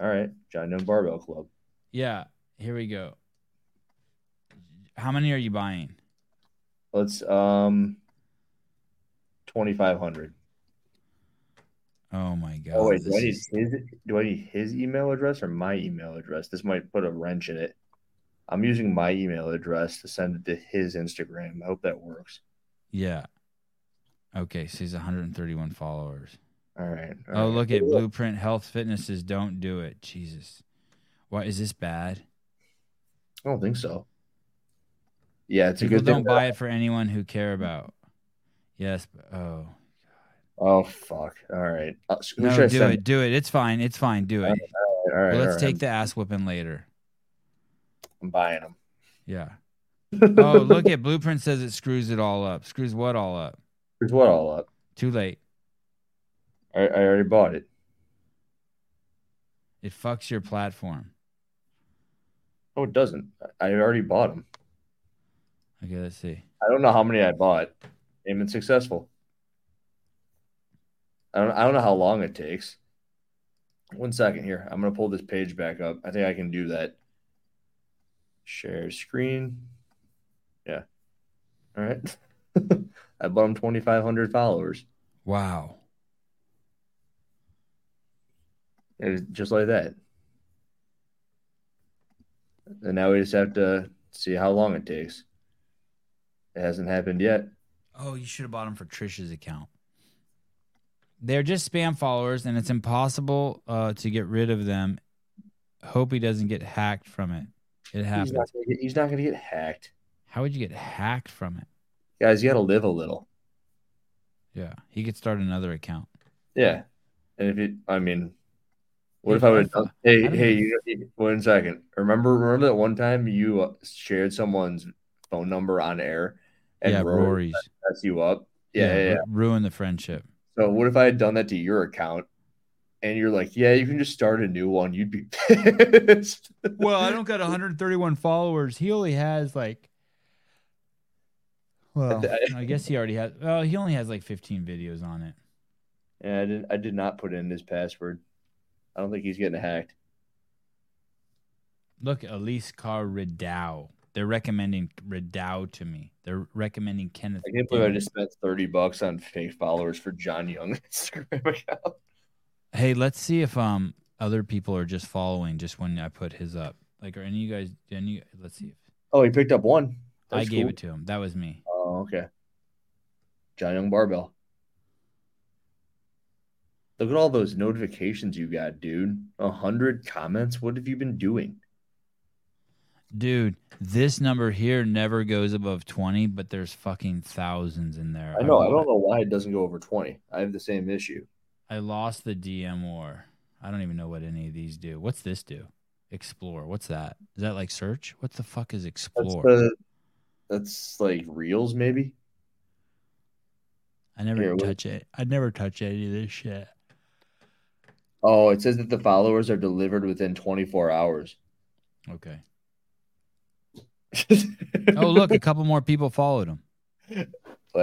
All right. John Young Barbell Club.
Yeah, here we go. How many are you buying?
Let's, um, 2,500.
Oh my god.
Oh, wait. Do
this
I, need
is-
his, do I need his email address or my email address? This might put a wrench in it. I'm using my email address to send it to his Instagram. I hope that works.
Yeah. Okay, so he's 131 followers.
All right. all
Oh,
right.
look at Blueprint Health Fitnesses. Don't do it. Jesus. Why is this bad?
I don't think so. Yeah, it's a
People
good thing.
don't
that-
buy it for anyone who care about. Yes. but- Oh.
Oh, fuck. All right. Uh, who
No,
should I
do
send
it. Do it. It's fine. It's fine. Do it.
All All right, all right,
Let's
all right.
take the ass whipping later.
I'm buying them.
Yeah. oh, look at Blueprint says it screws it all up. Screws what all up?
Here's what all up.
Too late.
I, I already bought it.
It fucks your platform.
Oh, it doesn't. I I already bought them.
Okay, let's see.
I don't know how many I bought. They've been successful. I don't. I don't know how long it takes. One second here. I'm gonna pull this page back up. I think I can do that. Share screen. Yeah. All right. I bought them 2,500 followers.
Wow.
It was just like that. And now we just have to see how long it takes. It hasn't happened yet.
Oh, you should have bought them for Trish's account. They're just spam followers, and it's impossible uh, to get rid of them. Hope he doesn't get hacked from it. It
He's not,
happens.
gonna get, he's not gonna get hacked.
How would you get hacked from it?
You guys, you got to live a little.
Yeah, he could start another account.
Yeah. And if you, I mean, what if I would? Hey, hey, you, one second. Remember, remember that one time you uh, shared someone's phone number on air, and
yeah,
Rory
Rory's.
messed you up. Yeah, yeah, yeah.
ru- ruin the friendship.
So what if I had done that to your account, and you're like, yeah, you can just start a new one. You'd be pissed.
Well, I don't got 131 followers. He only has like. Well,
I-
I guess he already has. Well, he only has like 15 videos on it.
And I didn't. I did not put in his password. I don't think he's getting hacked.
Look, Elise Carr Ridow. They're recommending Ridow to me. They're recommending Kenneth.
I can't believe I
Dillon.
just spent thirty bucks on fake followers for John Young Instagram account.
Hey, let's see if um other people are just following just when I put his up. Like, are any of you guys? Any? Let's see. If,
Oh, he picked up one.
I gave it to him. That was me.
Oh, okay. John Young Barbell. Look at all those notifications you got, dude. A hundred comments. What have you been doing?
Dude, this number here never goes above 20, but there's fucking thousands in there.
I know. I don't know why it doesn't go over twenty. I have the same issue.
I lost the DM war. I don't even know what any of these do. What's this do? Explore. What's that? Is that like search? What the fuck is
That's
explore?
the. That's like reels, maybe.
I never
Here, what-
touch it. I never touch any of this shit.
Oh, it says that the followers are delivered within 24 hours.
Okay. Oh, look, a couple more people followed him.
Well,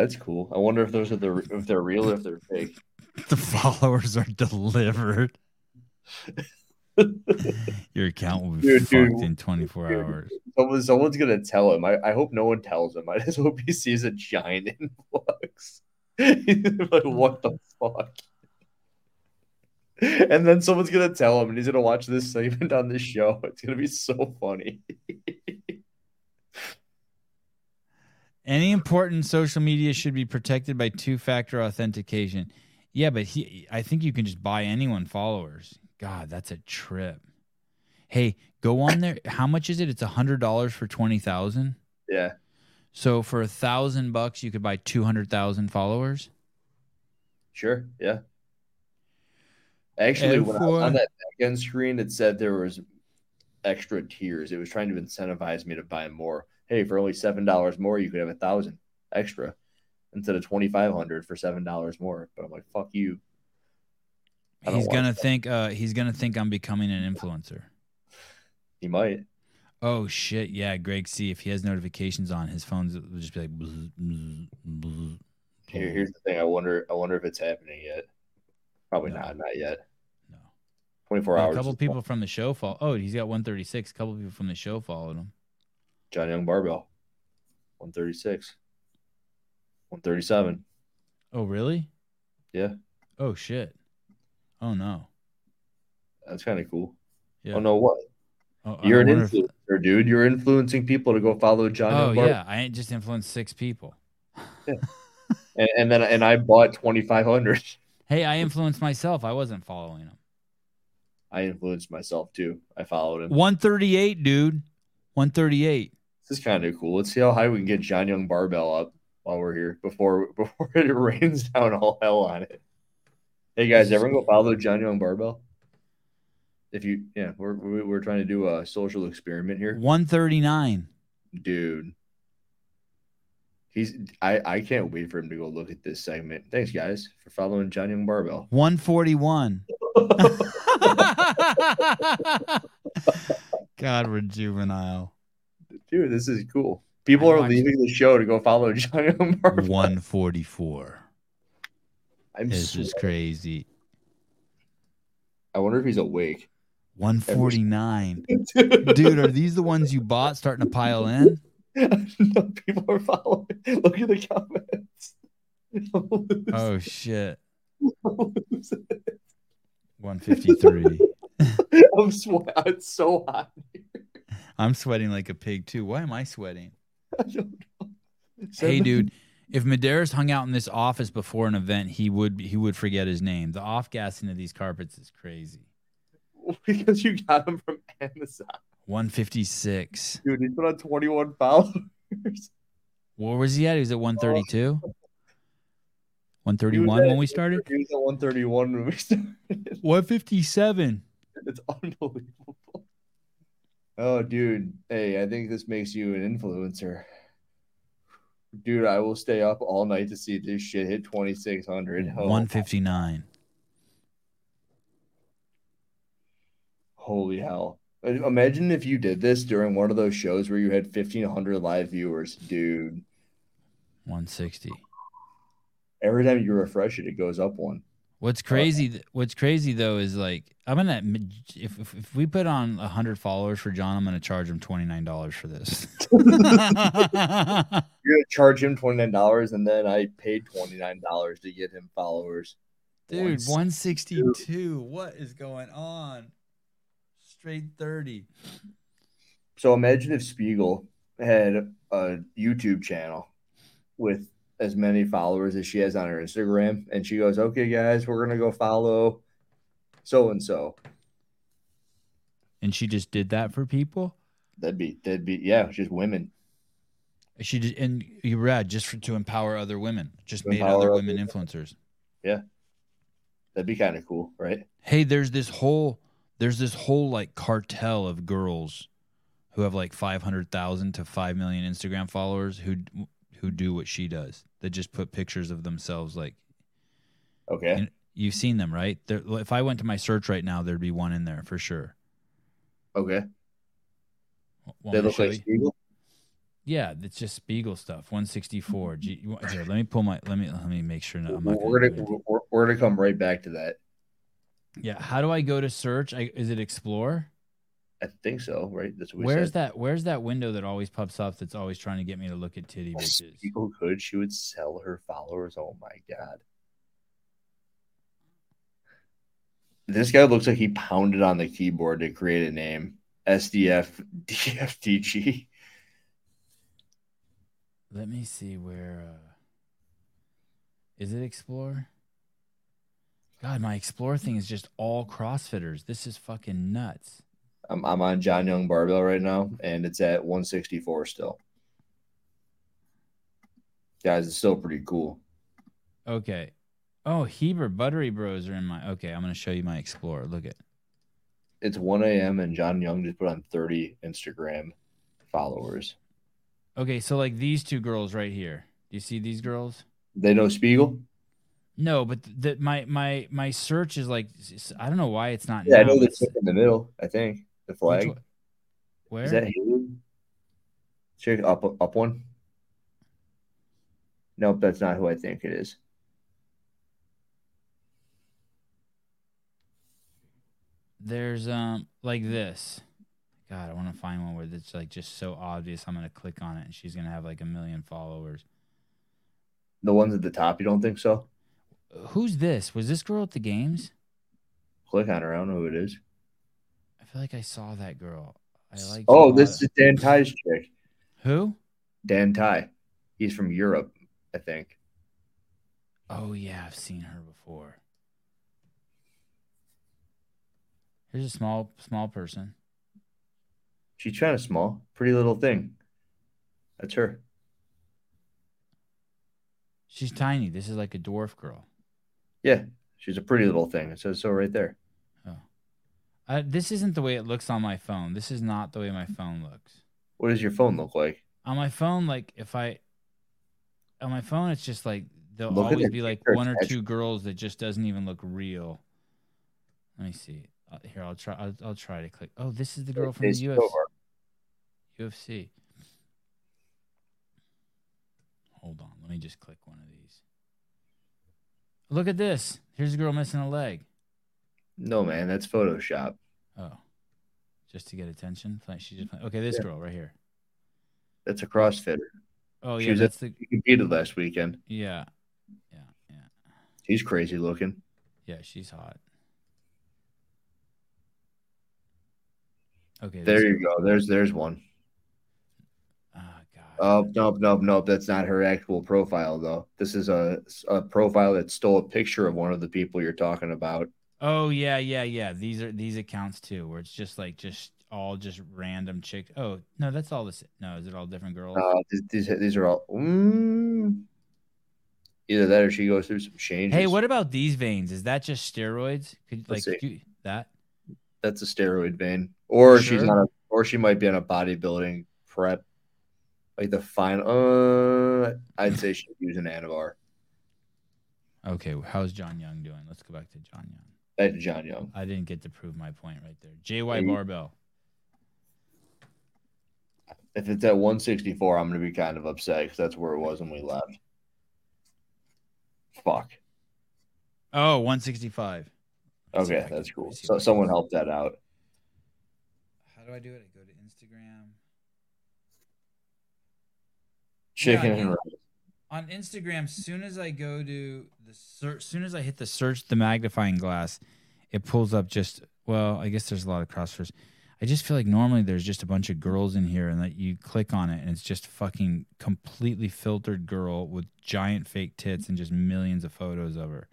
that's cool. I wonder if those are the if they're real or if they're fake.
The followers are delivered. Your account will be
Dude,
fucked
dude,
in 24
dude.
hours.
Someone, someone's gonna tell him. I, I hope no one tells him. I just hope he sees a giant influx. He's like, what the fuck? And then someone's gonna tell him, and he's gonna watch this segment on this show. It's gonna be so funny.
Any important social media should be protected by two-factor authentication. Yeah, but he, I think you can just buy anyone followers. God, that's a trip. Hey, go on there. How much is it? It's a hundred dollars for twenty thousand.
Yeah.
So for a thousand bucks, you could buy two hundred thousand followers.
Sure. Yeah. Actually,
And
when I was on
for-
that back end screen, it said there was extra tiers. It was trying to incentivize me to buy more. Hey, for only seven dollars more, you could have a thousand extra instead of twenty five hundred for seven dollars more. But I'm like, fuck you. I don't
He's
want
gonna think. Uh, he's gonna think I'm becoming an influencer.
You might.
Oh shit! Yeah, Greg C. If he has notifications on, his phones will just be like. bzz, bzz, bzz,
Here,
bzz.
here's the thing. I wonder. I wonder if it's happening yet. Probably
No.
not. Not yet.
No.
Twenty four
Well,
hours.
A couple
is-
people from the show follow. Oh, he's got 136. A couple people from the show followed him.
John Young Barbell. One thirty six. One thirty seven.
Oh, really?
Yeah.
Oh shit. Oh no.
That's kind of cool.
Yeah.
Oh no, what?
Oh, I
You're an
wonder if-
influencer, dude. You're influencing people to go follow John.
Oh
Young Barber.
yeah, I ain't just influenced six people.
And, and then and I bought twenty five hundred.
Hey, I influenced myself. I wasn't following him.
I influenced myself too. I followed him.
138, dude. 138.
This is kind of cool. Let's see how high we can get John Young Barbell up while we're here before before it rains down all hell on it. Hey guys, everyone go follow John Young Barbell. If you yeah, we're we- we're trying to do a social experiment here.
139.
dude. He's I I can't wait for him to go look at this segment. Thanks guys for following John Young Barbell.
141. God, we're juvenile.
Dude, this is cool. People are
watched-
leaving the show to go follow John Young Barbell.
144.
I'm
This
swe-
is crazy.
I wonder if he's awake.
149.
Dude,
Dude, are these the ones you bought starting to pile in?
no, people are following. Look at the comments.
Oh shit. 153.
I'm sweating. It's so hot.
I'm sweating like a pig too. Why am I sweating?
I don't know.
Hey
Send-
dude, if Medeiros hung out in this office before an event, he would he would forget his name. The off gassing of these carpets is crazy.
because you got him from Amazon,
156.
dude. He's put on 21 followers.
Where was he at? He was at 132,
He was
131
at-
when we started,
He was at 131 when we started.
157.
It's unbelievable. Oh, dude. Hey, I think this makes you an influencer. Dude, I will stay up all night to see this shit hit 2,600. Oh,
159.
Holy hell. Imagine if you did this during one of those shows where you had 1,500 live viewers, dude.
160.
Every time you refresh it, it goes up one.
What's crazy? th- what's crazy though is like I'm gonna admit, if if, if we put on hundred followers for John, I'm gonna charge him twenty nine dollars for this.
You're going to charge him $29, and then I paid $29 to get him followers.
Dude, one sixty two. What is going on? Straight thirty.
So imagine if Spiegel had a YouTube channel with as many followers as she has on her Instagram, and she goes, "Okay, guys, we're gonna go follow so and so."
And she just did that for people.
That'd be that'd be yeah, just women.
She did, and you read just for, to empower other women. Just
To
made
empower
other
other
women influencers.
That'd be kind of cool, right?
hey there's this whole there's this whole like cartel of girls who have like 500,000 to 5 million Instagram followers who who do what she does that just put pictures of themselves like
Okay,
And- you've seen them right there, if I went to my search right now there'd be one in there for sure
okay.
Want
They
me to
look
show
like
you?
Spiegel.
yeah it's just Spiegel stuff 164 Gee, you want- here let me pull my let me let me make sure no, I'm not gonna
We're
do
gonna
anything.
we're, we're gonna come right back to that.
yeah how do I go to search I, is it explore
I think so, right? That's what we
Where's
said.
that? Where's that window that always pops up? That's always trying to get me to look at titty
If
bitches.
Spiegel could, she would sell her followers. Oh my god. This guy looks like he pounded on the keyboard to create a name. SDF DFTG.
Let me see where. Uh, is it Explore? God, my Explore thing is just all CrossFitters. This is fucking nuts.
I'm, I'm on John Young Barbell right now, and it's at 164 still. Guys, it's still pretty cool.
Okay. Oh, Heber Buttery Bros are in my. Okay, I'm gonna show you my Explore. Look at.
It's 1 a.m., and John Young just put on 30 Instagram followers.
Okay, so like these two girls right here. Do you see these girls?
They know Spiegel?
No, but th- th- my my my search is like s- I don't know why it's not.
Yeah, I
now,
know
but
the
s-
chick in the middle, I think. The
which
flag.
one- Where?
Is that Haley? Check up up one. Nope, that's not who I think it is.
there's um like this god i want to find one where it's like just so obvious i'm gonna click on it and she's gonna have like a million followers
The ones at the top, you don't think so?
who's this was this girl at the games
Click on her. I don't know who it is.
i feel like i saw that girl i like
Oh,
saw
this
it.
is Dan Ty's chick.
who
Dan Ty. He's from Europe, I think.
oh yeah i've seen her before here's a small small person
She's kind of small. Pretty little thing. That's her.
she's tiny this is like a dwarf girl
Yeah. She's a pretty little thing. It says so right there.
uh, this isn't the way it looks on my phone this is not the way my phone looks
What does your phone look like?
on my phone, like if I on my phone, it's just like there'll
Look at
always
their
be like
pictures,
one or
Ed.
two girls that just doesn't even look real. Let me see. Uh, Here, I'll try. I'll, I'll try to click. Oh, this is the girl from the
Daisy
UFC.
Tovar.
UFC. Hold on. Let me just click one of these. Look at this. Here's a girl missing a leg.
No, man. That's Photoshop.
Oh, just to get attention. Like, She just okay. This
Yeah.
girl right here.
That's a CrossFitter.
Oh
She
yeah,
was at-
that's the
He competed last weekend.
yeah, yeah, yeah.
He's crazy looking.
Yeah, she's hot. Okay.
There
this-
you go. There's there's one.
Ah, God.
Oh nope, nope, nope. That's not her actual profile, though. This is a, a profile that stole a picture of one of the people you're talking about.
oh yeah, yeah, yeah. These are these accounts too, where it's just like just all just random chick? Oh no, that's all this. No, is it all different girls?
Uh, these, these these are all. Mm, either that or she goes through some changes.
hey, what about these veins? Is that just steroids? Could like
Let's
do that?
That's a steroid vein, or
For
she's
sure.
on a, or she might be on a bodybuilding prep. Like the final, uh, I'd say she's using Anavar.
Okay, how's John Young doing? Let's go back to John Young.
That's John Young.
I didn't get to prove my point right there.
Hey.
JY Barbell.
If it's at 164, I'm gonna be kind of upset because that's where it was when we left. Fuck.
Oh, 165. Let's see if
Okay,
I can-
that's cool.
let's see if
So
I can-
someone help that out.
How do I do it? I go to Instagram.
Chicken
Yeah,
and
you-
rice.
on Instagram, soon as I go to the search, soon as I hit the search, the magnifying glass, it pulls up just well. I guess there's a lot of crosswords. I just feel like normally there's just a bunch of girls in here, and that you click on it, and it's just fucking completely filtered girl with giant fake tits and just millions of photos of her,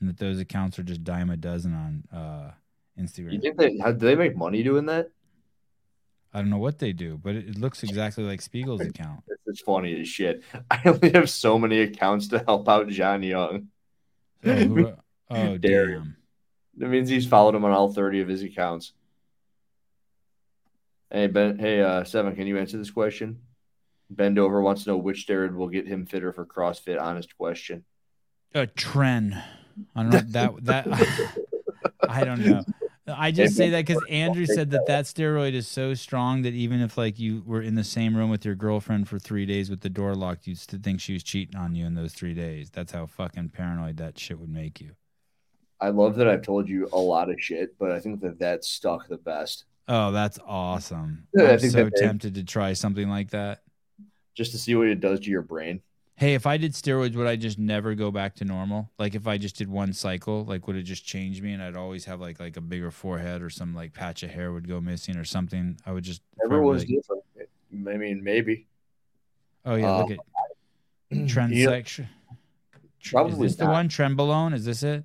and that those accounts are just dime a dozen on uh, Instagram.
You think they how, do they make money doing that?
I don't know what they do, but it, it looks exactly like Spiegel's account.
This is funny as shit. I only have so many accounts to help out John Young.
Oh, who- oh
Dare you.
damn.
That means he's followed him on all 30 of his accounts. Hey, Ben. Hey, uh, Seven, can you answer this question? Bendover wants to know which steroid will get him fitter for CrossFit. Honest question.
a trend. I don't know that that I don't know. I just say that because Andrew said that that steroid is so strong that even if like you were in the same room with your girlfriend for three days with the door locked, you'd still think she was cheating on you in those three days. That's how fucking paranoid that shit would make you.
I love that I've told you a lot of shit, but I think that that stuck the best.
Oh, that's awesome!
Yeah, I
I'm
think
so
that they-
tempted to try something like that.
Just to see what it does to your brain.
Hey, if I did steroids, would I just never go back to normal? Like if I just did one cycle, like would it just change me and I'd always have like like a bigger forehead or some like patch of hair would go missing or something? I would just probably,
Everyone's
like-
different. I mean, maybe.
Oh yeah, look
Uh,
at transection. Is
Probably
this the
not.
one Trembolone? Is this it?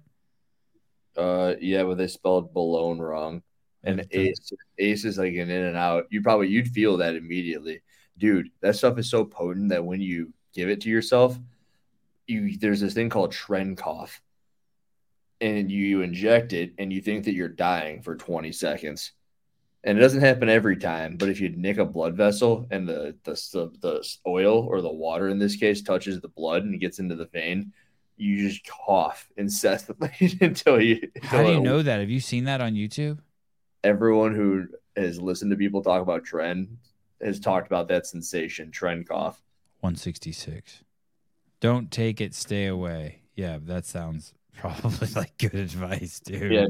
Uh, yeah, but they spelled Balone wrong. And
That's the-
ace, ace is like an in and out. You probably you'd feel that immediately, dude. That stuff is so potent that when you give it to yourself, you there's this thing called trend cough, and you, you inject it and you think that you're dying for 20 seconds, and it doesn't happen every time. But if you nick a blood vessel and the the the, the oil or the water in this case touches the blood and gets into the vein. You just cough incessantly until you.
How
until
do you
it
know that? Have you seen that on YouTube?
everyone who has listened to people talk about trend has talked about that sensation, trend cough.
166. Don't take it, stay away. Yeah, that sounds probably like good advice, dude.
Yeah,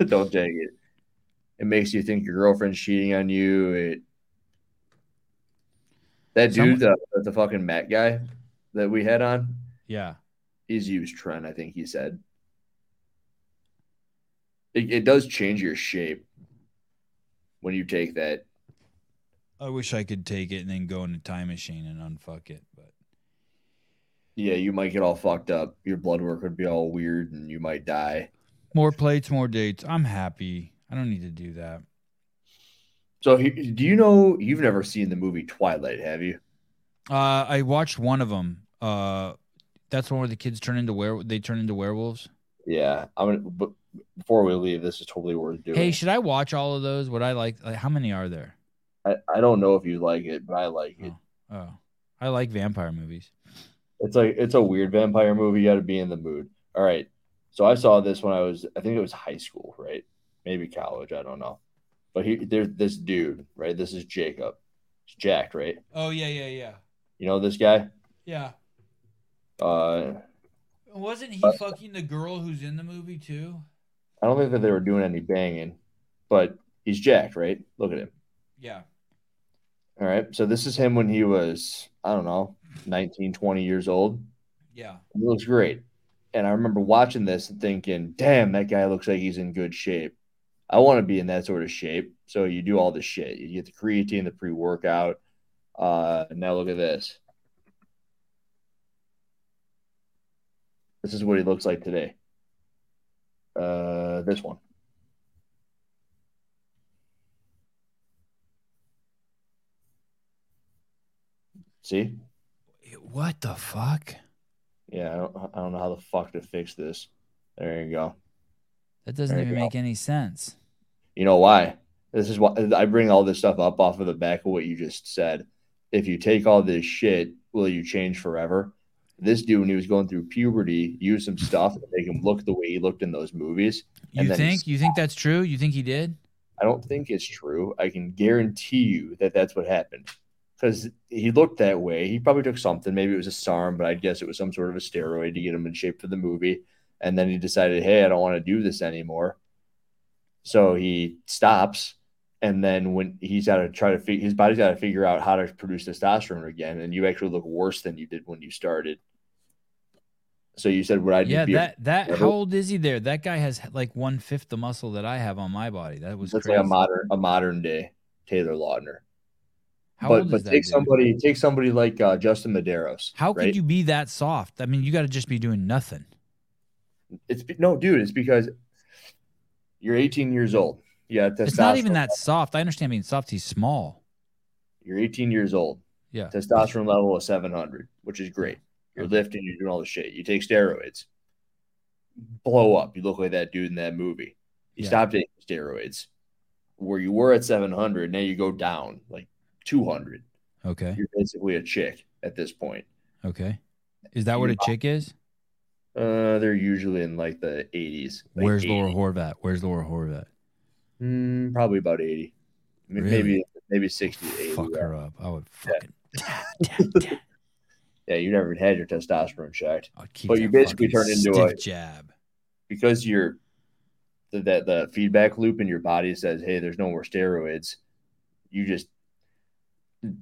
no, don't take it. It makes you think your girlfriend's cheating on you. It that dude, the, the fucking Matt guy that we had on,
Yeah.
he's used trend. I think he said it, it does change your shape when you take that.
I wish I could take it and then go in a time machine and unfuck it, but
Yeah, you might get all fucked up. Your blood work would be all weird, and you might die.
more plates, more dates. I'm happy. I don't need to do that.
So, he- do you know you've never seen the movie Twilight, have you?
Uh, I watched one of them. Uh, that's the one where the kids turn into were they turn into werewolves.
Yeah, I'm gonna. But before we leave, this is totally worth doing.
Hey, should I watch all of those? Would I like, like how many are there?
I, I don't know if you like it, but I like it.
Oh, oh. I like vampire movies.
It's like it's a weird vampire movie. You got to be in the mood. All right. So I saw this when I was, I think it was high school, right? Maybe college. I don't know. But he, there's this dude, right? This is Jacob. It's jacked, right?
Oh yeah, yeah, yeah,
You know this guy?
yeah.
Uh,
Wasn't he
Uh,
fucking the girl who's in the movie too?
I don't think that they were doing any banging, but he's jacked, right? Look at him.
Yeah.
All right. So this is him when he was, I don't know, 19, 20 years old.
Yeah.
He looks great. And I remember watching this and thinking, damn, that guy looks like he's in good shape. I want to be in that sort of shape. So you do all this shit. You get the creatine, the pre workout. Uh, now look at this. This is what he looks like today. Uh, this one. See?
What the fuck?
Yeah, I don't, I don't know how the fuck to fix this. There you go.
That doesn't
There you
even
go.
make any sense.
You know why? This is why I bring all this stuff up off of the back of what you just said. If you take all this shit, will you change forever? This dude, when he was going through puberty, used some stuff to make him look the way he looked in those movies.
You
And then
think? You think that's true? You think he did?
I don't think it's true. I can guarantee you that that's what happened because he looked that way. He probably took something. Maybe it was a SARM, but I guess it was some sort of a steroid to get him in shape for the movie. And then he decided, hey, I don't want to do this anymore. So he stops. And then when he's got to try to figure his body's got to figure out how to produce testosterone again, and you actually look worse than you did when you started. So you said, "Would I
yeah,
be
that that
forever?
how old is he there? That guy has like one fifth the muscle that I have on my body. That was
that's
crazy.
like a modern a modern day Taylor Lautner?"
how
but
old
but
is that?
take
dude?
somebody take somebody like uh, Justin Medeiros.
how
right?
could you be that soft? I mean, you got to just be doing nothing.
It's be- no, dude. It's because you're 18 years old. Yeah, testosterone.
It's not even that soft. I understand being soft. He's small.
You're 18 years old.
Yeah.
Testosterone level is 700, which is great. You're
Okay.
lifting. You're doing all the shit. You take steroids. Blow up. You look like that dude in that movie. You
Yeah.
stop taking steroids. Where you were at 700, now you go down like 200.
Okay.
You're basically a chick at this point.
Okay. Is that what a chick is?
Uh, they're usually in like the 80s. like
Where's
80.
Laura Horvat? Where's Laura Horvat?
Mm, probably about 80. M-
Really?
Maybe maybe 60 to 80.
Fuck
yeah.
her up. I would fucking. Damn, damn.
Yeah, you never had your testosterone checked.
I'd keep
But you
that
basically
fucking
turn into a-
stiff jab.
Because you're the, that the feedback loop in your body says, "Hey, there's no more steroids." You just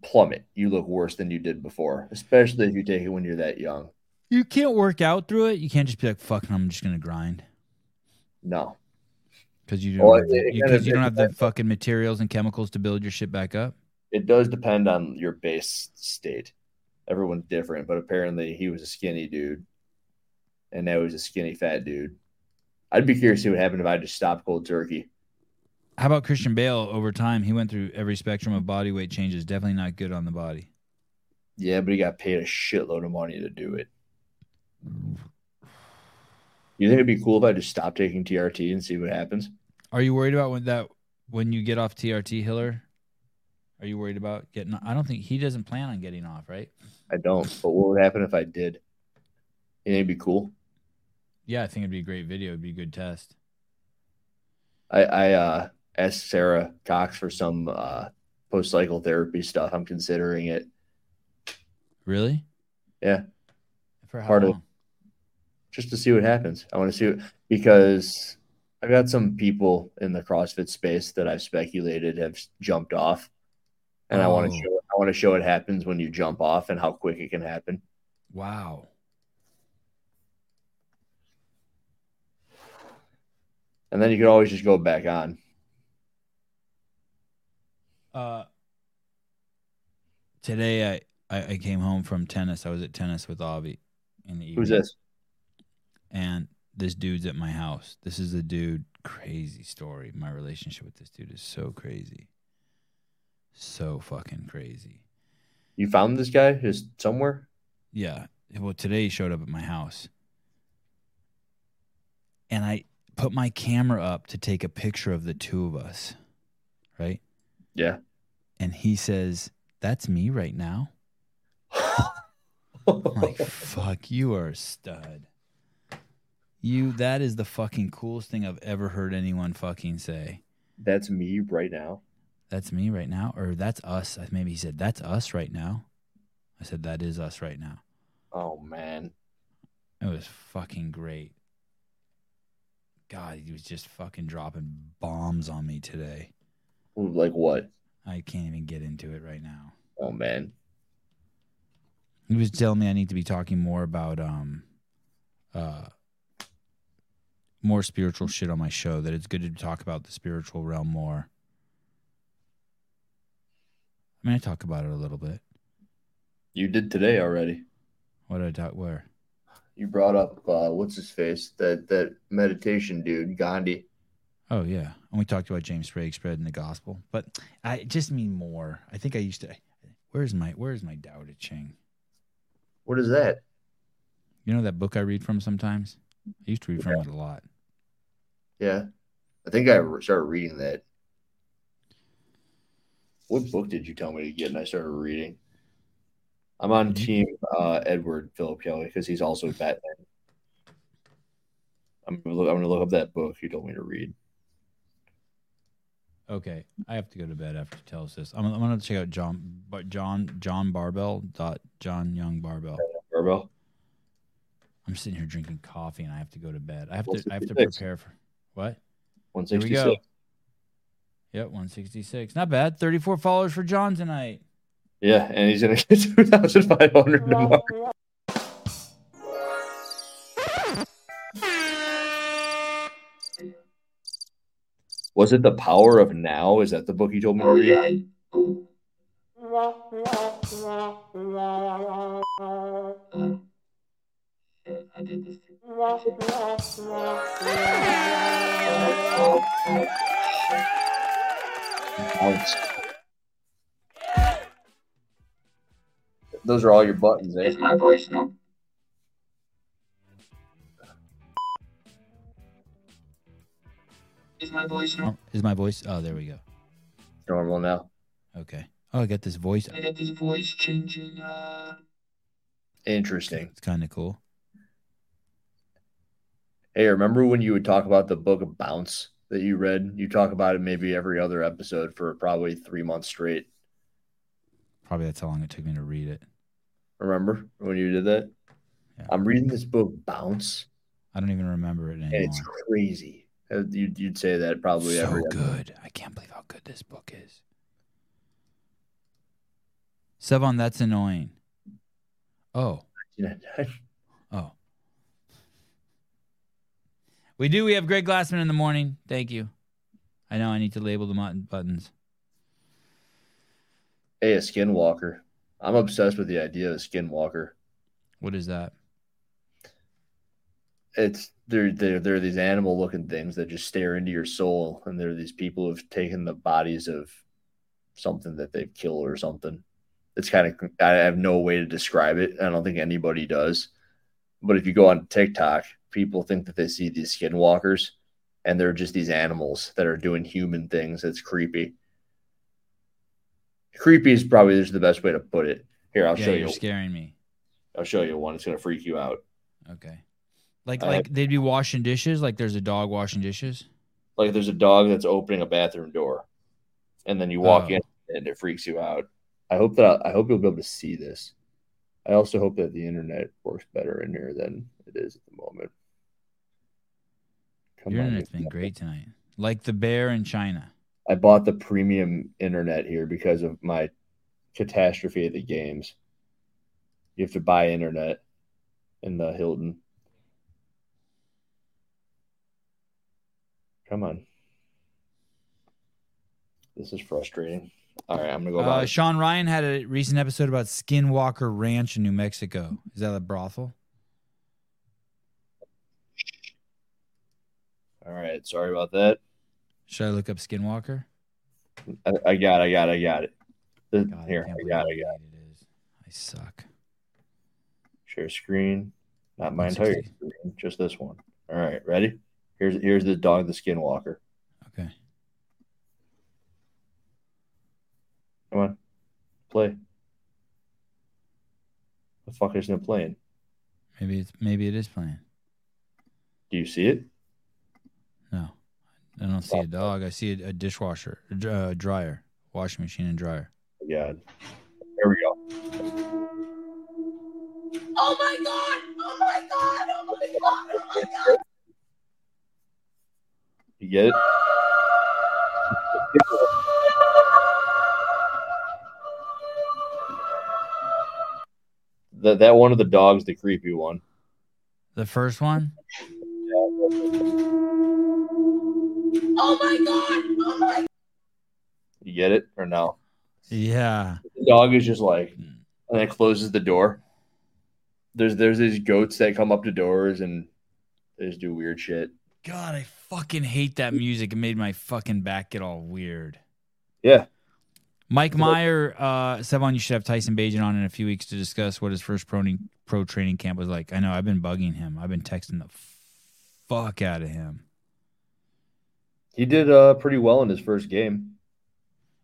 plummet. You look worse than you did before, especially if you take it when you're that young.
You can't work out through it. You can't just be like, "Fucking, I'm just gonna grind."
No.
Because you
Well,
don't, have
it-
the-
it
you,
kind
'cause
of-
you don't
it
have the fucking materials and chemicals to build your shit back up.
It does depend on your base state. Everyone's different, but apparently he was a skinny dude and now he's a skinny fat dude. I'd be curious to see what happened if I just stopped cold turkey.
How about Christian Bale over time? He went through every spectrum of body weight changes. Definitely not good on the body.
Yeah, but he got paid a shitload of money to do it. You think it'd be cool if I just stopped taking TRT and see what happens?
Are you worried about when that when you get off TRT Hiller? Are you worried about getting? I don't think he doesn't plan on getting off, right?
I don't. But what would happen if I did? You think it'd be cool?
Yeah, I think it'd be a great video. It'd be a good test.
I, I uh, asked Sarah Cox for some uh, post cycle therapy stuff. I'm considering it.
Really?
Yeah.
For how
Part of-
long?
just to see what happens. I want to see what, because I got some people in the CrossFit space that I've speculated have jumped off, and I want
Oh.
to show I want to show what happens when you jump off and how quick it can happen.
Wow.
And then you can always just go back on.
Uh, today I, I I came home from tennis. I was at tennis with Avi in the evening.
Who's this?
and this dude's at my house. This is a dude. Crazy story. My relationship with this dude is so crazy. So fucking crazy.
You found this guy just somewhere?
Yeah. Well, today he showed up at my house. And I put my camera up to take a picture of the two of us. Right?
Yeah.
And he says, That's me right now. I'm like, fuck, you are a stud. You, that is the fucking coolest thing I've ever heard anyone fucking say.
That's me right now.
That's me right now, or that's us. I- Maybe he said, that's us right now. I said, that is us right now.
Oh man,
It was fucking great. God, he was just fucking dropping bombs on me today.
like what?
I can't even get into it right now.
Oh man,
He was telling me I need to be talking more about um uh more spiritual shit on my show that it's good to talk about the spiritual realm more. I mean, I talk about it a little bit.
you did today already.
What did I talk where?
You brought up uh, what's his face that that meditation dude Gandhi.
Oh yeah, and we talked about James Sprague spreading the gospel, but I just mean more. I think I used to. Where's my Where's my Tao Te Ching?
What is that?
You know that book I read from sometimes. I used to read from it a lot.
Yeah, I think I re- started reading that. What book did you tell me to get? And I started reading. I'm on team uh, Edward Philip Kelly because he's also Batman. I'm gonna, look, I'm gonna look up that book you told me to read.
Okay, I have to go to bed after you tell us this. I'm, I'm gonna check out John, but John John Barbell dot John Young Barbell.
Barbell.
I'm sitting here drinking coffee and I have to go to bed. I have to I have to
166.
prepare for what?
One
Here we
sixty
go.
six.
Yep, 166. Not bad. 34 followers for John tonight.
Yeah, and he's gonna get two thousand five hundred tomorrow. Was it the power of now? Is that the book you told me to read? Ouch. Those are all your buttons. Eh? my voice now.
Is my voice
Oh, is my voice? Oh, there we go.
Normal now.
Okay. Oh, I got this voice.
I got this voice changing. Uh,
Interesting.
It's kind of cool.
Hey, remember when you would talk about the book of Bounce that you read? You talk about it maybe every other episode for probably three months straight.
Probably that's how long it took me to read it.
Remember when you did that?
Yeah.
I'm reading this book, Bounce,
I don't even remember it
and it's
anymore.
crazy. Uh, You'd, you'd say that probably
so
every episode.
good. I can't believe how good this book is. Sevon, that's annoying. Oh, oh. We do. We have Greg Glassman in the morning. Thank you. I know I need to label the mutton buttons.
hey, a skinwalker. I'm obsessed with the idea of a skinwalker.
What is that?
It's they're, they're, they're these animal looking things that just stare into your soul, and they're these people who've taken the bodies of something that they've killed or something. It's kind of, I have no way to describe it. I don't think anybody does. But if you go on TikTok, people think that they see these skinwalkers, and they're just these animals that are doing human things. It's creepy. Creepy is probably just the best way to put it. Here, I'll
yeah,
show
you're
you.
scaring me.
I'll show you one. It's gonna freak you out.
Okay. Like
Uh,
like they'd be washing dishes, like there's a dog washing dishes.
Like there's a dog that's opening a bathroom door, and then you walk
Oh.
in and it freaks you out. I hope that I hope you'll be able to see this. I also hope that the internet works better in here than it is at the moment. Come
Your
on,
internet's been great tonight. Like the bear in China.
I bought the premium internet here because of my catastrophe at the games. You have to buy internet in the Hilton. Come on. This is frustrating. All right, I'm gonna go buy
Uh, Sean Ryan had a recent episode about Skinwalker Ranch in New Mexico. Is that a brothel?
All right, sorry about that.
Should I look up Skinwalker?
I, I got, it, I got, it, I got it. The-
God,
here,
I can't
I
believe
got,
how
it, I got. it.
late it is. I suck.
Share screen. Not my
That's
entire
okay.
screen, just this one. All right, ready? Here's here's the dog, the skinwalker.
Okay.
Come on, play. The fuck isn't it playing?
Maybe it's maybe it is playing.
Do you see it?
No. I don't see a dog. I see a, a dishwasher, a dr- uh, dryer, washing machine and dryer.
Oh, God. There we go.
oh my god! Oh my god! Oh my god! Oh my god!
You get it? That that one of the dogs, the creepy one.
The first one?
Oh my god! Oh my
You get it or no?
Yeah.
The dog is just like, and it closes the door. There's there's these goats that come up to doors and they just do weird shit.
God, I fucking hate that music. It made my fucking back get all weird.
Yeah.
Mike Meyer, uh, Sevon, you should have Tyson Bajan on in a few weeks to discuss what his first pro, pro training camp was like. I know I've been bugging him. I've been texting the fuck out of him.
He did uh, pretty well in his first game.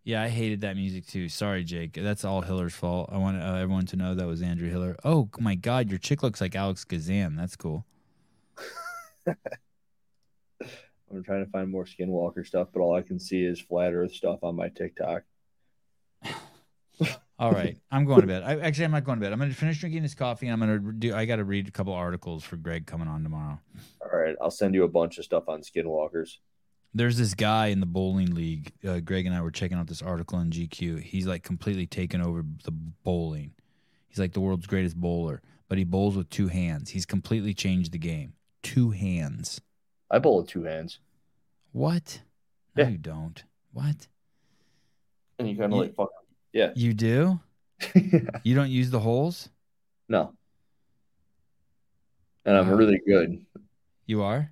Yeah, I hated that music too. Sorry, Jake. That's all Hiller's fault. I want uh, everyone to know that was Andrew Hiller. Oh my God, your chick looks like Alex Kazan. That's cool.
I'm trying to find more Skinwalker stuff, but all I can see is flat Earth stuff on my TikTok.
All right, I'm going to bed. I, actually, I'm not going to bed. I'm going to finish drinking this coffee, and I'm going to do. I got to read a couple articles for Greg coming on tomorrow.
All right, I'll send you a bunch of stuff on Skinwalkers.
There's this guy in the bowling league. Uh, Greg and I were checking out this article in GQ. He's like completely taken over the bowling. He's like the world's greatest bowler, but he bowls with two hands. He's completely changed the game. Two hands.
I bowl with two hands,
What? No,
Yeah.
you don't. What?
and you kind of
You-
like fuck. Yeah,
You do? You don't use the holes?
no. And I'm
Wow.
really good.
You are?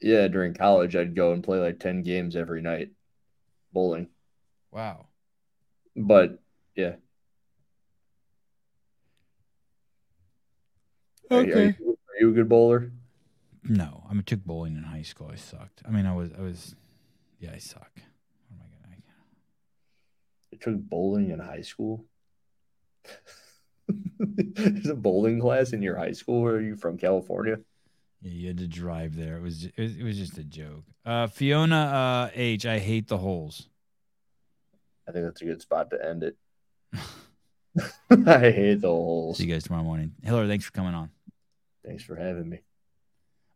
Yeah, during college, I'd go and play like ten games every night, bowling.
Wow.
But yeah. Are you- Are,
Okay.
you, are you a good bowler?
No, I mean, took bowling in high school. I sucked. I mean, I was, I was, yeah, I suck. What am I gonna? I-
I took bowling in high school. There's a bowling class in your high school. Where are you from? California?
Yeah, you had to drive there. It was, it was, it was just a joke. Uh, Fiona uh, H, I hate the holes.
I think that's a good spot to end it. I hate the holes.
See you guys tomorrow morning. Hiller, thanks for coming on.
Thanks for having me.